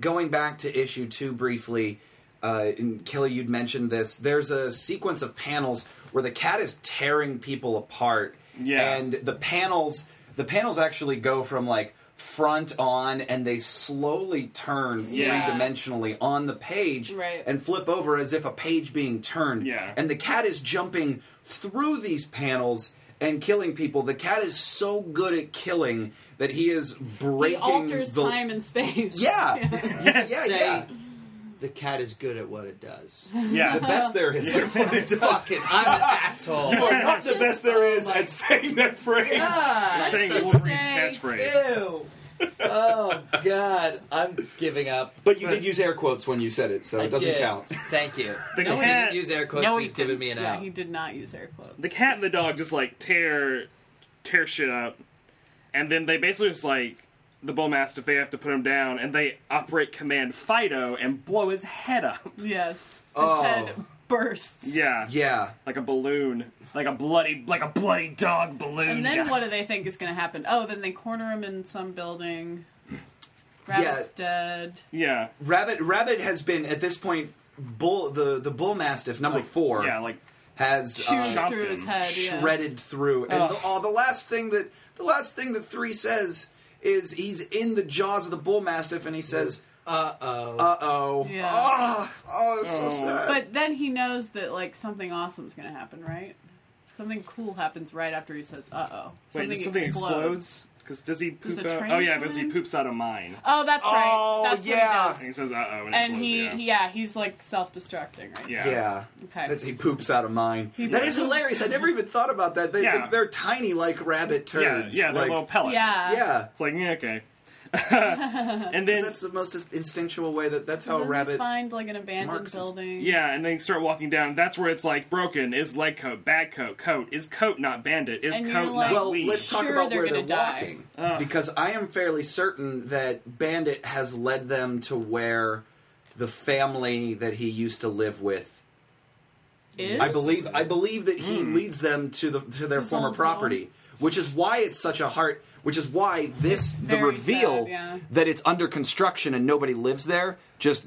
[SPEAKER 1] going back to issue two briefly, uh, and Kelly, you'd mentioned this. There's a sequence of panels where the cat is tearing people apart,
[SPEAKER 2] Yeah.
[SPEAKER 1] and the panels the panels actually go from like front on, and they slowly turn
[SPEAKER 2] Yeah.
[SPEAKER 1] three dimensionally on the page,
[SPEAKER 3] Right.
[SPEAKER 1] and flip over as if a page being turned.
[SPEAKER 2] Yeah.
[SPEAKER 1] And the cat is jumping through these panels and killing people. The cat is so good at killing that he is
[SPEAKER 3] He
[SPEAKER 1] breaking
[SPEAKER 3] alters
[SPEAKER 1] the
[SPEAKER 3] time and space.
[SPEAKER 1] Yeah. yeah,
[SPEAKER 3] *laughs*
[SPEAKER 4] Say
[SPEAKER 1] yeah.
[SPEAKER 4] the cat is good at what it does.
[SPEAKER 3] *laughs*
[SPEAKER 1] The
[SPEAKER 2] Yeah,
[SPEAKER 1] best there is at what it does.
[SPEAKER 4] Fucking, I'm an asshole.
[SPEAKER 1] You are not the best there is at saying that phrase.
[SPEAKER 3] Ah,
[SPEAKER 2] saying
[SPEAKER 3] let's just
[SPEAKER 2] Wolverine's
[SPEAKER 3] say-
[SPEAKER 2] catchphrase.
[SPEAKER 4] Ew. Oh God, I'm giving up.
[SPEAKER 1] But you did use air quotes when you said it, so
[SPEAKER 4] I
[SPEAKER 1] it doesn't
[SPEAKER 4] did.
[SPEAKER 1] count.
[SPEAKER 3] *laughs*
[SPEAKER 4] Thank you.
[SPEAKER 2] The
[SPEAKER 4] no one
[SPEAKER 2] cat-
[SPEAKER 4] didn't use air quotes.
[SPEAKER 3] No, he
[SPEAKER 4] he's giving
[SPEAKER 3] didn't.
[SPEAKER 4] me an
[SPEAKER 3] yeah,
[SPEAKER 4] out.
[SPEAKER 3] he did not use air quotes.
[SPEAKER 2] the cat and the dog just like tear tear shit up and then they basically just like the bullmastiff they have to put him down and they operate command fido and blow his head up
[SPEAKER 3] *laughs* Yes. His
[SPEAKER 1] Oh.
[SPEAKER 3] head bursts.
[SPEAKER 2] yeah
[SPEAKER 1] Yeah.
[SPEAKER 2] like a balloon like a bloody like a bloody dog balloon
[SPEAKER 3] And then
[SPEAKER 2] guys.
[SPEAKER 3] what do they think is going to happen? Oh, then they corner him in some building. Rabbit's dead.
[SPEAKER 2] *laughs* yeah
[SPEAKER 1] Rabbit Rabbit has been at this point bull the the bull mastiff number 4
[SPEAKER 2] yeah like
[SPEAKER 1] has uh,
[SPEAKER 3] Chews
[SPEAKER 2] chopped
[SPEAKER 3] through his
[SPEAKER 2] him.
[SPEAKER 3] head. yeah.
[SPEAKER 1] shredded through. And the,
[SPEAKER 2] Ugh.
[SPEAKER 1] oh, the last thing that the last thing that three says is he's in the jaws of the bull mastiff, and he says,
[SPEAKER 4] Uh oh.
[SPEAKER 1] "Uh oh,
[SPEAKER 3] Yeah.
[SPEAKER 1] oh, oh, that's so
[SPEAKER 2] Oh.
[SPEAKER 1] sad."
[SPEAKER 3] But then he knows that like something awesome is going to happen, right? Something cool happens right after he says, "Uh oh."
[SPEAKER 2] wait
[SPEAKER 3] Something,
[SPEAKER 2] does something
[SPEAKER 3] explodes.
[SPEAKER 2] explodes because does he poop
[SPEAKER 3] Does a
[SPEAKER 2] out
[SPEAKER 3] train
[SPEAKER 2] oh yeah
[SPEAKER 3] come
[SPEAKER 2] because he
[SPEAKER 3] in?
[SPEAKER 2] poops out a mine
[SPEAKER 3] Oh, that's
[SPEAKER 1] Oh,
[SPEAKER 3] right. That's
[SPEAKER 1] yeah.
[SPEAKER 2] and
[SPEAKER 3] What he
[SPEAKER 2] he
[SPEAKER 3] does.
[SPEAKER 2] says uh-oh and, it
[SPEAKER 3] And
[SPEAKER 2] blows,
[SPEAKER 3] he,
[SPEAKER 2] yeah.
[SPEAKER 3] yeah, he's like self-destructing, right?
[SPEAKER 2] yeah
[SPEAKER 1] yeah,
[SPEAKER 3] Okay.
[SPEAKER 1] That's, he poops out of mine.
[SPEAKER 3] He
[SPEAKER 1] that is
[SPEAKER 3] poops.
[SPEAKER 1] hilarious. I never even thought about that. They,
[SPEAKER 2] Yeah.
[SPEAKER 1] they, are tiny like rabbit
[SPEAKER 2] yeah,
[SPEAKER 1] turds.
[SPEAKER 2] yeah, they're
[SPEAKER 1] like,
[SPEAKER 2] little pellets
[SPEAKER 3] Yeah.
[SPEAKER 1] yeah.
[SPEAKER 2] it's like yeah
[SPEAKER 3] *laughs*
[SPEAKER 2] okay *laughs* and
[SPEAKER 1] 'Cause
[SPEAKER 2] then
[SPEAKER 1] That's the most instinctual way that that's how
[SPEAKER 3] Then
[SPEAKER 1] a
[SPEAKER 3] they
[SPEAKER 1] rabbit.
[SPEAKER 3] find like an abandoned
[SPEAKER 1] marks it.
[SPEAKER 3] building.
[SPEAKER 2] Yeah, and then you start walking down. That's where it's like broken is leg coat, bad coat, coat is coat not bandit is
[SPEAKER 3] And you're
[SPEAKER 2] coat
[SPEAKER 3] like-
[SPEAKER 2] not
[SPEAKER 1] Well,
[SPEAKER 2] leash.
[SPEAKER 1] let's talk
[SPEAKER 3] Sure
[SPEAKER 1] about
[SPEAKER 3] they're
[SPEAKER 1] where they're
[SPEAKER 3] gonna die.
[SPEAKER 1] walking
[SPEAKER 2] Ugh.
[SPEAKER 1] because I am fairly certain that Bandit has led them to where the family that he used to live with.
[SPEAKER 3] Is?
[SPEAKER 1] I believe I believe that
[SPEAKER 3] Hmm.
[SPEAKER 1] he leads them to the to their
[SPEAKER 3] His
[SPEAKER 1] former
[SPEAKER 3] old
[SPEAKER 1] property, which is why it's such a heart. Which is why this the
[SPEAKER 3] very
[SPEAKER 1] reveal
[SPEAKER 3] sad, yeah.
[SPEAKER 1] that it's under construction and nobody lives there just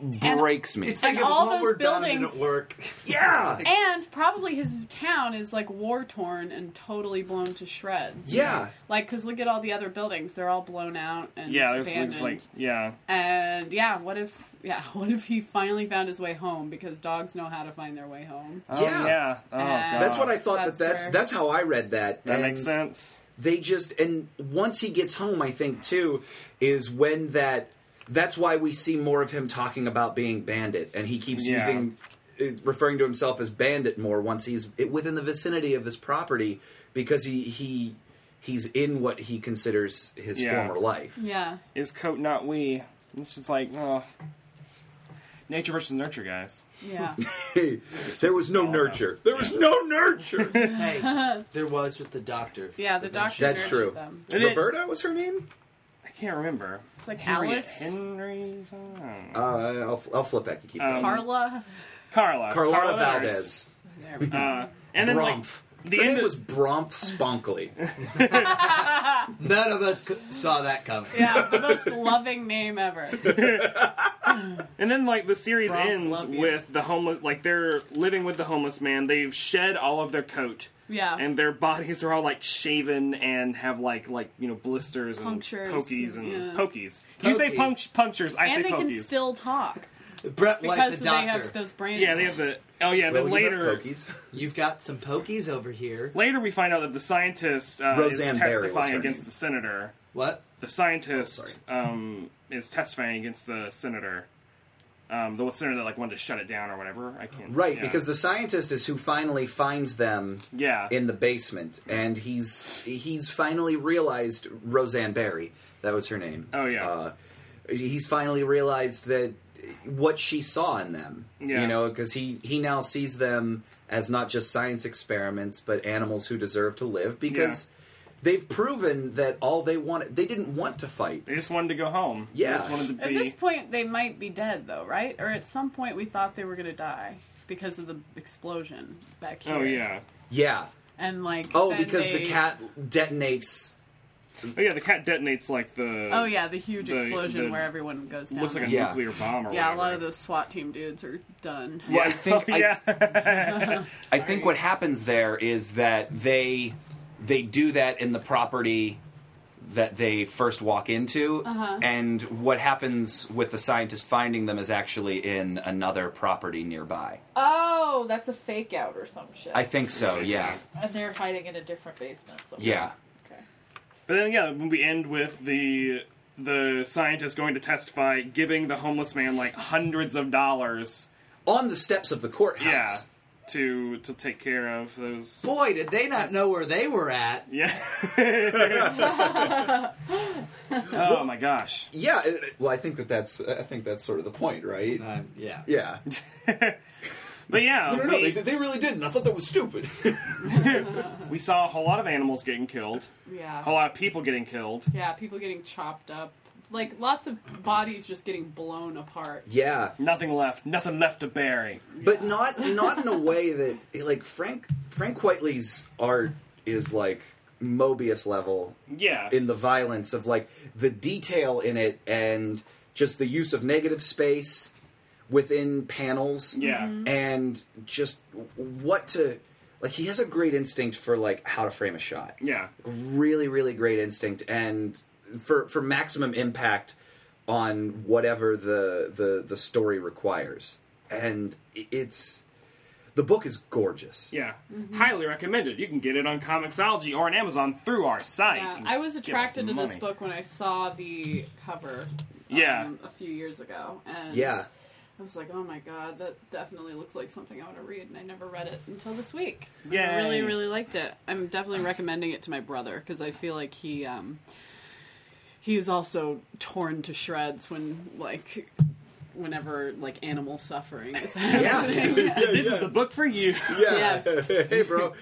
[SPEAKER 1] breaks me.
[SPEAKER 4] It's
[SPEAKER 3] And
[SPEAKER 4] like if
[SPEAKER 3] all
[SPEAKER 4] Homer
[SPEAKER 3] those
[SPEAKER 4] Dunn didn't
[SPEAKER 3] buildings-
[SPEAKER 4] work.
[SPEAKER 3] *laughs*
[SPEAKER 1] yeah,
[SPEAKER 3] And probably his town is like war torn and totally blown to shreds.
[SPEAKER 1] yeah.
[SPEAKER 3] Like, cause look at all the other buildings; they're all blown out and
[SPEAKER 2] yeah, there's
[SPEAKER 3] abandoned.
[SPEAKER 2] it's like yeah,
[SPEAKER 3] and yeah, what if yeah, *laughs* what if he finally found his way home because dogs know how to find their way home.
[SPEAKER 2] oh,
[SPEAKER 1] Yeah.
[SPEAKER 2] yeah. Oh
[SPEAKER 3] Yeah.
[SPEAKER 2] god,
[SPEAKER 1] That's what I thought
[SPEAKER 3] That's
[SPEAKER 1] that that's
[SPEAKER 3] where-
[SPEAKER 1] that's how I read that.
[SPEAKER 2] That
[SPEAKER 1] and
[SPEAKER 2] makes sense.
[SPEAKER 1] they just and once he gets home i think too is when that that's why we see more of him talking about being bandit and he keeps
[SPEAKER 2] Yeah.
[SPEAKER 1] using uh, referring to himself as bandit more once he's i- within the vicinity of this property because he he he's in what he considers his
[SPEAKER 2] Yeah.
[SPEAKER 1] former life
[SPEAKER 3] Yeah,
[SPEAKER 2] Is coat not we? It's just like oh, it's nature versus nurture, guys.
[SPEAKER 3] yeah.
[SPEAKER 1] Hey, *laughs* there was no
[SPEAKER 2] all
[SPEAKER 1] nurture there was no
[SPEAKER 2] *laughs*
[SPEAKER 1] nurture
[SPEAKER 4] hey, there was with the doctor.
[SPEAKER 3] Yeah, the doctor
[SPEAKER 1] that's
[SPEAKER 3] nurtured
[SPEAKER 1] true
[SPEAKER 3] them.
[SPEAKER 2] And it-
[SPEAKER 1] roberta was her name
[SPEAKER 2] I can't remember.
[SPEAKER 3] It's like
[SPEAKER 2] Henriette-
[SPEAKER 3] Alice,
[SPEAKER 2] Henry, something? I don't know.
[SPEAKER 1] uh, I'll, I'll flip back and keep going
[SPEAKER 3] Carla.
[SPEAKER 1] carlotta
[SPEAKER 2] Carla, Carla Um, Harris.
[SPEAKER 1] valdez
[SPEAKER 2] *laughs*
[SPEAKER 3] There we go.
[SPEAKER 2] Uh, and then like
[SPEAKER 1] Bromf.
[SPEAKER 2] the
[SPEAKER 1] Her
[SPEAKER 2] end
[SPEAKER 1] name
[SPEAKER 2] *laughs* of-
[SPEAKER 1] was Bromf Spunkley.
[SPEAKER 4] None of us c- saw that coming.
[SPEAKER 3] Yeah, the most loving name ever.
[SPEAKER 2] And then like the series
[SPEAKER 3] Bronx,
[SPEAKER 2] ends
[SPEAKER 3] love you.
[SPEAKER 2] with the homeless, like they're living with the homeless man. They've shed all of their coat.
[SPEAKER 3] Yeah.
[SPEAKER 2] And their bodies are all like shaven and have like like you know blisters and
[SPEAKER 3] Punctures,
[SPEAKER 2] pokies and
[SPEAKER 3] yeah.
[SPEAKER 2] pokies. You say
[SPEAKER 4] Pokies.
[SPEAKER 2] punch punctures, I
[SPEAKER 3] and
[SPEAKER 2] say
[SPEAKER 3] they can
[SPEAKER 2] pokies.
[SPEAKER 3] still talk
[SPEAKER 4] Brett White,
[SPEAKER 3] because
[SPEAKER 4] the
[SPEAKER 3] they
[SPEAKER 4] doctor.
[SPEAKER 3] have those brain.
[SPEAKER 2] yeah, they have the oh yeah.
[SPEAKER 1] Well,
[SPEAKER 2] Then
[SPEAKER 1] you love
[SPEAKER 2] later,
[SPEAKER 1] Pokies.
[SPEAKER 4] You've got some pokies over here.
[SPEAKER 2] later we find out that the scientist uh, is
[SPEAKER 1] Roseanne Barry was
[SPEAKER 2] testifying
[SPEAKER 1] her
[SPEAKER 2] against
[SPEAKER 1] name.
[SPEAKER 2] the senator.
[SPEAKER 4] What?
[SPEAKER 2] The scientist um, is testifying against the senator. Um, the senator that like wanted to shut it down or whatever. I can't.
[SPEAKER 1] Right,
[SPEAKER 2] yeah.
[SPEAKER 1] because the scientist is who finally finds them
[SPEAKER 2] yeah
[SPEAKER 1] in the basement, and he's he's finally realized Roseanne Barry. That was her name.
[SPEAKER 2] Oh, yeah.
[SPEAKER 1] Uh, he's finally realized that what she saw in them.
[SPEAKER 2] Yeah.
[SPEAKER 1] You know, because he he now sees them as not just science experiments, but animals who deserve to live because. They've proven that all they wanted, they didn't want to fight.
[SPEAKER 2] they just wanted to go home. They
[SPEAKER 1] Yeah.
[SPEAKER 2] just wanted to
[SPEAKER 3] At
[SPEAKER 2] be.
[SPEAKER 3] this point, they might be dead though, right? Or at some point, we thought they were gonna die because of the explosion back here.
[SPEAKER 2] Oh yeah,
[SPEAKER 1] Yeah.
[SPEAKER 3] and like
[SPEAKER 1] Oh,
[SPEAKER 3] then
[SPEAKER 1] because
[SPEAKER 3] they-
[SPEAKER 1] the cat detonates.
[SPEAKER 2] oh yeah. The cat detonates like the.
[SPEAKER 3] Oh yeah, the huge
[SPEAKER 2] The-
[SPEAKER 3] explosion
[SPEAKER 2] the-
[SPEAKER 3] where everyone goes down.
[SPEAKER 2] Looks like a
[SPEAKER 1] Yeah.
[SPEAKER 2] nuclear bomb. Or
[SPEAKER 3] yeah,
[SPEAKER 2] whatever.
[SPEAKER 3] a lot of those SWAT team dudes are done.
[SPEAKER 1] Well, I think
[SPEAKER 2] *laughs* Oh,
[SPEAKER 1] I-
[SPEAKER 2] yeah.
[SPEAKER 7] I think what happens there is that they they do that in the property that they first walk into, and what happens with the scientist finding them is actually in another property nearby.
[SPEAKER 8] Oh, that's a fake out or some shit.
[SPEAKER 7] I think so. Yeah,
[SPEAKER 8] and they're hiding in a different basement. Somewhere.
[SPEAKER 7] yeah.
[SPEAKER 8] Okay.
[SPEAKER 2] but then yeah, when we end with the the scientist going to testify, giving the homeless man like hundreds of dollars.
[SPEAKER 1] On the steps of the courthouse.
[SPEAKER 2] Yeah. To to take care of those.
[SPEAKER 4] Boy, did they not know where they were at.
[SPEAKER 2] Yeah. oh my gosh.
[SPEAKER 1] Yeah, it- it- well, I think that that's I think that's sort of the point, right?
[SPEAKER 4] Um, yeah.
[SPEAKER 1] yeah.
[SPEAKER 2] But yeah,
[SPEAKER 1] No, no, no,
[SPEAKER 2] we,
[SPEAKER 1] they, they really didn't. I thought that
[SPEAKER 7] *laughs*
[SPEAKER 1] was stupid.
[SPEAKER 2] we saw a whole lot of animals getting killed, a whole
[SPEAKER 3] Yeah,
[SPEAKER 2] lot of people getting killed.
[SPEAKER 3] yeah, people getting chopped up, like lots of bodies just getting blown apart.
[SPEAKER 1] yeah,
[SPEAKER 2] Nothing left. Nothing left to bury.
[SPEAKER 1] but not not in a way that like Frank Frank Whiteley's art is like Mobius level
[SPEAKER 2] Yeah.
[SPEAKER 1] in the violence of like the detail in it and just the use of negative space within panels.
[SPEAKER 2] Yeah. Mhm.
[SPEAKER 1] and just what to like. He has a great instinct for like how to frame a shot.
[SPEAKER 2] yeah.
[SPEAKER 1] really really great instinct and for for maximum impact on whatever the the the story requires and i- it's the book is gorgeous
[SPEAKER 2] Yeah,
[SPEAKER 3] Mm-hmm.
[SPEAKER 2] highly recommended. You can get it on Comixology or on Amazon through our site.
[SPEAKER 3] Yeah,
[SPEAKER 2] and
[SPEAKER 3] I was
[SPEAKER 2] give us
[SPEAKER 3] attracted to this
[SPEAKER 1] *laughs*
[SPEAKER 2] money.
[SPEAKER 3] book when I saw the cover.
[SPEAKER 2] Yeah.
[SPEAKER 3] um, a few years ago, and
[SPEAKER 1] yeah
[SPEAKER 3] I was like, oh my god, that definitely looks like something I want to read, and I never read it until this week. And I
[SPEAKER 2] Yay.
[SPEAKER 3] really, really liked it. I'm definitely recommending it to my brother because I feel like he um, he was also torn to shreds when like whenever like animal suffering is *laughs* happening.
[SPEAKER 2] This is the book for you.
[SPEAKER 3] Yes.
[SPEAKER 1] hey bro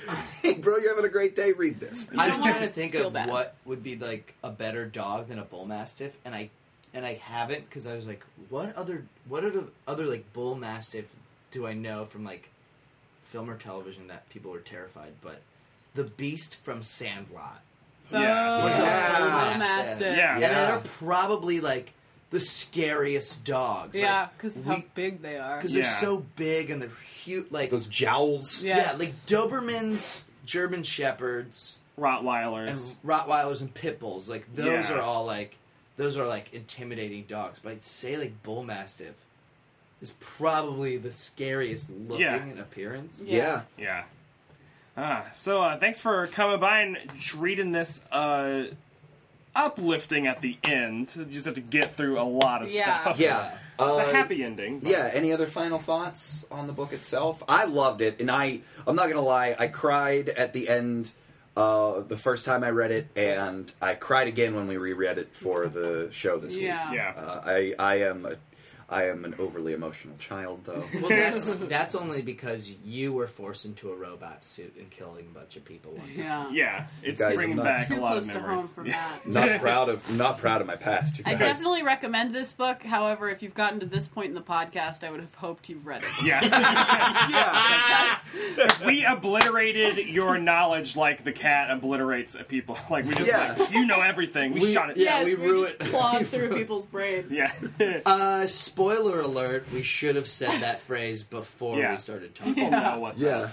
[SPEAKER 1] hey bro you're having a great day read this
[SPEAKER 4] I'm *laughs*
[SPEAKER 3] don't
[SPEAKER 4] trying
[SPEAKER 3] wanna
[SPEAKER 4] to think
[SPEAKER 3] feel
[SPEAKER 4] of
[SPEAKER 3] bad.
[SPEAKER 4] what would be like a better dog than a bull mastiff, and I and I haven't because I was like, what other what other other like bull mastiff do I know from like film or television that people are terrified? But the beast from Sandlot,
[SPEAKER 2] Yeah.
[SPEAKER 3] Oh,
[SPEAKER 1] Yeah.
[SPEAKER 3] mastiff.
[SPEAKER 2] Yeah.
[SPEAKER 4] and they're probably like the scariest dogs.
[SPEAKER 3] Yeah, because of how
[SPEAKER 4] we-
[SPEAKER 3] big they are.
[SPEAKER 4] because
[SPEAKER 2] Yeah.
[SPEAKER 4] they're so big and they're huge. Like
[SPEAKER 1] those jowls
[SPEAKER 3] Yes.
[SPEAKER 4] yeah, like Dobermans, German Shepherds. and
[SPEAKER 2] Rottweilers.
[SPEAKER 4] Rottweilers and pit bulls. Like those
[SPEAKER 2] Yeah.
[SPEAKER 4] are all like those are like intimidating dogs. But I'd say like bull mastiff is probably the scariest looking
[SPEAKER 2] Yeah.
[SPEAKER 4] in appearance.
[SPEAKER 3] Yeah.
[SPEAKER 1] yeah
[SPEAKER 2] yeah. Ah, so uh, thanks for coming by and reading this uh, uplifting at the end. You just have to get through a lot of
[SPEAKER 8] Yeah.
[SPEAKER 2] stuff.
[SPEAKER 1] yeah,
[SPEAKER 2] *laughs* It's
[SPEAKER 1] Uh,
[SPEAKER 2] a happy ending. but-
[SPEAKER 1] yeah any other final thoughts on the book itself i loved it and i i'm not gonna lie i cried at the end uh the first time i read it and i cried again when we reread it for the show this
[SPEAKER 3] Yeah.
[SPEAKER 1] week
[SPEAKER 2] Yeah.
[SPEAKER 1] uh, i i am a,
[SPEAKER 9] I am an overly emotional child, though.
[SPEAKER 4] *laughs* Well, that's that's only because you were forced into a robot suit and killing a bunch of people one
[SPEAKER 2] *laughs*
[SPEAKER 4] time.
[SPEAKER 3] Yeah.
[SPEAKER 2] Yeah, it's
[SPEAKER 9] guys are
[SPEAKER 2] bringing
[SPEAKER 9] nuts.
[SPEAKER 2] back
[SPEAKER 3] Too
[SPEAKER 2] a lot
[SPEAKER 3] close
[SPEAKER 2] of
[SPEAKER 3] to home
[SPEAKER 2] memories.
[SPEAKER 3] for
[SPEAKER 2] Yeah. *laughs*
[SPEAKER 3] that.
[SPEAKER 9] Not
[SPEAKER 4] *laughs*
[SPEAKER 9] proud of not proud of my past. You
[SPEAKER 3] I
[SPEAKER 9] guys.
[SPEAKER 3] definitely recommend this book. However, if you've gotten to this point in the podcast, I would have hoped you've read it. *laughs*
[SPEAKER 2] Yeah.
[SPEAKER 1] Yeah.
[SPEAKER 2] we obliterated your knowledge like the cat obliterates people. *laughs* Like we just
[SPEAKER 9] Yeah.
[SPEAKER 2] like you know everything. We, shot it.
[SPEAKER 4] yeah.
[SPEAKER 3] yes,
[SPEAKER 4] *laughs* we
[SPEAKER 3] we
[SPEAKER 4] ruined-
[SPEAKER 3] just clawed through people's brains.
[SPEAKER 2] Yeah. *laughs*
[SPEAKER 4] Uh, spoiler alert: We should have said that phrase before
[SPEAKER 2] Yeah.
[SPEAKER 4] we started talking.
[SPEAKER 2] *laughs* you know what's
[SPEAKER 9] Yeah,
[SPEAKER 2] up.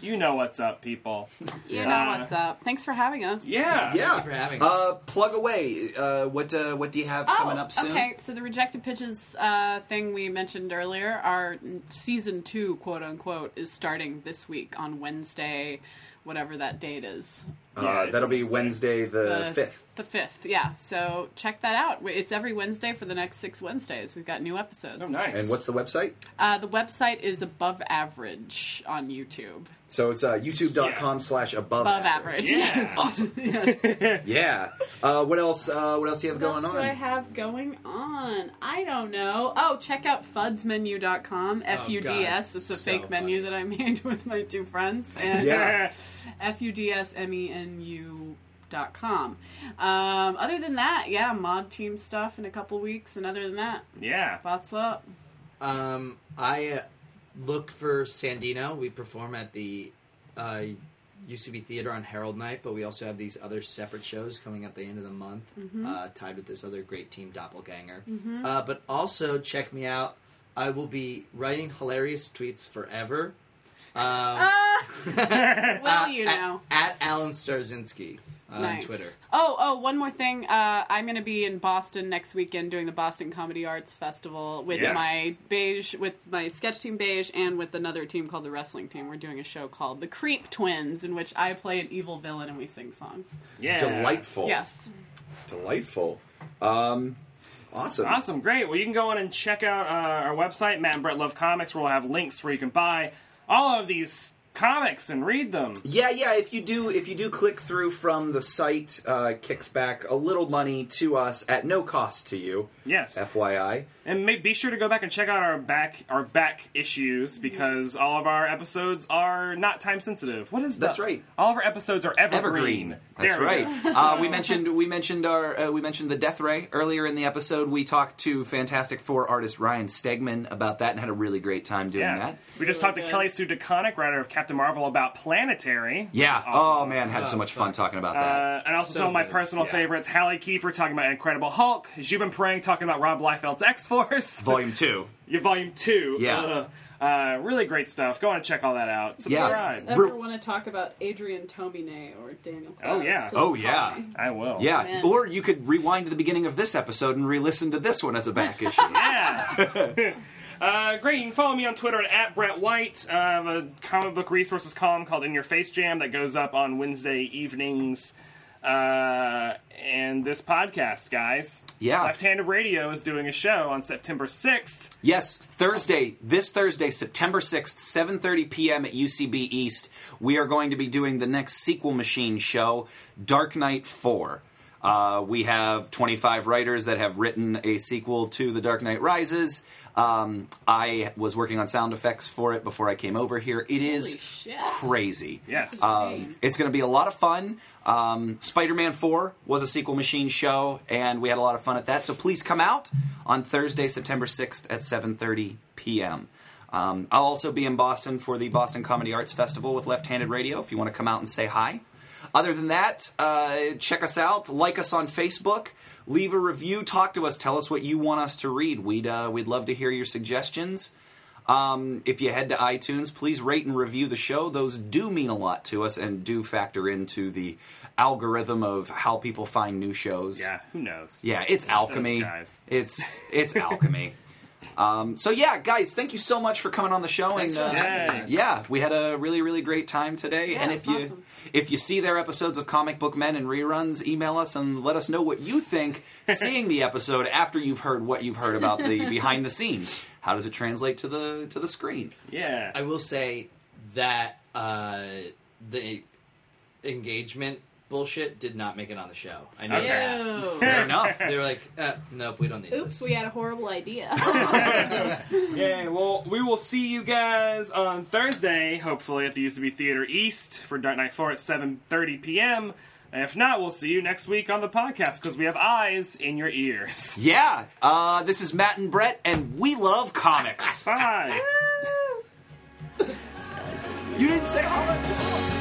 [SPEAKER 2] You know what's up, people.
[SPEAKER 3] You
[SPEAKER 2] Yeah.
[SPEAKER 3] know what's up. Thanks for having us.
[SPEAKER 2] Yeah.
[SPEAKER 4] Thank you for having us.
[SPEAKER 1] Uh, plug away. Uh, what uh, what do you have coming up soon?
[SPEAKER 3] Oh, Okay, so the rejected pitches uh, thing we mentioned earlier, our n- season two, quote unquote, is starting this week on Wednesday, whatever that date is.
[SPEAKER 2] Yeah,
[SPEAKER 9] uh,
[SPEAKER 2] it's
[SPEAKER 9] that'll be
[SPEAKER 2] Wednesday.
[SPEAKER 9] Wednesday the fifth.
[SPEAKER 3] The fifth, yeah. So check that out. W- It's every Wednesday for the next six Wednesdays. We've got new episodes.
[SPEAKER 2] Oh, nice.
[SPEAKER 9] And what's the website?
[SPEAKER 3] uh, the website is above average on YouTube.
[SPEAKER 9] So it's uh, youtube.com
[SPEAKER 2] Yeah.
[SPEAKER 9] slash above
[SPEAKER 3] Above
[SPEAKER 9] average.
[SPEAKER 3] average.
[SPEAKER 2] Yeah.
[SPEAKER 9] Awesome. *laughs* yeah. Uh, what else? Uh, what else do you have
[SPEAKER 3] What else
[SPEAKER 9] going
[SPEAKER 3] do I
[SPEAKER 9] on?
[SPEAKER 3] have going on? I don't know. Oh, check out fudsmenu.com.
[SPEAKER 9] Oh,
[SPEAKER 3] F U D S. It's a
[SPEAKER 4] so
[SPEAKER 3] fake menu
[SPEAKER 4] funny.
[SPEAKER 3] that I *laughs* made with my two friends. And
[SPEAKER 9] Yeah.
[SPEAKER 3] F U D S M E N U dot com. Um, other than that, yeah, mod team stuff in a couple weeks. And other than that,
[SPEAKER 2] *laughs* yeah.
[SPEAKER 3] what's
[SPEAKER 9] *laughs*
[SPEAKER 3] up?
[SPEAKER 4] Um, I uh, look for Sandino. We perform at the uh, UCB Theater on Herald Night, but we also have these other separate shows coming at the end of the month,
[SPEAKER 3] Mm-hmm.
[SPEAKER 4] uh, tied with this other great team, Doppelganger. Uh, but also check me out. I will be writing hilarious tweets forever. Um,
[SPEAKER 3] Well, you
[SPEAKER 9] Uh,
[SPEAKER 4] at-
[SPEAKER 3] know.
[SPEAKER 4] At, Alan Starzinski on
[SPEAKER 3] Nice.
[SPEAKER 4] Twitter.
[SPEAKER 3] Oh, oh, one more thing. Uh, I'm going to be in Boston next weekend doing the Boston Comedy Arts Festival with
[SPEAKER 1] Yes.
[SPEAKER 3] my beige, with my sketch team beige, and with another team called the Wrestling Team. We're doing a show called The Creep Twins, in which I play an evil villain and we sing songs.
[SPEAKER 2] Yeah.
[SPEAKER 9] Delightful.
[SPEAKER 1] Oh.
[SPEAKER 3] Yes.
[SPEAKER 9] Delightful. Um, awesome.
[SPEAKER 2] Awesome, great. Well, you can go in and check out uh, our website, Matt and Brett Love Comics, where we'll have links where you can buy all of these comics and read them.
[SPEAKER 9] Yeah, yeah. If you do, if you do click through from the site, uh, kicks back a little money to us at no cost to you.
[SPEAKER 2] Yes,
[SPEAKER 9] FYI.
[SPEAKER 2] and ma- be sure to go back and check out our back our back issues because all of our episodes are not time sensitive. What is that?
[SPEAKER 9] That's right.
[SPEAKER 2] All of our episodes are evergreen.
[SPEAKER 1] Evergreen. That's
[SPEAKER 2] There we
[SPEAKER 1] right.
[SPEAKER 2] go.
[SPEAKER 1] Uh, we mentioned we mentioned our uh, we mentioned the Death Ray earlier in the episode. We talked to Fantastic Four artist Ryan Stegman about that and had a really great time doing
[SPEAKER 2] Yeah,
[SPEAKER 1] that.
[SPEAKER 2] we just
[SPEAKER 3] really
[SPEAKER 2] talked to
[SPEAKER 3] good.
[SPEAKER 2] Kelly Sue DeConnick, writer of Captain Marvel, about Planetary.
[SPEAKER 1] Yeah.
[SPEAKER 2] Awesome,
[SPEAKER 1] oh man, had so
[SPEAKER 4] Oh,
[SPEAKER 1] much fun
[SPEAKER 4] fuck.
[SPEAKER 1] talking about that.
[SPEAKER 2] Uh, and also
[SPEAKER 4] So
[SPEAKER 2] some of my
[SPEAKER 4] good.
[SPEAKER 2] personal
[SPEAKER 1] Yeah.
[SPEAKER 2] favorites: Hallie Kiefer talking about Incredible Hulk, Jubin Prang talking about Rob Liefeld's X Force, *laughs*
[SPEAKER 1] Volume two.
[SPEAKER 2] Your volume two.
[SPEAKER 1] Yeah.
[SPEAKER 2] Ugh. Uh, really great stuff. Go on and check all that out.
[SPEAKER 1] Yeah.
[SPEAKER 2] Subscribe.
[SPEAKER 1] Yes.
[SPEAKER 3] Ever
[SPEAKER 1] Ru-
[SPEAKER 3] want to talk about Adrian Tomine or Daniel
[SPEAKER 2] Oh, yeah.
[SPEAKER 1] Oh, yeah.
[SPEAKER 2] I will.
[SPEAKER 1] Yeah.
[SPEAKER 3] man.
[SPEAKER 1] Or you could rewind to the beginning of this episode and re-listen to this one as a
[SPEAKER 2] *laughs*
[SPEAKER 1] back issue.
[SPEAKER 2] Yeah.
[SPEAKER 1] *laughs*
[SPEAKER 2] *laughs* Uh, great. You can follow me on Twitter at, at Brett White. Uh, I have a comic book resources column called In Your Face Jam that goes up on Wednesday evenings. Uh, and this podcast, guys.
[SPEAKER 1] Yeah.
[SPEAKER 2] Left Handed Radio is doing a show on September 6th.
[SPEAKER 1] Yes, Thursday, this Thursday, September 6th, 7:30 p.m. at UCB East, we are going to be doing the next sequel machine show, Dark Knight 4. Uh, we have 25 writers that have written a sequel to The Dark Knight Rises. Um, I was working on sound effects for it before I came over here. It is
[SPEAKER 3] shit.
[SPEAKER 1] crazy.
[SPEAKER 2] Yes.
[SPEAKER 1] Um, it's going to be a lot of fun. Um, Spider Man 4 was a sequel machine show, and we had a lot of fun at that. So please come out on Thursday, September 6th at 7.30 p.m. Um, I'll also be in Boston for the Boston Comedy Arts Festival with Left Handed Radio if you want to come out and say hi. Other than that, uh, check us out, like us on Facebook, leave a review, talk to us, tell us what you want us to read. We'd, uh, we'd love to hear your suggestions. Um, if you head to iTunes, please rate and review the show. Those do mean a lot to us and do factor into the algorithm of how people find new shows.
[SPEAKER 2] yeah. Who knows?
[SPEAKER 1] Yeah,
[SPEAKER 2] *laughs*
[SPEAKER 1] it's alchemy.
[SPEAKER 2] guys.
[SPEAKER 1] It's it's
[SPEAKER 2] *laughs*
[SPEAKER 1] alchemy. Um, so yeah, guys, thank you so much for coming on the show.
[SPEAKER 4] Thanks
[SPEAKER 1] and
[SPEAKER 4] for
[SPEAKER 1] uh,
[SPEAKER 4] having us.
[SPEAKER 1] yeah, we had a really really great time today.
[SPEAKER 3] Yeah,
[SPEAKER 1] and
[SPEAKER 3] it
[SPEAKER 1] if you
[SPEAKER 3] was awesome.
[SPEAKER 1] if you see their episodes of Comic Book Men and reruns, email us and let us know what you think seeing the episode after you've heard what you've heard about the behind the scenes. How does it translate to the to the screen?
[SPEAKER 2] Yeah.
[SPEAKER 4] I will say that uh, the engagement bullshit did not make it on the show. I know.
[SPEAKER 5] Okay.
[SPEAKER 3] Ew.
[SPEAKER 1] Fair enough.
[SPEAKER 4] They were like, uh, nope, we don't need
[SPEAKER 10] Oops,
[SPEAKER 4] this.
[SPEAKER 10] we had a horrible
[SPEAKER 1] *laughs*
[SPEAKER 10] idea.
[SPEAKER 2] Yeah, well, we will see you guys on Thursday, hopefully at the UCB Theater East for Dark Knight 4 at 7:30 p.m. If not, we'll see you next week on the podcast because we have eyes in your ears. *laughs*
[SPEAKER 1] Yeah, uh, this is Matt and Brett, and we love comics.
[SPEAKER 2] Bye.
[SPEAKER 1] you didn't say all that.